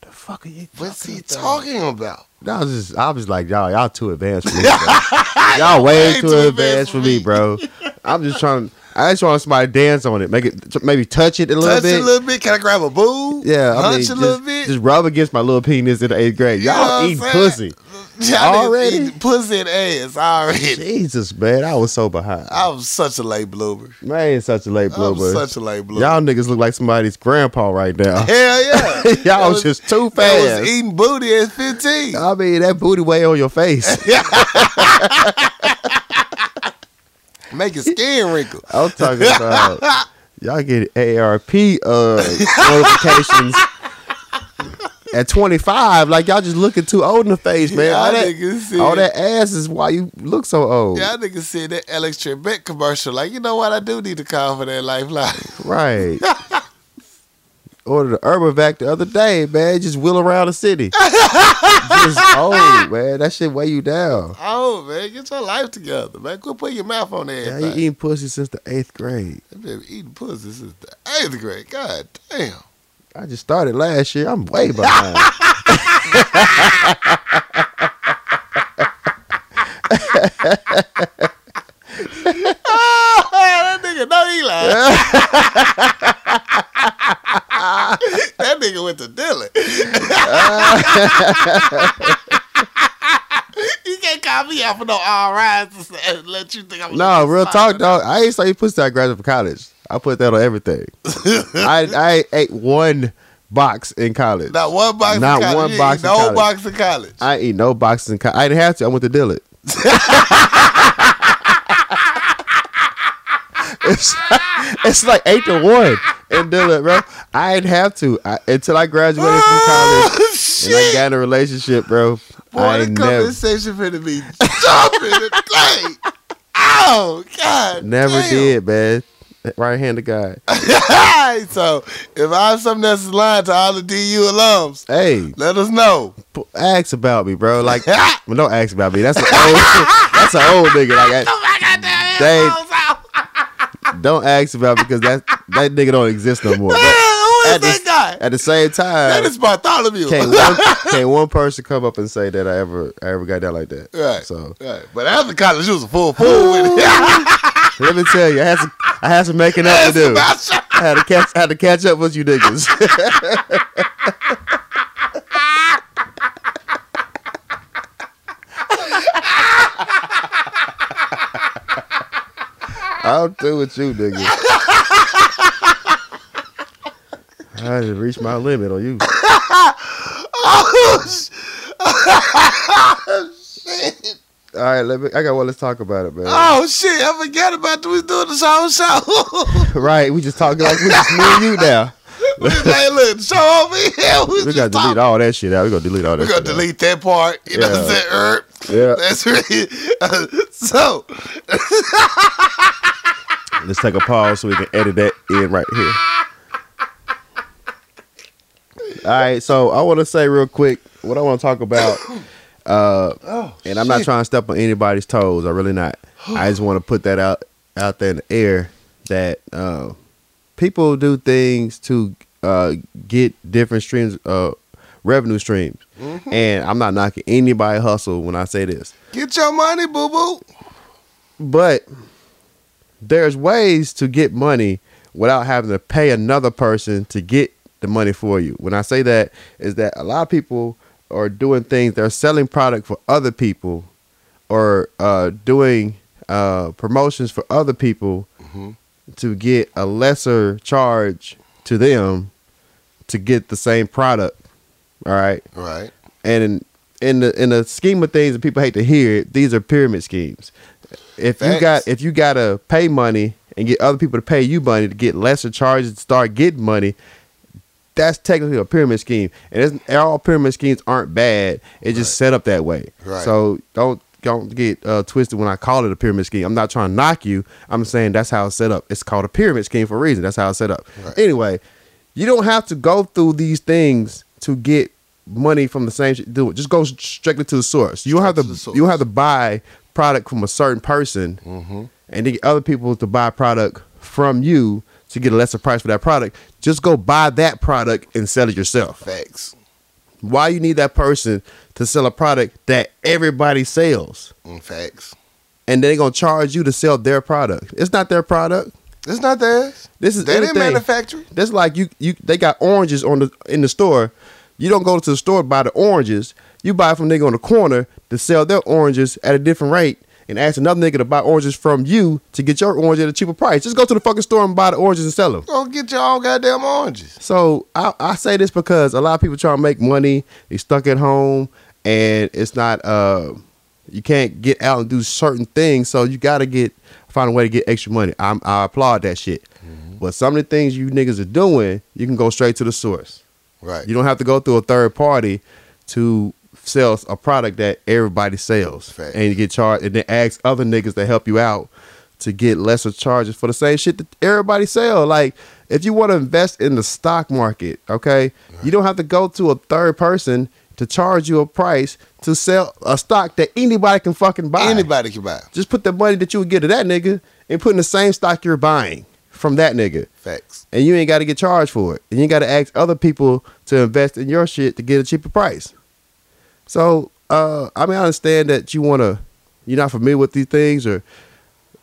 Speaker 1: The fuck are you?
Speaker 2: What's he
Speaker 1: about?
Speaker 2: talking about?
Speaker 1: No, I was just, I was like, y'all, y'all too advanced for me. Bro. y'all way too, advanced for me, bro. I'm just trying. I just want somebody to dance on it, make it t- maybe touch it a little
Speaker 2: Touch
Speaker 1: bit.
Speaker 2: it a little bit. Can I grab a boob?
Speaker 1: yeah, I
Speaker 2: hunch
Speaker 1: mean,
Speaker 2: a
Speaker 1: just,
Speaker 2: little bit.
Speaker 1: just rub against my little penis in the eighth grade.
Speaker 2: You know what
Speaker 1: Y'all
Speaker 2: I'm
Speaker 1: eat
Speaker 2: saying?
Speaker 1: pussy.
Speaker 2: Y'all niggas
Speaker 1: Already?
Speaker 2: eating pussy and ass already.
Speaker 1: Jesus, man, I was so behind.
Speaker 2: I was such a late bloomer.
Speaker 1: Man, such a late
Speaker 2: I was
Speaker 1: bloomer.
Speaker 2: such a late bloomer.
Speaker 1: Y'all niggas look like somebody's grandpa right now.
Speaker 2: Hell yeah.
Speaker 1: Y'all was just too
Speaker 2: I was
Speaker 1: fast. Uh,
Speaker 2: eating booty at 15.
Speaker 1: I mean, that booty way on your face.
Speaker 2: Making skin wrinkle.
Speaker 1: I'm talking about y'all get ARP uh, notifications at 25. Like y'all just looking too old in the face, man.
Speaker 2: Y'all
Speaker 1: all, that,
Speaker 2: niggas see
Speaker 1: all
Speaker 2: it.
Speaker 1: that ass is why you look so old,
Speaker 2: Y'all niggas see that Alex Trebek commercial. Like, you know what? I do need to call for that lifeline.
Speaker 1: right? Ordered an Urban the other day, man. Just wheel around the city. just old, man. That shit weigh you down.
Speaker 2: oh, man. Get your life together, man. Quit putting your mouth on
Speaker 1: Yeah,
Speaker 2: everything.
Speaker 1: you eating pussy since the eighth grade.
Speaker 2: That baby eating pussy since the eighth grade. God damn.
Speaker 1: I just started last year. I'm way behind.
Speaker 2: Oh, that nigga know he lying. that nigga went to Dillon. you can't call me out for no all rides and let you think I'm.
Speaker 1: No, real talk, dog. I ain't say pussy. till I graduated from college. I put that on everything. I I ate one box in college.
Speaker 2: Not one box.
Speaker 1: Not
Speaker 2: in college.
Speaker 1: one
Speaker 2: You
Speaker 1: box
Speaker 2: ain't
Speaker 1: in
Speaker 2: No
Speaker 1: college.
Speaker 2: box in college.
Speaker 1: I ain't eat no boxes in college. I didn't have to. I went to Dillard. it's, it's like eight to one in Dillard, bro. I didn't have to I, until I graduated from college and I
Speaker 2: Oh, shit.
Speaker 1: got in a relationship, bro.
Speaker 2: Boy,
Speaker 1: I
Speaker 2: the
Speaker 1: ain't never,
Speaker 2: conversation finna be jumping today. Oh God!
Speaker 1: never
Speaker 2: damn.
Speaker 1: did, man. Right hand of God.
Speaker 2: so if I have something that's lying to all the DU alums,
Speaker 1: Hey,
Speaker 2: let us know.
Speaker 1: p- ask about me, bro. Like, well, don't ask about me. That's an old, that's an old nigga. Like, I-
Speaker 2: Oh, I got that
Speaker 1: They-
Speaker 2: headphones out.
Speaker 1: don't ask about me because that that nigga don't exist no more. But
Speaker 2: Who
Speaker 1: at
Speaker 2: is
Speaker 1: the,
Speaker 2: that guy?
Speaker 1: at the same
Speaker 2: That
Speaker 1: time,
Speaker 2: is Bartholomew.
Speaker 1: can one can one person come up and say that I ever I ever got down like that?
Speaker 2: Right.
Speaker 1: So
Speaker 2: Right. But after college, you was a full fool with it.
Speaker 1: let me tell you, I had some I had some making up to do. I had to catch I had to catch up with you niggas. I'm through with you, niggas. I just reached my limit on you.
Speaker 2: Oh,
Speaker 1: All right, let me. I got one. Let's talk about it, man.
Speaker 2: Oh shit! I forgot about that. We was doing the show show.
Speaker 1: Right, we just talking like we just me and you now.
Speaker 2: we just, hey, look, the show over here. We,
Speaker 1: We
Speaker 2: just
Speaker 1: gotta delete
Speaker 2: talking.
Speaker 1: all that shit out. We gonna delete all that.
Speaker 2: We gonna
Speaker 1: shit out.
Speaker 2: delete that part. You know what I'm
Speaker 1: Yeah.
Speaker 2: saying? Er,
Speaker 1: Yeah.
Speaker 2: That's really so.
Speaker 1: Let's take a pause so we can edit that in right here. All right, so I want to say real quick what I want to talk about,
Speaker 2: Oh,
Speaker 1: and I'm not trying to step on anybody's toes. I really not. I just want to put that out out there in the air that uh, people do things to uh, get different streams, uh, revenue streams, and I'm not knocking anybody hustle when I say this.
Speaker 2: get your money, boo boo.
Speaker 1: but there's ways to get money without having to pay another person to get the money for you. When I say that is that a lot of people are doing things they're selling product for other people or uh, doing uh, promotions for other people to get a lesser charge to them to get the same product. All right
Speaker 2: Right.
Speaker 1: and in, in the in the scheme of things that people hate to hear, it, these are pyramid schemes. If you
Speaker 2: Facts.
Speaker 1: got if you gotta pay money and get other people to pay you money to get lesser charges to start getting money, that's technically a pyramid scheme. And it's, and all pyramid schemes aren't bad. It's just set up that way.
Speaker 2: Right.
Speaker 1: So don't don't get uh, twisted when I call it a pyramid scheme. I'm not trying to knock you. I'm saying that's how it's set up. It's called a pyramid scheme for a reason. That's how it's set up.
Speaker 2: Right.
Speaker 1: Anyway, you don't have to go through these things to get money from the same shit. Do it. Just go strictly to the source. You don't have
Speaker 2: Straight
Speaker 1: to.
Speaker 2: to the
Speaker 1: You don't have to buy product from a certain person, and then get other people to buy product from you to get a lesser price for that product, just go buy that product and sell it yourself.
Speaker 2: Facts.
Speaker 1: Why you need that person to sell a product that everybody sells?
Speaker 2: Mm, Facts.
Speaker 1: And they're gonna charge you to sell their product. It's not their product.
Speaker 2: It's not theirs.
Speaker 1: This is
Speaker 2: They didn't
Speaker 1: anything.
Speaker 2: manufacture it.
Speaker 1: That's like you you they got oranges on the in the store. You don't go to the store to buy the oranges. You buy from nigga on the corner to sell their oranges at a different rate and ask another nigga to buy oranges from you to get your orange at a cheaper price. Just go to the fucking store and buy the oranges and sell them.
Speaker 2: Go get your own goddamn oranges.
Speaker 1: So I, I say this because a lot of people try to make money. They stuck at home and it's not uh you can't get out and do certain things. So you gotta get find a way to get extra money. I'm, I applaud that shit. But some of the things you niggas are doing, you can go straight to the source.
Speaker 2: Right.
Speaker 1: You don't have to go through a third party to sell a product that everybody sells
Speaker 2: Facts.
Speaker 1: and you get charged and then ask other niggas to help you out to get lesser charges for the same shit that everybody sell. Like if you want to invest in the stock market, okay, you don't have to go to a third person to charge you a price to sell a stock that anybody can fucking buy.
Speaker 2: Anybody can buy.
Speaker 1: Just put the money that you would give to that nigga and put in the same stock you're buying from that nigga
Speaker 2: Facts.
Speaker 1: and you ain't got to get charged for it. And you got to ask other people to invest in your shit to get a cheaper price. So, uh, I mean, I understand that you want to, you're not familiar with these things or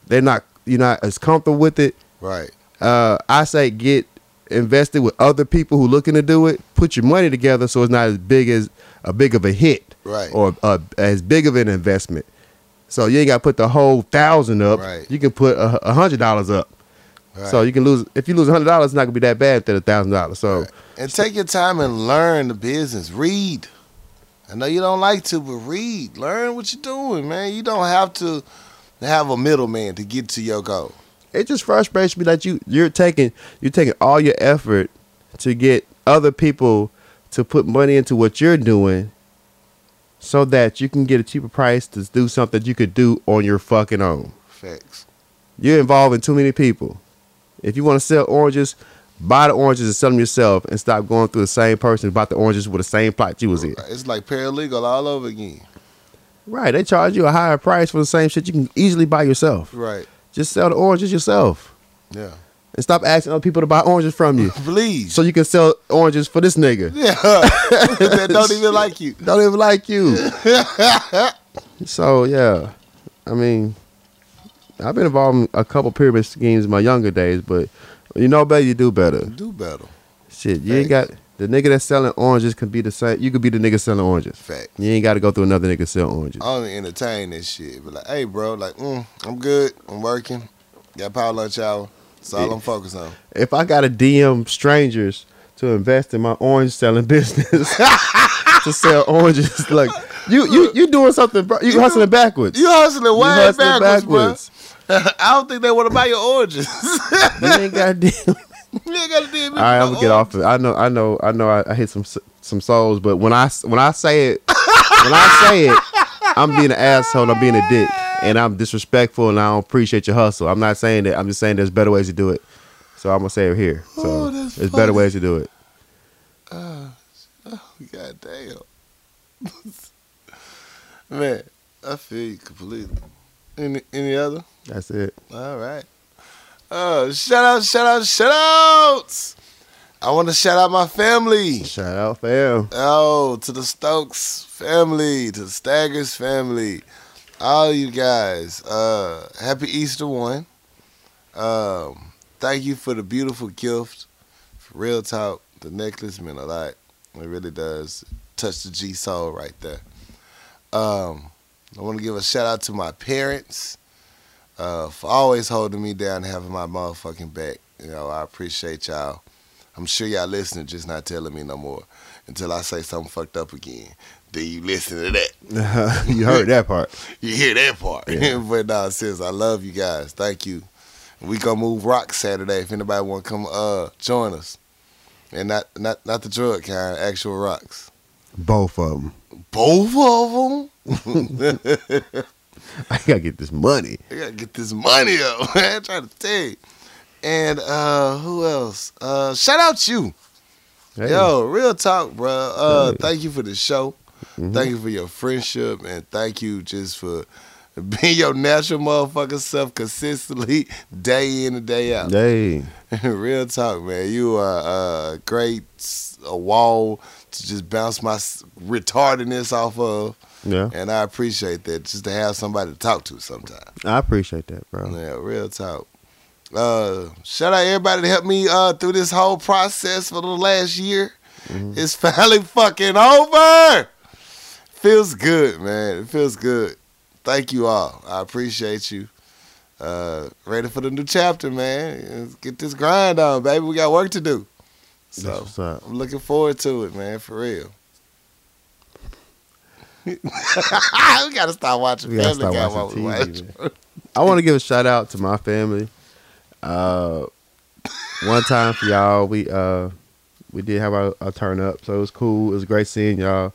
Speaker 1: they're not, you're not as comfortable with it.
Speaker 2: Right.
Speaker 1: Uh, I say get invested with other people who looking to do it. Put your money together so it's not as big as a big of a hit,
Speaker 2: Right.
Speaker 1: Or uh, as big of an investment. So you ain't got to put the whole thousand up.
Speaker 2: Right.
Speaker 1: You can put a, a hundred dollars up.
Speaker 2: Right.
Speaker 1: So you can lose if you lose hundred dollars, it's not gonna be that bad instead of thousand dollars. So
Speaker 2: And take your time and learn the business. Read. I know you don't like to, but read. Learn what you're doing, man. You don't have to have a middleman to get to your goal.
Speaker 1: it just frustrates me that you you're taking you're taking all your effort to get other people to put money into what you're doing, so that you can get a cheaper price to do something you could do on your fucking own.
Speaker 2: Facts.
Speaker 1: You're involving too many people. If you want to sell oranges, buy the oranges and sell them yourself, and stop going through the same person who bought the oranges with the same plot you was in.
Speaker 2: It's like paralegal all over again.
Speaker 1: Right? They charge you a higher price for the same shit you can easily buy yourself.
Speaker 2: Right.
Speaker 1: Just sell the oranges yourself.
Speaker 2: Yeah.
Speaker 1: and stop asking other people to buy oranges from you
Speaker 2: Please.
Speaker 1: so you can sell oranges for this nigga.
Speaker 2: yeah. that don't even like you.
Speaker 1: Don't even like you. so yeah, I mean, I've been involved in a couple pyramid schemes in my younger days, but you know better, you do better.
Speaker 2: Do better.
Speaker 1: Shit, you ain't got the nigga that's selling oranges could be the same. You could be the nigga selling oranges.
Speaker 2: Facts.
Speaker 1: You ain't got to go through another nigga to sell oranges.
Speaker 2: I don't entertain this shit. But like, hey, bro, like, mm, I'm good. I'm working. Got power lunch hour. That's all I'm focused on.
Speaker 1: If I got to DM strangers to invest in my orange selling business. To sell oranges, like you, you, you doing something, bro. You, hustling backwards.
Speaker 2: You hustling
Speaker 1: You
Speaker 2: way
Speaker 1: hustling
Speaker 2: backwards, bro. I don't think they want to buy your oranges. you
Speaker 1: You ain't got All
Speaker 2: ain't got to deal with
Speaker 1: right, I'm
Speaker 2: no
Speaker 1: gonna get
Speaker 2: orange.
Speaker 1: off it. I know, I know, I know. I, I hit some s- some souls, but when I s- when I say it, when I say it, I'm being an asshole. I'm being a dick, and I'm disrespectful, and I don't appreciate your hustle. I'm not saying that. I'm just saying there's better ways to do it. So I'm gonna say it here. So
Speaker 2: Oh,
Speaker 1: there's
Speaker 2: that's
Speaker 1: better
Speaker 2: funny.
Speaker 1: ways to do it.
Speaker 2: God damn. Man, I feel you completely. Any any other?
Speaker 1: That's it.
Speaker 2: All right. Uh shout out, shout out, shout outs. I want to shout out my family.
Speaker 1: Shout out, fam.
Speaker 2: Oh, to the Stokes family, to the Staggers family, all you guys. Uh, happy Easter one. Um, thank you for the beautiful gift. For real talk, the necklace meant a lot. It really does touch the G soul right there. Um, I want to give a shout out to my parents uh, for always holding me down and having my motherfucking back. You know, I appreciate y'all. I'm sure y'all listening, just not telling me no more until I say something fucked up again. Then you listen to that.
Speaker 1: you heard that part.
Speaker 2: You hear that part. but nah, sis, I love you guys. Thank you. We gonna move rock Saturday if anybody wanna come uh join us. And not not not the drug kind, actual rocks.
Speaker 1: Both of them.
Speaker 2: Both of them?
Speaker 1: I gotta get this money.
Speaker 2: I gotta get this money up, man. I'm trying to tell you. And uh who else? Uh shout out you.
Speaker 1: Hey,
Speaker 2: Yo, real talk, bro. Uh, Thank you for the show. Thank you for your friendship, and thank you just for Being your natural motherfucking self consistently day in and day out.
Speaker 1: Hey,
Speaker 2: Real talk, man. You are a great s- a wall to just bounce my s- retardedness off of,
Speaker 1: yeah,
Speaker 2: and I appreciate that. Just to have somebody to talk to sometimes.
Speaker 1: I appreciate that, bro.
Speaker 2: Yeah, real talk. Uh, shout out everybody that helped me uh through this whole process for the last year.
Speaker 1: Mm-hmm.
Speaker 2: It's finally fucking over. Feels good, man. It feels good. Thank you all. I appreciate you. Uh, ready for the new chapter, man. Let's get this grind on, baby. We got work to do.
Speaker 1: That's
Speaker 2: So
Speaker 1: what's up.
Speaker 2: I'm looking forward to it, man. For real. we gotta stop watching.
Speaker 1: We gotta
Speaker 2: Family
Speaker 1: start
Speaker 2: Guy while
Speaker 1: watching
Speaker 2: we
Speaker 1: TV,
Speaker 2: watch.
Speaker 1: man. I want to give a shout out to my family. Uh, one time for y'all, we uh, we did have our, our turn up, so it was cool. It was great seeing y'all.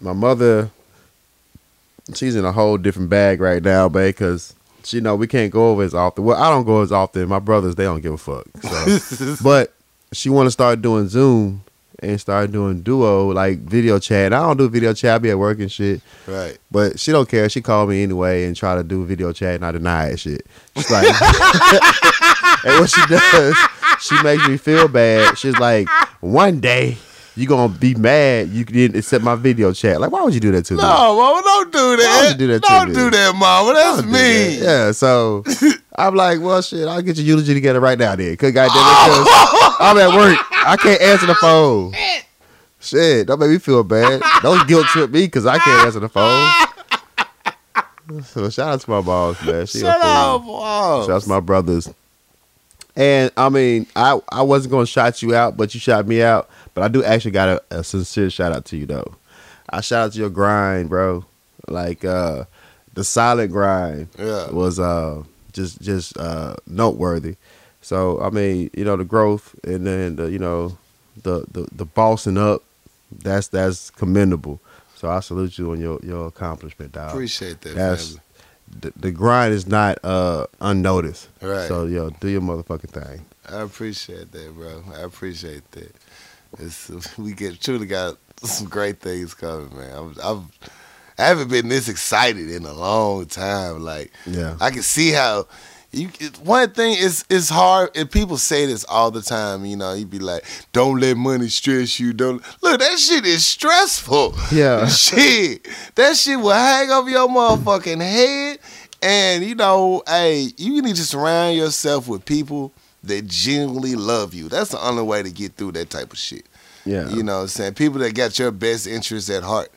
Speaker 1: My mother, she's in a whole different bag right now, babe, because she know we can't go over as often. Well, I don't go as often. My brothers, they don't give a fuck. So. but she want to start doing Zoom and start doing Duo like video chat. And I don't do video chat. I be at work and shit.
Speaker 2: Right.
Speaker 1: But she don't care. She called me anyway and try to do video chat, and I deny it. Shit. She's like, and what she does, she makes me feel bad. She's like, one day you gonna be mad you didn't accept my video chat. Like, why would you do that to me?
Speaker 2: No, mama, don't do that.
Speaker 1: would you do that to
Speaker 2: don't
Speaker 1: me?
Speaker 2: do that, mama. That's
Speaker 1: Don't do that.
Speaker 2: mean.
Speaker 1: Yeah. So I'm like, well, shit. I'll get your eulogy together right now, then. Cause goddamn it, cause I'm at work. I can't answer the
Speaker 2: Oh,
Speaker 1: phone. Shit, don't make me feel bad. Don't guilt trip me because I can't answer the phone. So shout out to my boss, man. She a
Speaker 2: Shut
Speaker 1: fool.
Speaker 2: up, mom.
Speaker 1: So that's my brothers. And I mean, I, I wasn't gonna shout you out, but you shot me out. But I do actually got a, a sincere shout out to you though. I shout out to your grind, bro. Like uh the silent grind
Speaker 2: Yeah.
Speaker 1: was uh just just uh noteworthy. So I mean, you know, the growth and then the, you know, the the, the bossing up, that's that's commendable. So I salute you on your your accomplishment, dog
Speaker 2: Appreciate that,
Speaker 1: that's
Speaker 2: family.
Speaker 1: the, the grind is not uh unnoticed.
Speaker 2: Right.
Speaker 1: So yo, do your motherfucking thing.
Speaker 2: I appreciate that, bro. I appreciate that. It's, we get truly got some great things coming, man. I'm, I'm, I haven't been this excited in a long time. Like,
Speaker 1: Yeah.
Speaker 2: I can see how you. it- One thing is, it's hard. And people say this all the time. You know, you be like, "Don't let money stress you." Don't look. That shit is stressful.
Speaker 1: Yeah.
Speaker 2: shit. That shit will hang over your motherfucking head. And you know, hey, you need to surround yourself with people that genuinely love you. That's the only way to get through that type of shit.
Speaker 1: Yeah.
Speaker 2: You know what I'm saying? People that got your best interests at heart.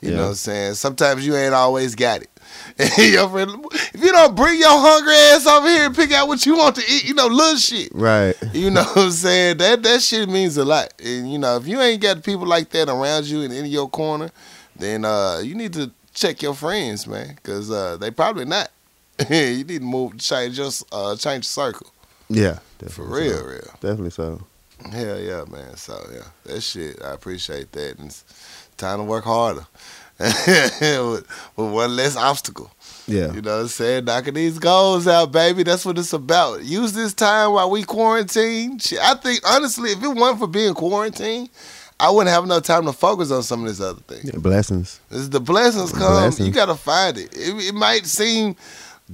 Speaker 2: You
Speaker 1: Yeah.
Speaker 2: know what I'm saying? Sometimes you ain't always got it. And your friend, if you don't bring your hungry ass over here and pick out what you want to eat, you know, little shit.
Speaker 1: Right.
Speaker 2: You know what I'm saying? That that shit means a lot. And you know, if you ain't got people like that around you and in your corner, then uh you need to check your friends, man, cuz uh they probably not. you need to move change your s- uh change your circle.
Speaker 1: Yeah.
Speaker 2: For
Speaker 1: Definitely
Speaker 2: real,
Speaker 1: So.
Speaker 2: real.
Speaker 1: Definitely so.
Speaker 2: Hell yeah, man. So yeah, that shit. I appreciate that, and it's time to work harder with, with one less obstacle.
Speaker 1: Yeah.
Speaker 2: You know what I'm saying? Knocking these goals out, baby. That's what it's about. Use this time while we quarantine. Shit, I think honestly, if it weren't for being quarantined, I wouldn't have enough time to focus on some of this other thing.
Speaker 1: Yeah, Blessings.
Speaker 2: As the blessings come,
Speaker 1: Blessings.
Speaker 2: you gotta find it. it. It might seem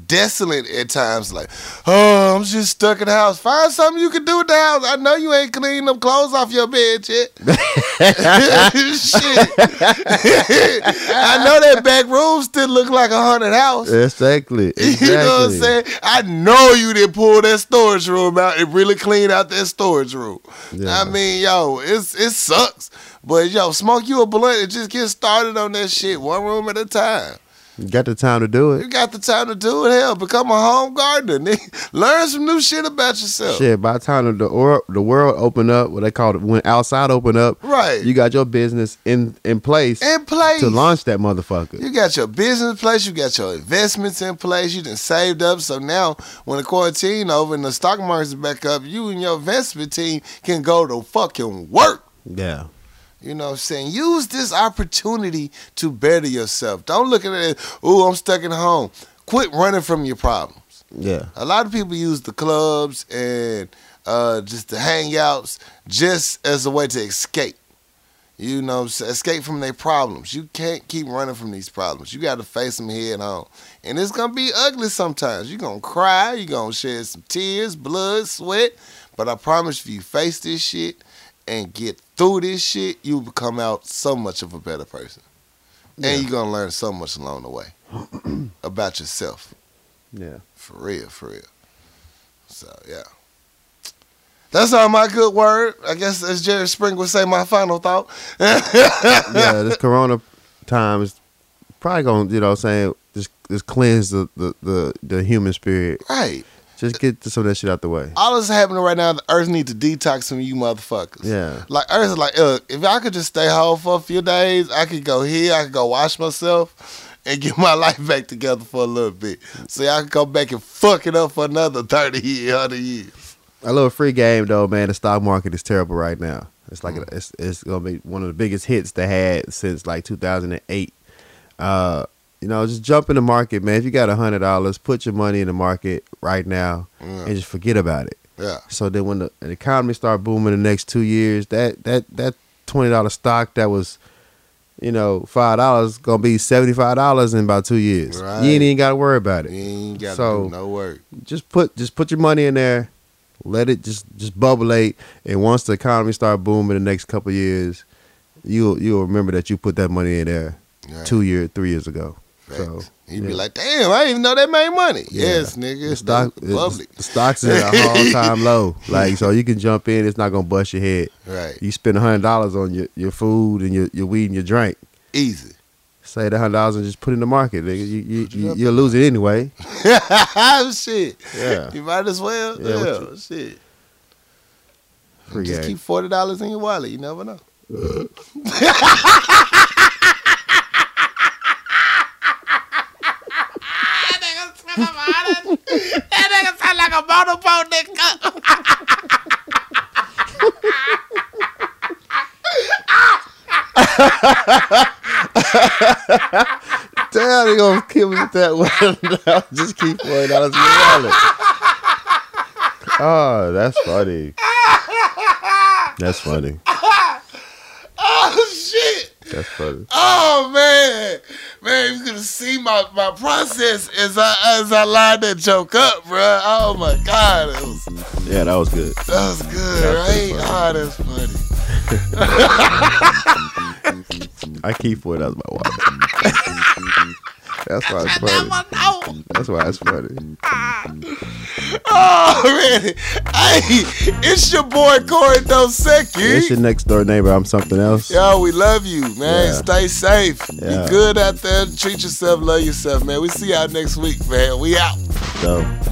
Speaker 2: desolate at times, like, oh, I'm just stuck in the house. Find something you can do with the house. I know you ain't cleaning them clothes off your bed yet. Shit. I know that back room still look like a haunted house.
Speaker 1: Exactly. exactly.
Speaker 2: You know what I'm saying? I know you didn't pull that storage room out and really clean out that storage room.
Speaker 1: Yeah.
Speaker 2: I mean, yo, it's it sucks. But yo, smoke you a blunt and just get started on that shit one room at a time.
Speaker 1: You got the time to do
Speaker 2: You
Speaker 1: it.
Speaker 2: got the time to do it. Hell, become a home gardener. nigga. Learn some new shit about yourself.
Speaker 1: Shit, by the time the or, the world open up, what they call it, when outside open up,
Speaker 2: Right.
Speaker 1: You got your business in in place
Speaker 2: And play.
Speaker 1: to launch that motherfucker.
Speaker 2: You got your business place, you got your investments in place, you done saved up. So now when the quarantine over and the stock market's back up, you and your investment team can go to fucking work.
Speaker 1: yeah,
Speaker 2: You know what I'm saying? Use this opportunity to better yourself. Don't look at it as, ooh, I'm stuck at home. Quit running from your problems.
Speaker 1: yeah,
Speaker 2: A lot of people use the clubs and uh, just the hangouts just as a way to escape. You know, s- escape from their problems. You can't keep running from these problems. You got to face them head on. And it's going to be ugly sometimes. You're going to cry. You're going to shed some tears, blood, sweat. But I promise if you face this shit and get through this shit, you become out so much of a better person. And you're going to learn so much along the way about yourself.
Speaker 1: Yeah.
Speaker 2: For real, for real. So yeah. That's all my good word. I guess as Jerry Spring would say, my final thought.
Speaker 1: yeah, this corona time is probably gonna, you know, what I'm saying just just cleanse the, the, the, the human spirit.
Speaker 2: Right.
Speaker 1: Just get some of that shit out the way.
Speaker 2: All that's happening right now, the earth needs to detox from you motherfuckers.
Speaker 1: Yeah.
Speaker 2: Like earth is like, look, if I could just stay home for a few days, I could go here, I could go wash myself and get my life back together for a little bit. See, I could go back and fuck it up for another 30 years, 100 years.
Speaker 1: A little free game though, man. The stock market is terrible right now. It's like a, it's it's gonna be one of the biggest hits they had since like 2008. Uh, you know, just jump in the market, man. If you got a hundred dollars, put your money in the market right now and just forget about it.
Speaker 2: Yeah.
Speaker 1: So then when the, the economy start booming in the next two years, that that that twenty dollar stock that was, you know, five dollars gonna be seventy five dollars in about two years.
Speaker 2: Right.
Speaker 1: You ain't even gotta worry about
Speaker 2: You
Speaker 1: it.
Speaker 2: ain't got to
Speaker 1: So-
Speaker 2: do no work.
Speaker 1: Just put just put your money in there, let it just just bubbleate, and once the economy start booming in the next couple years, you'll you'll remember that you put that money in there
Speaker 2: Yeah.
Speaker 1: two year three years ago. So
Speaker 2: Facts. He'd be
Speaker 1: yeah.
Speaker 2: like, damn, I didn't even know they made money.
Speaker 1: Yeah.
Speaker 2: Yes, nigga.
Speaker 1: the
Speaker 2: It's
Speaker 1: stock
Speaker 2: the public.
Speaker 1: the- the stocks is at an all time low. Like so you can jump in, it's not gonna bust your head.
Speaker 2: Right.
Speaker 1: you spend hundred dollars on your, your food and your, your weed and your drink.
Speaker 2: Easy.
Speaker 1: Say the hundred dollars and just put it in the market, nigga. You you,
Speaker 2: Put it
Speaker 1: you
Speaker 2: up
Speaker 1: you'll lose it anyway.
Speaker 2: shit.
Speaker 1: Yeah.
Speaker 2: You might as well.
Speaker 1: Yeah,
Speaker 2: Yeah.
Speaker 1: what
Speaker 2: shit.
Speaker 1: Free
Speaker 2: Just
Speaker 1: game.
Speaker 2: keep forty dollars in your wallet. You never know.
Speaker 1: Damn, they gonna kill me with that one. No, just keep forty dollars in your wallet. Oh, that's funny. That's funny.
Speaker 2: Oh shit.
Speaker 1: That's funny.
Speaker 2: Oh man. Man, you could see my, my process as I as I lined that joke up, bruh. Oh my god. It was
Speaker 1: Yeah, that was good.
Speaker 2: that was good,
Speaker 1: pretty
Speaker 2: right? Oh, that's funny.
Speaker 1: I keep forty dollars in my wallet. That's why it's funny. That's why it's funny.
Speaker 2: Oh man. Hey, it's your boy Corey
Speaker 1: It's
Speaker 2: Dosecki.
Speaker 1: your next door neighbor. I'm something else.
Speaker 2: Yo, we love you, man.
Speaker 1: Yeah.
Speaker 2: Stay safe.
Speaker 1: Yeah.
Speaker 2: Be good out there. Treat yourself. Love yourself, man. We see y'all next week, man. We out.
Speaker 1: So.